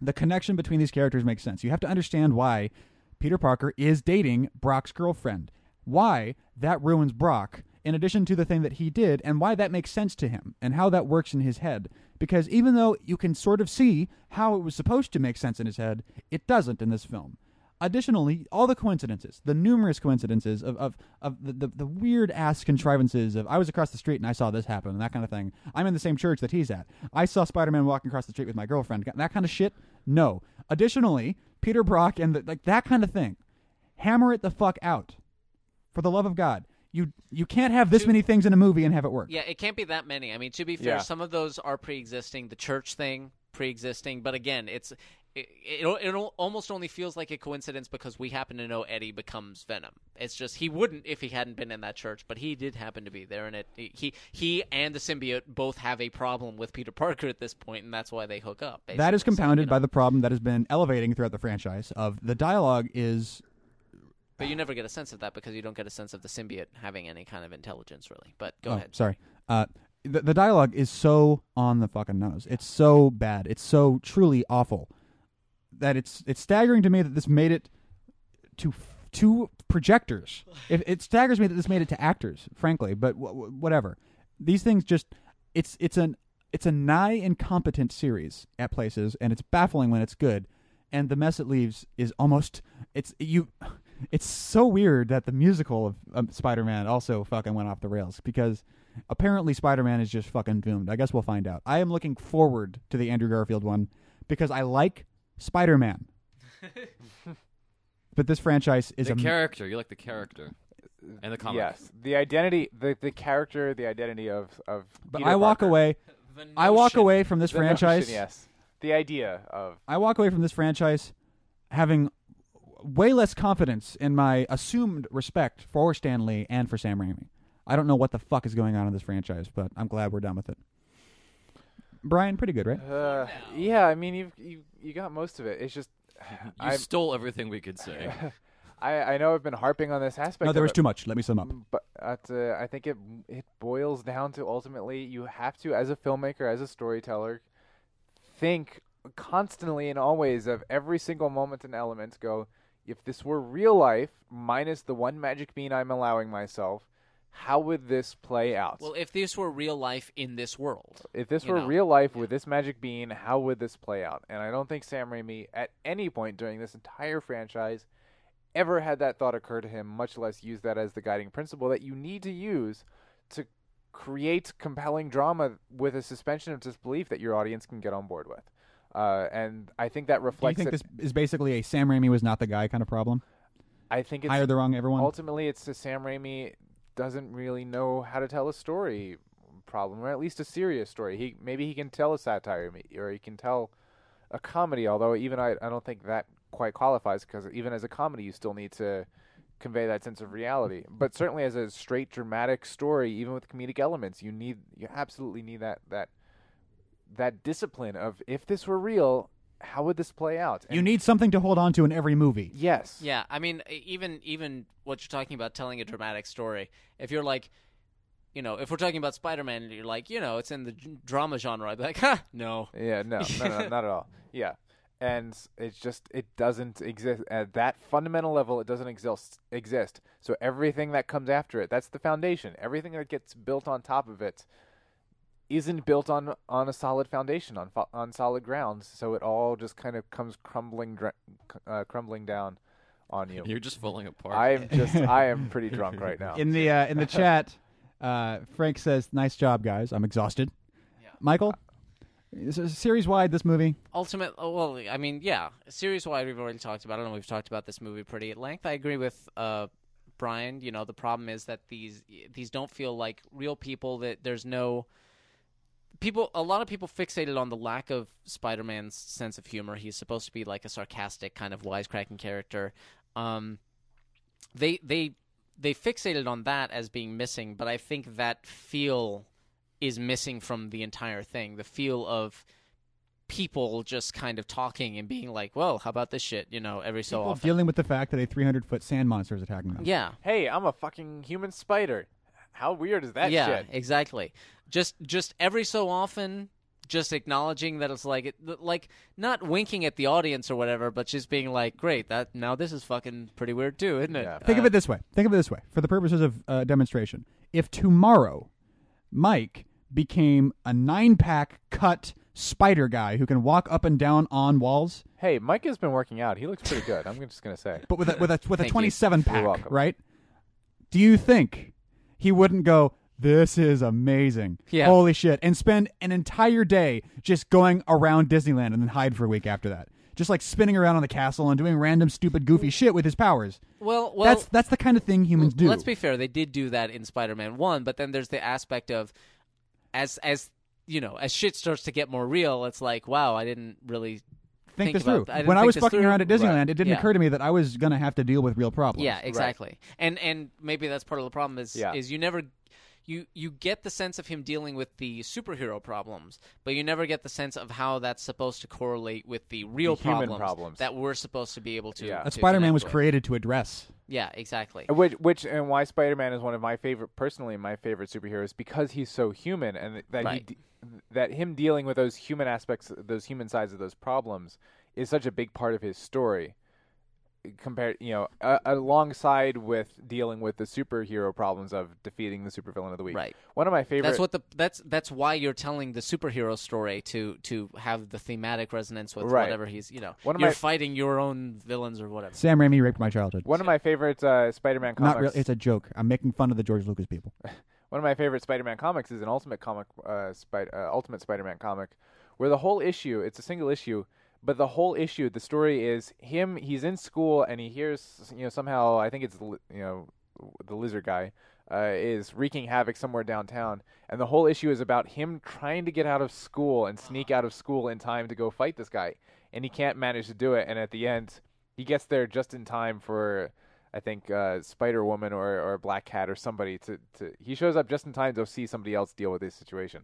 B: the connection between these characters makes sense. You have to understand why Peter Parker is dating Brock's girlfriend, why that ruins Brock, in addition to the thing that he did, and why that makes sense to him, and how that works in his head. Because even though you can sort of see how it was supposed to make sense in his head, it doesn't in this film. Additionally, all the coincidences, the numerous coincidences of, of, of the, the, the weird ass contrivances of I was across the street and I saw this happen and that kind of thing. I'm in the same church that he's at. I saw Spider Man walking across the street with my girlfriend. That kind of shit. No. Additionally, Peter Brock and the, like that kind of thing. Hammer it the fuck out. For the love of God. You you can't have this many things in a movie and have it work.
C: Yeah, it can't be that many. I mean, to be fair,
D: Yeah.
C: some of those are pre-existing. The church thing, pre-existing, but again, it's it, it, it al- almost only feels like a coincidence because we happen to know Eddie becomes Venom. It's just he wouldn't if he hadn't been in that church, but he did happen to be there, and it he he and the symbiote both have a problem with Peter Parker at this point, and that's why they hook up.
B: That is
C: basically. So, you
B: compounded
C: know.
B: by the problem that has been elevating throughout the franchise of the dialogue is
C: But you never get a sense of that because you don't get a sense of the symbiote having any kind of intelligence, really. But go
B: oh,
C: ahead.
B: Sorry. Uh, the, the dialogue is so on the fucking nose. It's so bad. It's so truly awful that it's it's staggering to me that this made it to to projectors. If it staggers me that this made it to actors, frankly. But w- w- whatever. These things just it's it's an it's a nigh incompetent series at places, and it's baffling when it's good. And the mess it leaves is almost it's you. It's so weird that the musical of um, Spider-Man also fucking went off the rails because apparently Spider-Man is just fucking doomed. I guess we'll find out. I am looking forward to the Andrew Garfield one because I like
D: (laughs)
B: Spider-Man. but this franchise is
E: the
B: a
E: character. You like the character. And the comic.
D: Yes, the identity, the, the character, the identity of of.
B: but
D: Peter
B: I walk
D: Parker.
B: away. I walk away from this
D: The notion,
B: franchise.
D: yes, the idea of
B: I walk away from this franchise having way less confidence in my assumed respect for Stan Lee and for Sam Raimi. I don't know what the fuck is going on in this franchise, but I'm glad we're done with it. Brian, pretty good, right?
D: Uh, yeah, I mean you've you you got most of it. It's just (sighs)
E: You
D: I'm-
E: stole everything we could say.
D: I I know I've been harping on this aspect.
B: No, there
D: of
B: was
D: it,
B: too much. Let me sum up.
D: But at, uh, I think it it boils down to ultimately you have to as a filmmaker as a storyteller think constantly and always of every single moment and element go if this were real life minus the one magic bean I'm allowing myself how would this play out
C: Well, if this were real life in this world,
D: if this
C: you
D: were
C: know.
D: real life with this magic bean, how would this play out? And I don't think Sam Raimi, at any point during this entire franchise, ever had that thought occur to him, much less use that as the guiding principle that you need to use to create compelling drama with a suspension of disbelief that your audience can get on board with. Uh, and I think that
B: Do you
D: reflects.
B: think
D: it-
B: this is basically a Sam Raimi was not the guy kind of problem?
D: I think it's
B: Hire the wrong everyone?
D: ultimately it's the Sam Raimi doesn't really know how to tell a story problem, or at least a serious story. He maybe he can tell a satire, ma- or he can tell a comedy. Although even I, I don't think that quite qualifies because even as a comedy, you still need to convey that sense of reality. But certainly as a straight dramatic story, even with comedic elements, you need you absolutely need that that that discipline of if this were real, how would this play out?
B: you
D: And
B: need something to hold on to in every movie.
D: yes,
C: Yeah, I mean, e- even even what you're talking about telling a dramatic story. If you're like, you know, if we're talking about Spider-Man, and you're like, you know, it's in the j- drama genre. I'd be like, (laughs) ha, no.
D: Yeah, no, no, no, not at all. Yeah, and it's just it doesn't exist at that fundamental level. It doesn't exist. Exist. So everything that comes after it, that's the foundation. Everything that gets built on top of it isn't built on on a solid foundation on fo- on solid grounds. So it all just kind of comes crumbling dr- c- uh, crumbling down on you.
E: You're just falling apart.
D: I am just I am pretty drunk right now.
B: In the uh,
D: (laughs)
B: in the chat, uh, Frank says, "Nice job, guys. I'm exhausted." Michael,
D: Uh,
B: series wide this movie.
C: Ultimate, oh, well, I mean, yeah, series wide, we've already talked about it, and we've talked about this movie pretty at length. I agree with uh, Brian. You know, the problem is that these these don't feel like real people. That there's no people. A lot of people fixated on the lack of Spider-Man's sense of humor. He's supposed to be like a sarcastic kind of wisecracking character. Um, they they they fixated on that as being missing, but I think that feel is missing from the entire thing. The feel of people just kind of talking and being like, "Well, how about this shit?" You know, every so
B: People
C: often.
B: dealing with the fact that a 300 foot sand monster is attacking them.
C: yeah,
D: hey, I'm a fucking human spider. How weird is that
C: yeah,
D: shit?
C: exactly. Just just every so often, just acknowledging that it's like it, like not winking at the audience or whatever, but just being like, "Great, that now this is fucking pretty weird too, isn't it?"
D: Yeah.
B: Think of it this way. Think of it this way. For the purposes of uh, demonstration, if tomorrow Mike became a nine pack cut spider guy who can walk up and down on walls,
D: Hey, Mike has been working out. He looks pretty good. I'm just gonna say. (laughs)
B: but with a, with a with a
C: you.
B: 27
D: welcome.
B: pack, right? Do you think he wouldn't go? This is amazing.
C: Yeah.
B: Holy shit. And spend an entire day just going around Disneyland and then hide for a week after that. Just like spinning around on the castle and doing random stupid goofy shit with his powers.
C: Uh, Well, well,
B: that's that's the kind of thing humans do.
C: Let's be fair; they did do that in Spider-Man One, but then there's the aspect of as as you know, as shit starts to get more real, it's like, wow, I didn't really
B: think,
C: think
B: this
C: about-
B: through.
C: I didn't
B: when I
C: think
B: was
C: this
B: fucking
C: through.
B: around at Disneyland,
D: Right.
B: it didn't
C: Yeah.
B: occur to me that I was going to have to deal with real problems.
C: Yeah, exactly. And and maybe that's part of the problem is
D: Yeah.
C: is you never you you get the sense of him dealing with the superhero problems, but you never get the sense of how that's supposed to correlate with the real
D: The human
C: problems,
D: problems.
C: that we're supposed to be able to.
D: Yeah.
B: A
C: to
B: Spider-Man
C: connect
B: was
C: with.
B: created to address.
C: Yeah, exactly.
D: Which, which, and why Spider-Man is one of my favorite, personally, my favorite superheroes because he's so human, and that
C: Right.
D: he, de- that him dealing with those human aspects, those human sides of those problems, is such a big part of his story. Compared, you know, uh, alongside with dealing with the superhero problems of defeating the supervillain of the week.
C: Right.
D: One of my favorite.
C: That's what the that's that's why you're telling the superhero story to to have the thematic resonance with
D: Right.
C: whatever he's you know
D: One of
C: you're
D: my-
C: fighting your own villains or whatever.
B: Sam Raimi raped my childhood.
D: one of my favorite uh, Spider-Man comics.
B: Not real. It's a joke. I'm making fun of the George Lucas people.
D: one of my favorite Spider-Man comics is an Ultimate comic, uh, Spid- uh, Ultimate Spider-Man comic, where the whole issue it's a single issue, but the whole issue the story is him he's in school and he hears you know somehow I think it's the li- you know the lizard guy uh, is wreaking havoc somewhere downtown, and the whole issue is about him trying to get out of school and sneak out of school in time to go fight this guy, and he can't manage to do it, and at the end he gets there just in time for I think uh, Spider Woman or, or Black Cat or somebody to, to he shows up just in time to see somebody else deal with this situation.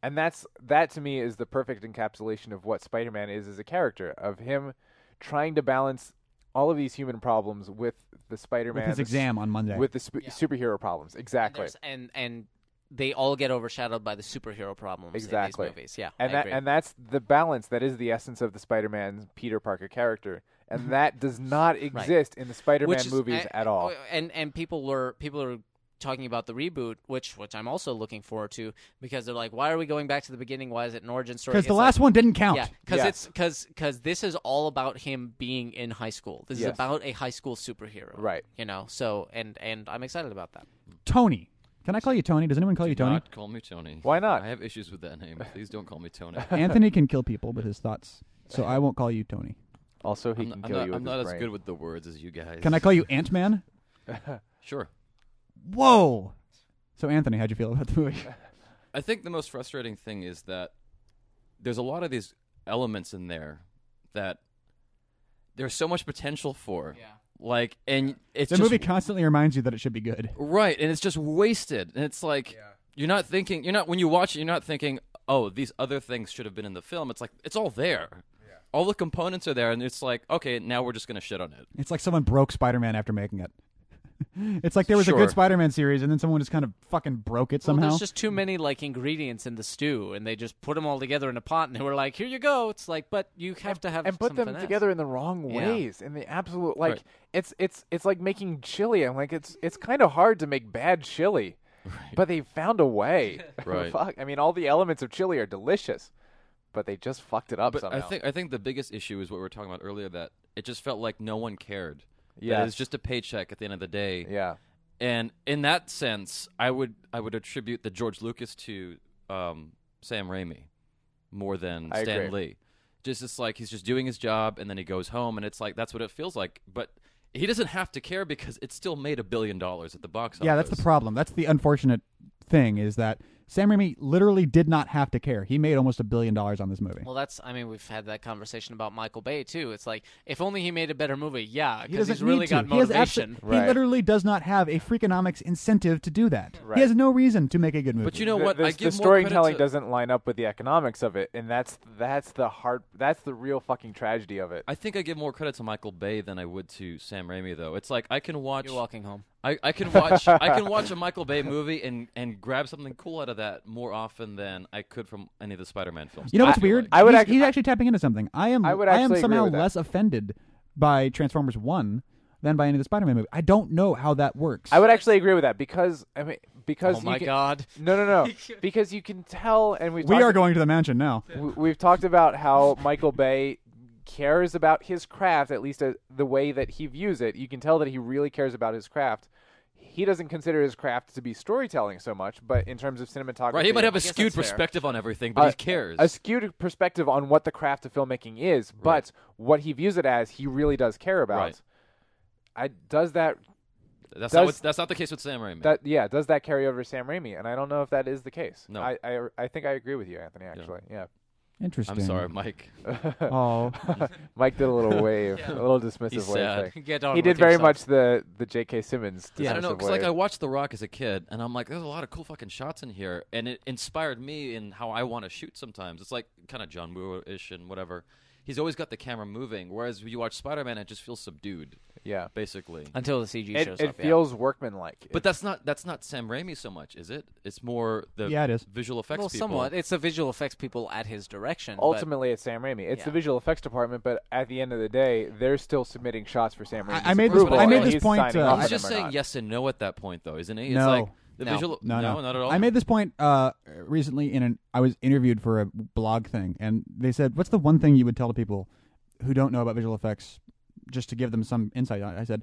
D: And that's that to me is the perfect encapsulation of what Spider Man is as a character, of him trying to balance all of these human problems with the Spider Man
B: With his exam on Monday.
D: with the sp- superhero problems. Exactly.
C: There's- And and they all get overshadowed by the superhero problems
D: exactly.
C: in these movies. Yeah,
D: and
C: I
D: that
C: agree.
D: and that's the balance that is the essence of the Spider Man Peter Parker character. And that does not exist in the Spider
C: Mm-hmm.
D: Man
C: Which is-
D: movies
C: and- oh,
D: at all.
C: And and people were people are talking about the reboot, which which I'm also looking forward to because they're like, why are we going back to the beginning? Why is it an origin story?
B: Because the
C: It's like-
B: last one didn't count.
C: Yeah, because
D: Yeah.
C: it's because because this is all about him being in high school. This is
D: Yes.
C: about a high school superhero,
D: Right.
C: You know, so and and I'm excited about that.
B: Tony. Can I call you Tony? Does anyone call you Tony?
E: Not call me Tony.
D: Why not?
E: I have issues with that name. Please don't call me Tony.
D: (laughs)
B: Anthony can kill people with his thoughts, so I won't call you Tony.
D: Also, he
E: I'm
D: can
E: not, I'm
D: kill
E: not-
D: you.
E: I'm
D: with
E: not
D: his
E: as
D: brain.
E: good with the words as you guys.
B: Can I call you Ant Man?
E: Sure.
B: Whoa. So Anthony, how'd you feel about the movie?
D: (laughs)
E: I think the most frustrating thing is that there's a lot of these elements in there that there's so much potential for. Yeah. Like, and it's
B: The
E: just
B: movie constantly reminds you that it should be good.
E: right, and it's just wasted. And it's like you're not thinking. You're not when you watch it. You're not thinking. Oh, these other things should have been in the film. It's like it's all there. All the components are there, and it's like okay, now we're just gonna shit on it.
B: It's like someone broke Spider Man after making it. (laughs) It's like there was a
E: Sure.
B: good Spider Man series, and then someone just kind of fucking broke it somehow.
C: Well, there's just too many like ingredients in the stew, and they just put them all together in a pot, and they were like, "Here you go." It's like, but you have to have
D: and put
C: some
D: them
C: finesse.
D: together in the wrong
C: Yeah.
D: ways in the absolute like
E: Right.
D: it's it's it's like making chili i'm like it's it's kind of hard to make bad chili but they found a
E: (laughs)
D: way
E: Right.
D: Fuck. i mean all the elements of chili are delicious but they just fucked it up
E: But
D: somehow
E: I think I think the biggest issue is what we were talking about earlier that it just felt like no one cared. Yeah,
D: Yes.
E: it's just a paycheck at the end of the day.
D: Yeah.
E: And in that sense, I would I would attribute the George Lucas to um, Sam Raimi more than
D: I
E: Stan
D: agree.
E: Lee. Just it's like he's just doing his job and then he goes home and it's like that's what it feels like. But he doesn't have to care because it still made a billion dollars at the box office.
B: Yeah, that's the problem. That's the unfortunate thing is that Sam Raimi literally did not have to care. He made almost a billion dollars on this movie.
C: Well, that's. I mean, we've had that conversation about Michael Bay too. It's like if only he made a better movie. Yeah,
B: he
C: because
B: doesn't
C: he's really
B: need to.
C: got
B: He has abso-
C: motivation.
B: He,
D: Right.
B: literally does not have a freakonomics incentive to do that.
D: Right.
B: He has no reason to make a good movie.
E: But you know
D: The-
E: what?
D: The,
E: I
D: the
E: give more credit
D: storytelling
E: to-
D: doesn't line up with the economics of it, and that's that's the hard. That's the real fucking tragedy of it.
E: I think I give more credit to Michael Bay than I would to Sam Raimi though. It's like I can watch
C: You're walking home.
E: I, I can watch I
D: (laughs)
E: can watch a Michael Bay movie and, and grab something cool out of that more often than I could from any of the Spider Man films.
B: You know
E: I
B: what's
E: feel
B: weird?
E: like.
D: I would
B: he's,
D: actu-
B: he's actually tapping into something. I am.
D: I would
B: am
D: actually agree
B: somehow
D: with that.
B: less offended by Transformers One than by any of the Spider-Man movie. I don't know how that works.
D: I would actually agree with that because I mean because
C: Oh
D: you
C: my
D: can-
C: God.
D: No, no,
E: (laughs)
D: no. because you can tell, and we
B: we are going to the mansion now.
D: we- we've talked about how Michael Bay cares about his craft, at least uh, the way that he views it. You can tell that he really cares about his craft. He doesn't consider his craft to be storytelling so much, but in terms of cinematography,
E: Right, he might have a
C: guess
E: skewed
C: that's fair.
E: perspective on everything, but
D: a-
E: he cares.
D: A skewed perspective on what the craft of filmmaking is, but
E: Right.
D: what he views it as, he really does care about.
E: Right.
D: I does that
E: that's
D: does-
E: not what, that's not the case with Sam Raimi.
D: that yeah does that carry over to Sam Raimi? And I don't know if that is the case.
E: No.
D: I I, I think I agree with you, Anthony. Actually, yeah.
B: Interesting.
E: I'm sorry, Mike.
B: (laughs) Oh,
D: Mike did
B: (laughs)
D: a little wave, a little dismissive
E: He's
D: wave.
E: sad.
D: thing.
C: Get on
D: He
C: with
D: did very
C: yourself.
D: much the the J.K. Simmons.
E: I don't
D: dismissive
E: know because like
D: wave.
E: I watched The Rock as a kid, and I'm like, there's a lot of cool fucking shots in here, and it inspired me in how I want to shoot. Sometimes it's like kind of John Woo ish and whatever. He's always got the camera moving, whereas when you watch Spider Man, it just feels subdued,
D: yeah.
E: basically.
C: Until the CG
D: It,
C: shows
D: it
C: up. yeah.
D: feels workmanlike.
E: But that's not that's not Sam Raimi so much, is it? It's more the
B: Yeah, it is.
E: visual effects
C: well,
E: people.
C: somewhat. It's the visual effects people at his direction. but-
D: ultimately it's Sam Raimi. It's the
C: Yeah.
D: visual effects department, but at the end of the day, they're still submitting shots for Sam Raimi.
B: I made this-
E: I made
B: this point, uh,
E: He's
B: I-
E: just saying yes and no at that point, though, isn't he? It's
B: No.
E: like the
C: No.
E: visual.
B: no, no,
E: not at all.
B: I made this point uh, recently in an. I was interviewed for a blog thing, and they said, "What's the one thing you would tell to people who don't know about visual effects, just to give them some insight?" on it?" I said,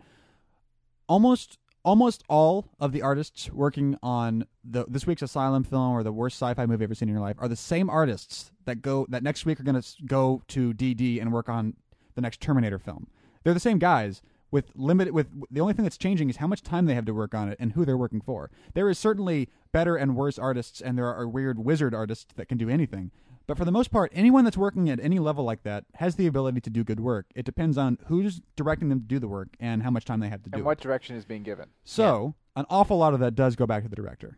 B: "Almost, almost all of the artists working on the this week's Asylum film or the worst sci-fi movie you've ever seen in your life are the same artists that go that next week are going to go to DD and work on the next Terminator film. They're the same guys." With limited, with the only thing that's changing is how much time they have to work on it and who they're working for. There is certainly better and worse artists, and there are weird wizard artists that can do anything. But for the most part, anyone that's working at any level like that has the ability to do good work. It depends on who's directing them to do the work and how much time they have to do.
D: And
B: it.
D: what direction is being given?
B: so, an awful lot of that does go back to the director.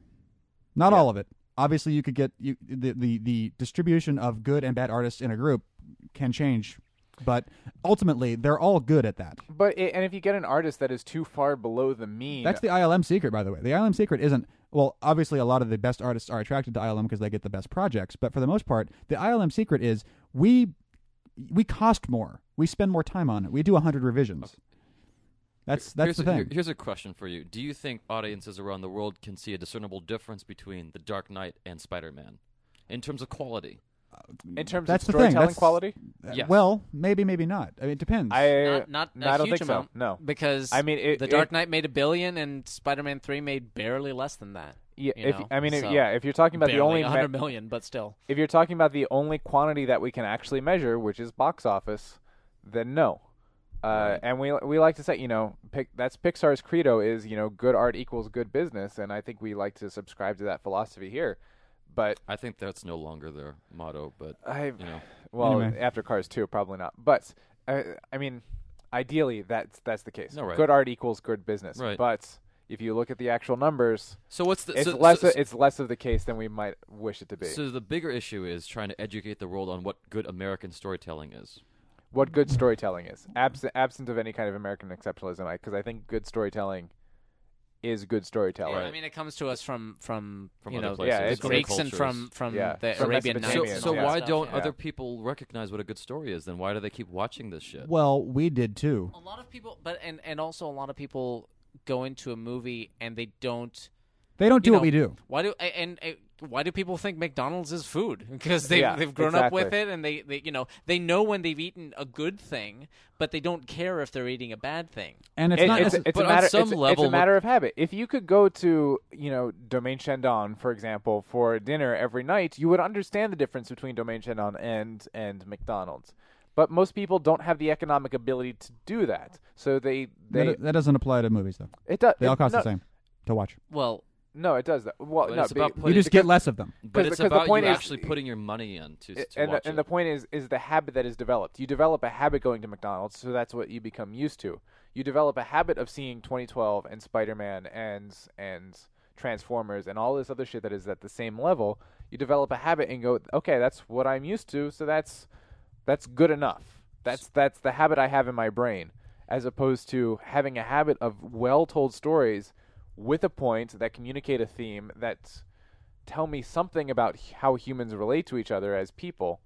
B: Not all of it. Obviously, you could get you, the, the the distribution of good and bad artists in a group can change, but ultimately, they're all good at that.
D: But it, and if you get an artist that is too far below the mean,
B: That's the ILM secret, by the way. The ILM secret isn't well. Obviously, a lot of the best artists are attracted to ILM because they get the best projects. But for the most part, the ILM secret is we we cost more, we spend more time on it, we do hundred revisions. That's that's
E: here's
B: the
E: a, here-
B: thing.
E: Here's a question for you: Do you think audiences around the world can see a discernible difference between The Dark Knight and Spider Man in terms of quality?
D: in terms
B: That's
D: of
B: the thing.
D: storytelling
B: That's-
D: quality.
B: Uh,
E: Yes.
B: Well, maybe, maybe not. I mean, it depends.
D: I
C: not not
D: no,
C: a
D: I don't
C: huge
D: think
C: amount.
D: so. No,
C: because
D: I mean, it-
C: the Dark
D: it-
C: Knight made a billion, and Spider-Man Three made barely less than that.
D: yeah.
C: you
D: If,
C: know,
D: I mean, if,
C: so
D: yeah. If you're talking about the
C: barely
D: only
C: 100
D: me-
C: million, but still,
D: if you're talking about the only quantity that we can actually measure, which is box office, then no. Uh, and we we like to say, you know, pic, that's Pixar's credo is you know good art equals good business, and I think we like to subscribe to that philosophy here. But
E: I think that's no longer their motto, but
D: I,
E: you know,
D: well,
B: Anyway.
D: after Cars two, probably not. But uh, I mean, ideally, that's that's the case.
E: No, right.
D: Good art equals good business.
E: Right.
D: But if you look at the actual numbers,
E: so what's the
D: it's
E: so,
D: less
E: so-
D: it's less of the case than we might wish it to be.
E: so the bigger issue is trying to educate the world on what good American storytelling is.
D: what good storytelling is, absent absent of any kind of American exceptionalism, because I think good storytelling is good storytelling.
C: I mean, it comes to us from from,
E: From
C: you
E: other
C: know
E: places,
D: Yeah,
C: the
D: it's-
C: Greeks and
E: cultures.
C: from from
D: Yeah,
C: the
D: from
C: Arabian
E: So,
C: Nights.
D: Mesopotamian
C: and
E: so
C: all that
E: why
C: stuff,
E: don't
C: yeah.
E: other people recognize what a good story is? Then why do they keep watching this shit?
B: well, we did too.
C: a lot of people but and and also a lot of people go into a movie and they don't
B: They don't do
C: you
B: what
C: know,
B: we do.
C: Why do a- and, uh, why do people think McDonald's is food? (laughs) Because they
D: Yeah,
C: they've grown
D: exactly.
C: up with it, and they, they you know they know when they've eaten a good thing, but they don't care if they're eating a bad thing.
B: And it's
D: It-
B: not
D: it's,
B: necess-
D: it's
E: but
D: a
E: on
D: matter,
E: some
D: it's, it's
E: level-
D: a matter of habit. If you could go to, you know, Domaine Chandon, for example, for dinner every night, you would understand the difference between Domaine Chandon and and McDonald's. But most people don't have the economic ability to do that, so they they
B: that, that doesn't apply to movies though.
D: it does.
B: They all
D: it-
B: cost
D: no,
B: the same to watch.
C: Well,
D: No, it does. That. Well,
E: But
D: no,
E: it's about
B: You
E: putting-
B: just get less of them.
E: But
D: 'Cause-
E: it's
D: 'cause the
E: about
D: point
E: you
D: is-
E: actually putting your money in to, to
D: and
E: watch
D: the, and
E: it.
D: the point is is the habit that is developed. You develop a habit going to McDonald's, so that's what you become used to. You develop a habit of seeing 2012 and Spider-Man and and Transformers and all this other shit that is at the same level. You develop a habit and go, okay, that's what I'm used to, so that's that's good enough. That's that's the habit I have in my brain, as opposed to having a habit of well-told stories with a point that communicate a theme that tell me something about h- how humans relate to each other as people,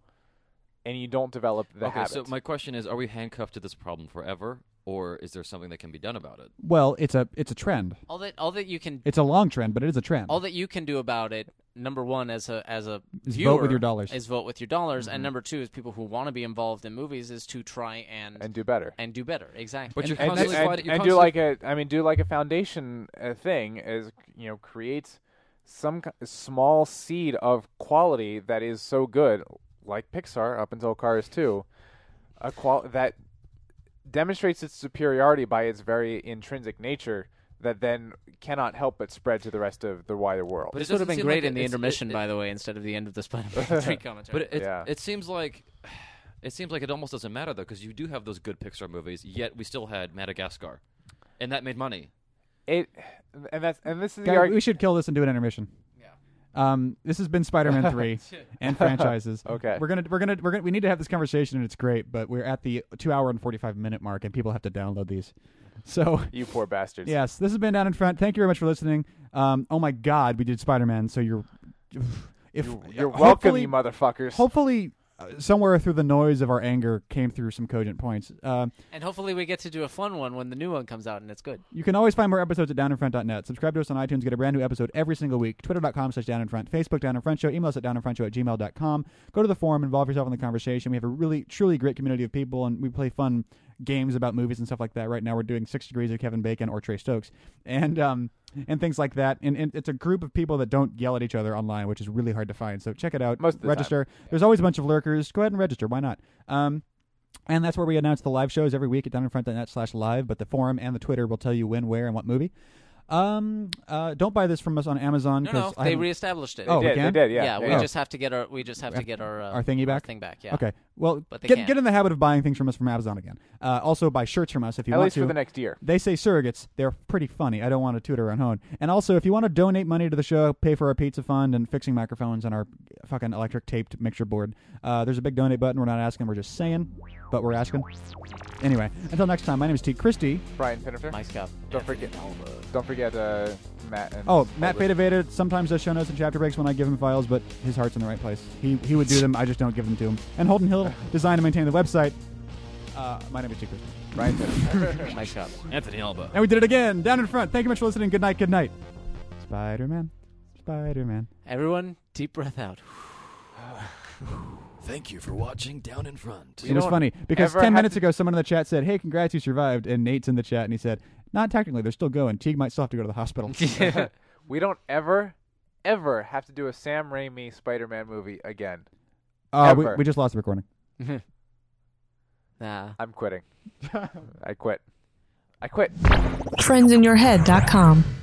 D: and you don't develop the
E: okay,
D: habit.
E: so my question is: Are we handcuffed to this problem forever, or is there something that can be done about it?
B: Well, it's a it's a trend.
C: all that all that you can
B: It's a long trend, but it is a trend.
C: all that you can do about it number one as a as a
B: Is
C: viewer,
B: vote with your dollars. Mm-hmm.
C: is vote with your dollars and number two is people who want to be involved in movies is to try and
D: and do better.
C: and do better exactly
E: But you're
D: and,
E: constantly
D: and-
E: fighting- you're
D: and do like a, I mean, do like a foundation uh, thing is you know create some ki- small seed of quality that is so good, like Pixar up until Cars two, a qual that demonstrates its superiority by its very intrinsic nature that then cannot help but spread to the rest of the wider world.
E: But
C: this
E: it
C: would have been
E: doesn't seem
C: great
E: like
C: in
E: it-
C: the
E: it's-
C: intermission
E: it-
C: by the way instead of the end of the spider-man (laughs) 3 commentary
E: But it,
D: Yeah.
E: it seems like it seems like it almost doesn't matter though, because you do have those good Pixar movies. Yet we still had Madagascar, and that made money.
D: It and that's and this is the
B: Guy,
D: argument.
B: we should kill this and do an intermission. Um, this has been Spider-Man three and franchises.
D: Okay.
B: we're gonna we're gonna we're gonna we need to have this conversation and it's great, but we're at the two hour and forty five minute mark and people have to download these. So
D: You poor bastards.
B: yes, this has been down in front. Thank you very much for listening. Um, oh my God, we did Spider-Man. So you're if
D: You're welcome,
B: hopefully-
D: you motherfuckers.
B: Hopefully, uh, somewhere through the noise of our anger came through some cogent points. Um,
C: and hopefully we get to do a fun one when the new one comes out and it's good
B: You can always find more episodes at downinfront.net. Subscribe to us on iTunes. Get a brand new episode every single week. Twitter.com slash downinfront. Facebook downinfront show. Email us at downinfrontshow at gmail.com. Go to the forum. Involve yourself in the conversation. We have a really, truly great community of people, and we play fun games about movies and stuff like that. Right now, we're doing Six Degrees of Kevin Bacon or Trey Stokes and um, and things like that. And, and it's a group of people that don't yell at each other online, which is really hard to find. So check it out.
D: Most of the time.
B: register. There's always a bunch of lurkers. Go ahead and register. Why not? Um, and that's where we announce the live shows every week at diamondfront.net slash live, but the forum and the Twitter will tell you when, where, and what movie. Um, uh, don't buy this from us on Amazon.
C: no no
B: 'cause I
C: they
B: haven't-
C: reestablished it
B: Oh, we
D: They did, they
B: can?
D: did,
C: yeah,
D: yeah.
C: we
D: yeah.
C: just have to get our we just have to get our uh,
B: Our thingy back?
C: thing back yeah
B: Okay. Well,
C: But they
B: get,
C: can't.
B: get in the habit of buying things from us from Amazon again. Uh, also, buy shirts from us if you
D: At
B: want
D: least
B: to.
D: for the next year.
B: They say surrogates. They're pretty funny. I don't want to toot our own horn. And also, if you want to donate money to the show, pay for our pizza fund and fixing microphones and our fucking electric taped mixture board, uh, there's a big donate button. We're not asking, we're just saying, but we're asking. Anyway, until next time, my name is T. Christie.
D: Brian Pinnifer.
C: nice cup
D: Don't forget. Don't forget uh, Matt and.
B: Oh, Matt
D: Albert.
B: Fadavated sometimes does show notes and chapter breaks when I give him files, but his heart's in the right place. He, he would do them, I just don't give them to him. And Holden
D: (laughs)
B: Hill designed and maintained the website. Uh, my name is T. Christie.
D: Brian
C: (laughs)
D: Pinnifer.
C: nice cup
E: Anthony Alba.
B: And we did it again, down in front. Thank you much for listening. Good night, good night. Spider Man. Spider Man.
C: everyone deep breath out (laughs)
E: Thank you for watching Down in Front.
B: it was
D: don't
B: funny because
D: ever
B: 10
D: have
B: minutes
D: to-
B: ago someone in the chat said hey congrats you survived and nate's in the chat and he said not technically they're still going teague might still have to go to the
D: (laughs)
B: hospital
D: we don't ever, ever have to do a Sam Raimi Spider-Man movie again.
B: uh, we,
D: Ever.
B: we just lost the recording
C: nah
B: (laughs)
D: I'm quitting. I quit. I quit.
A: Friendsinyourhead.com.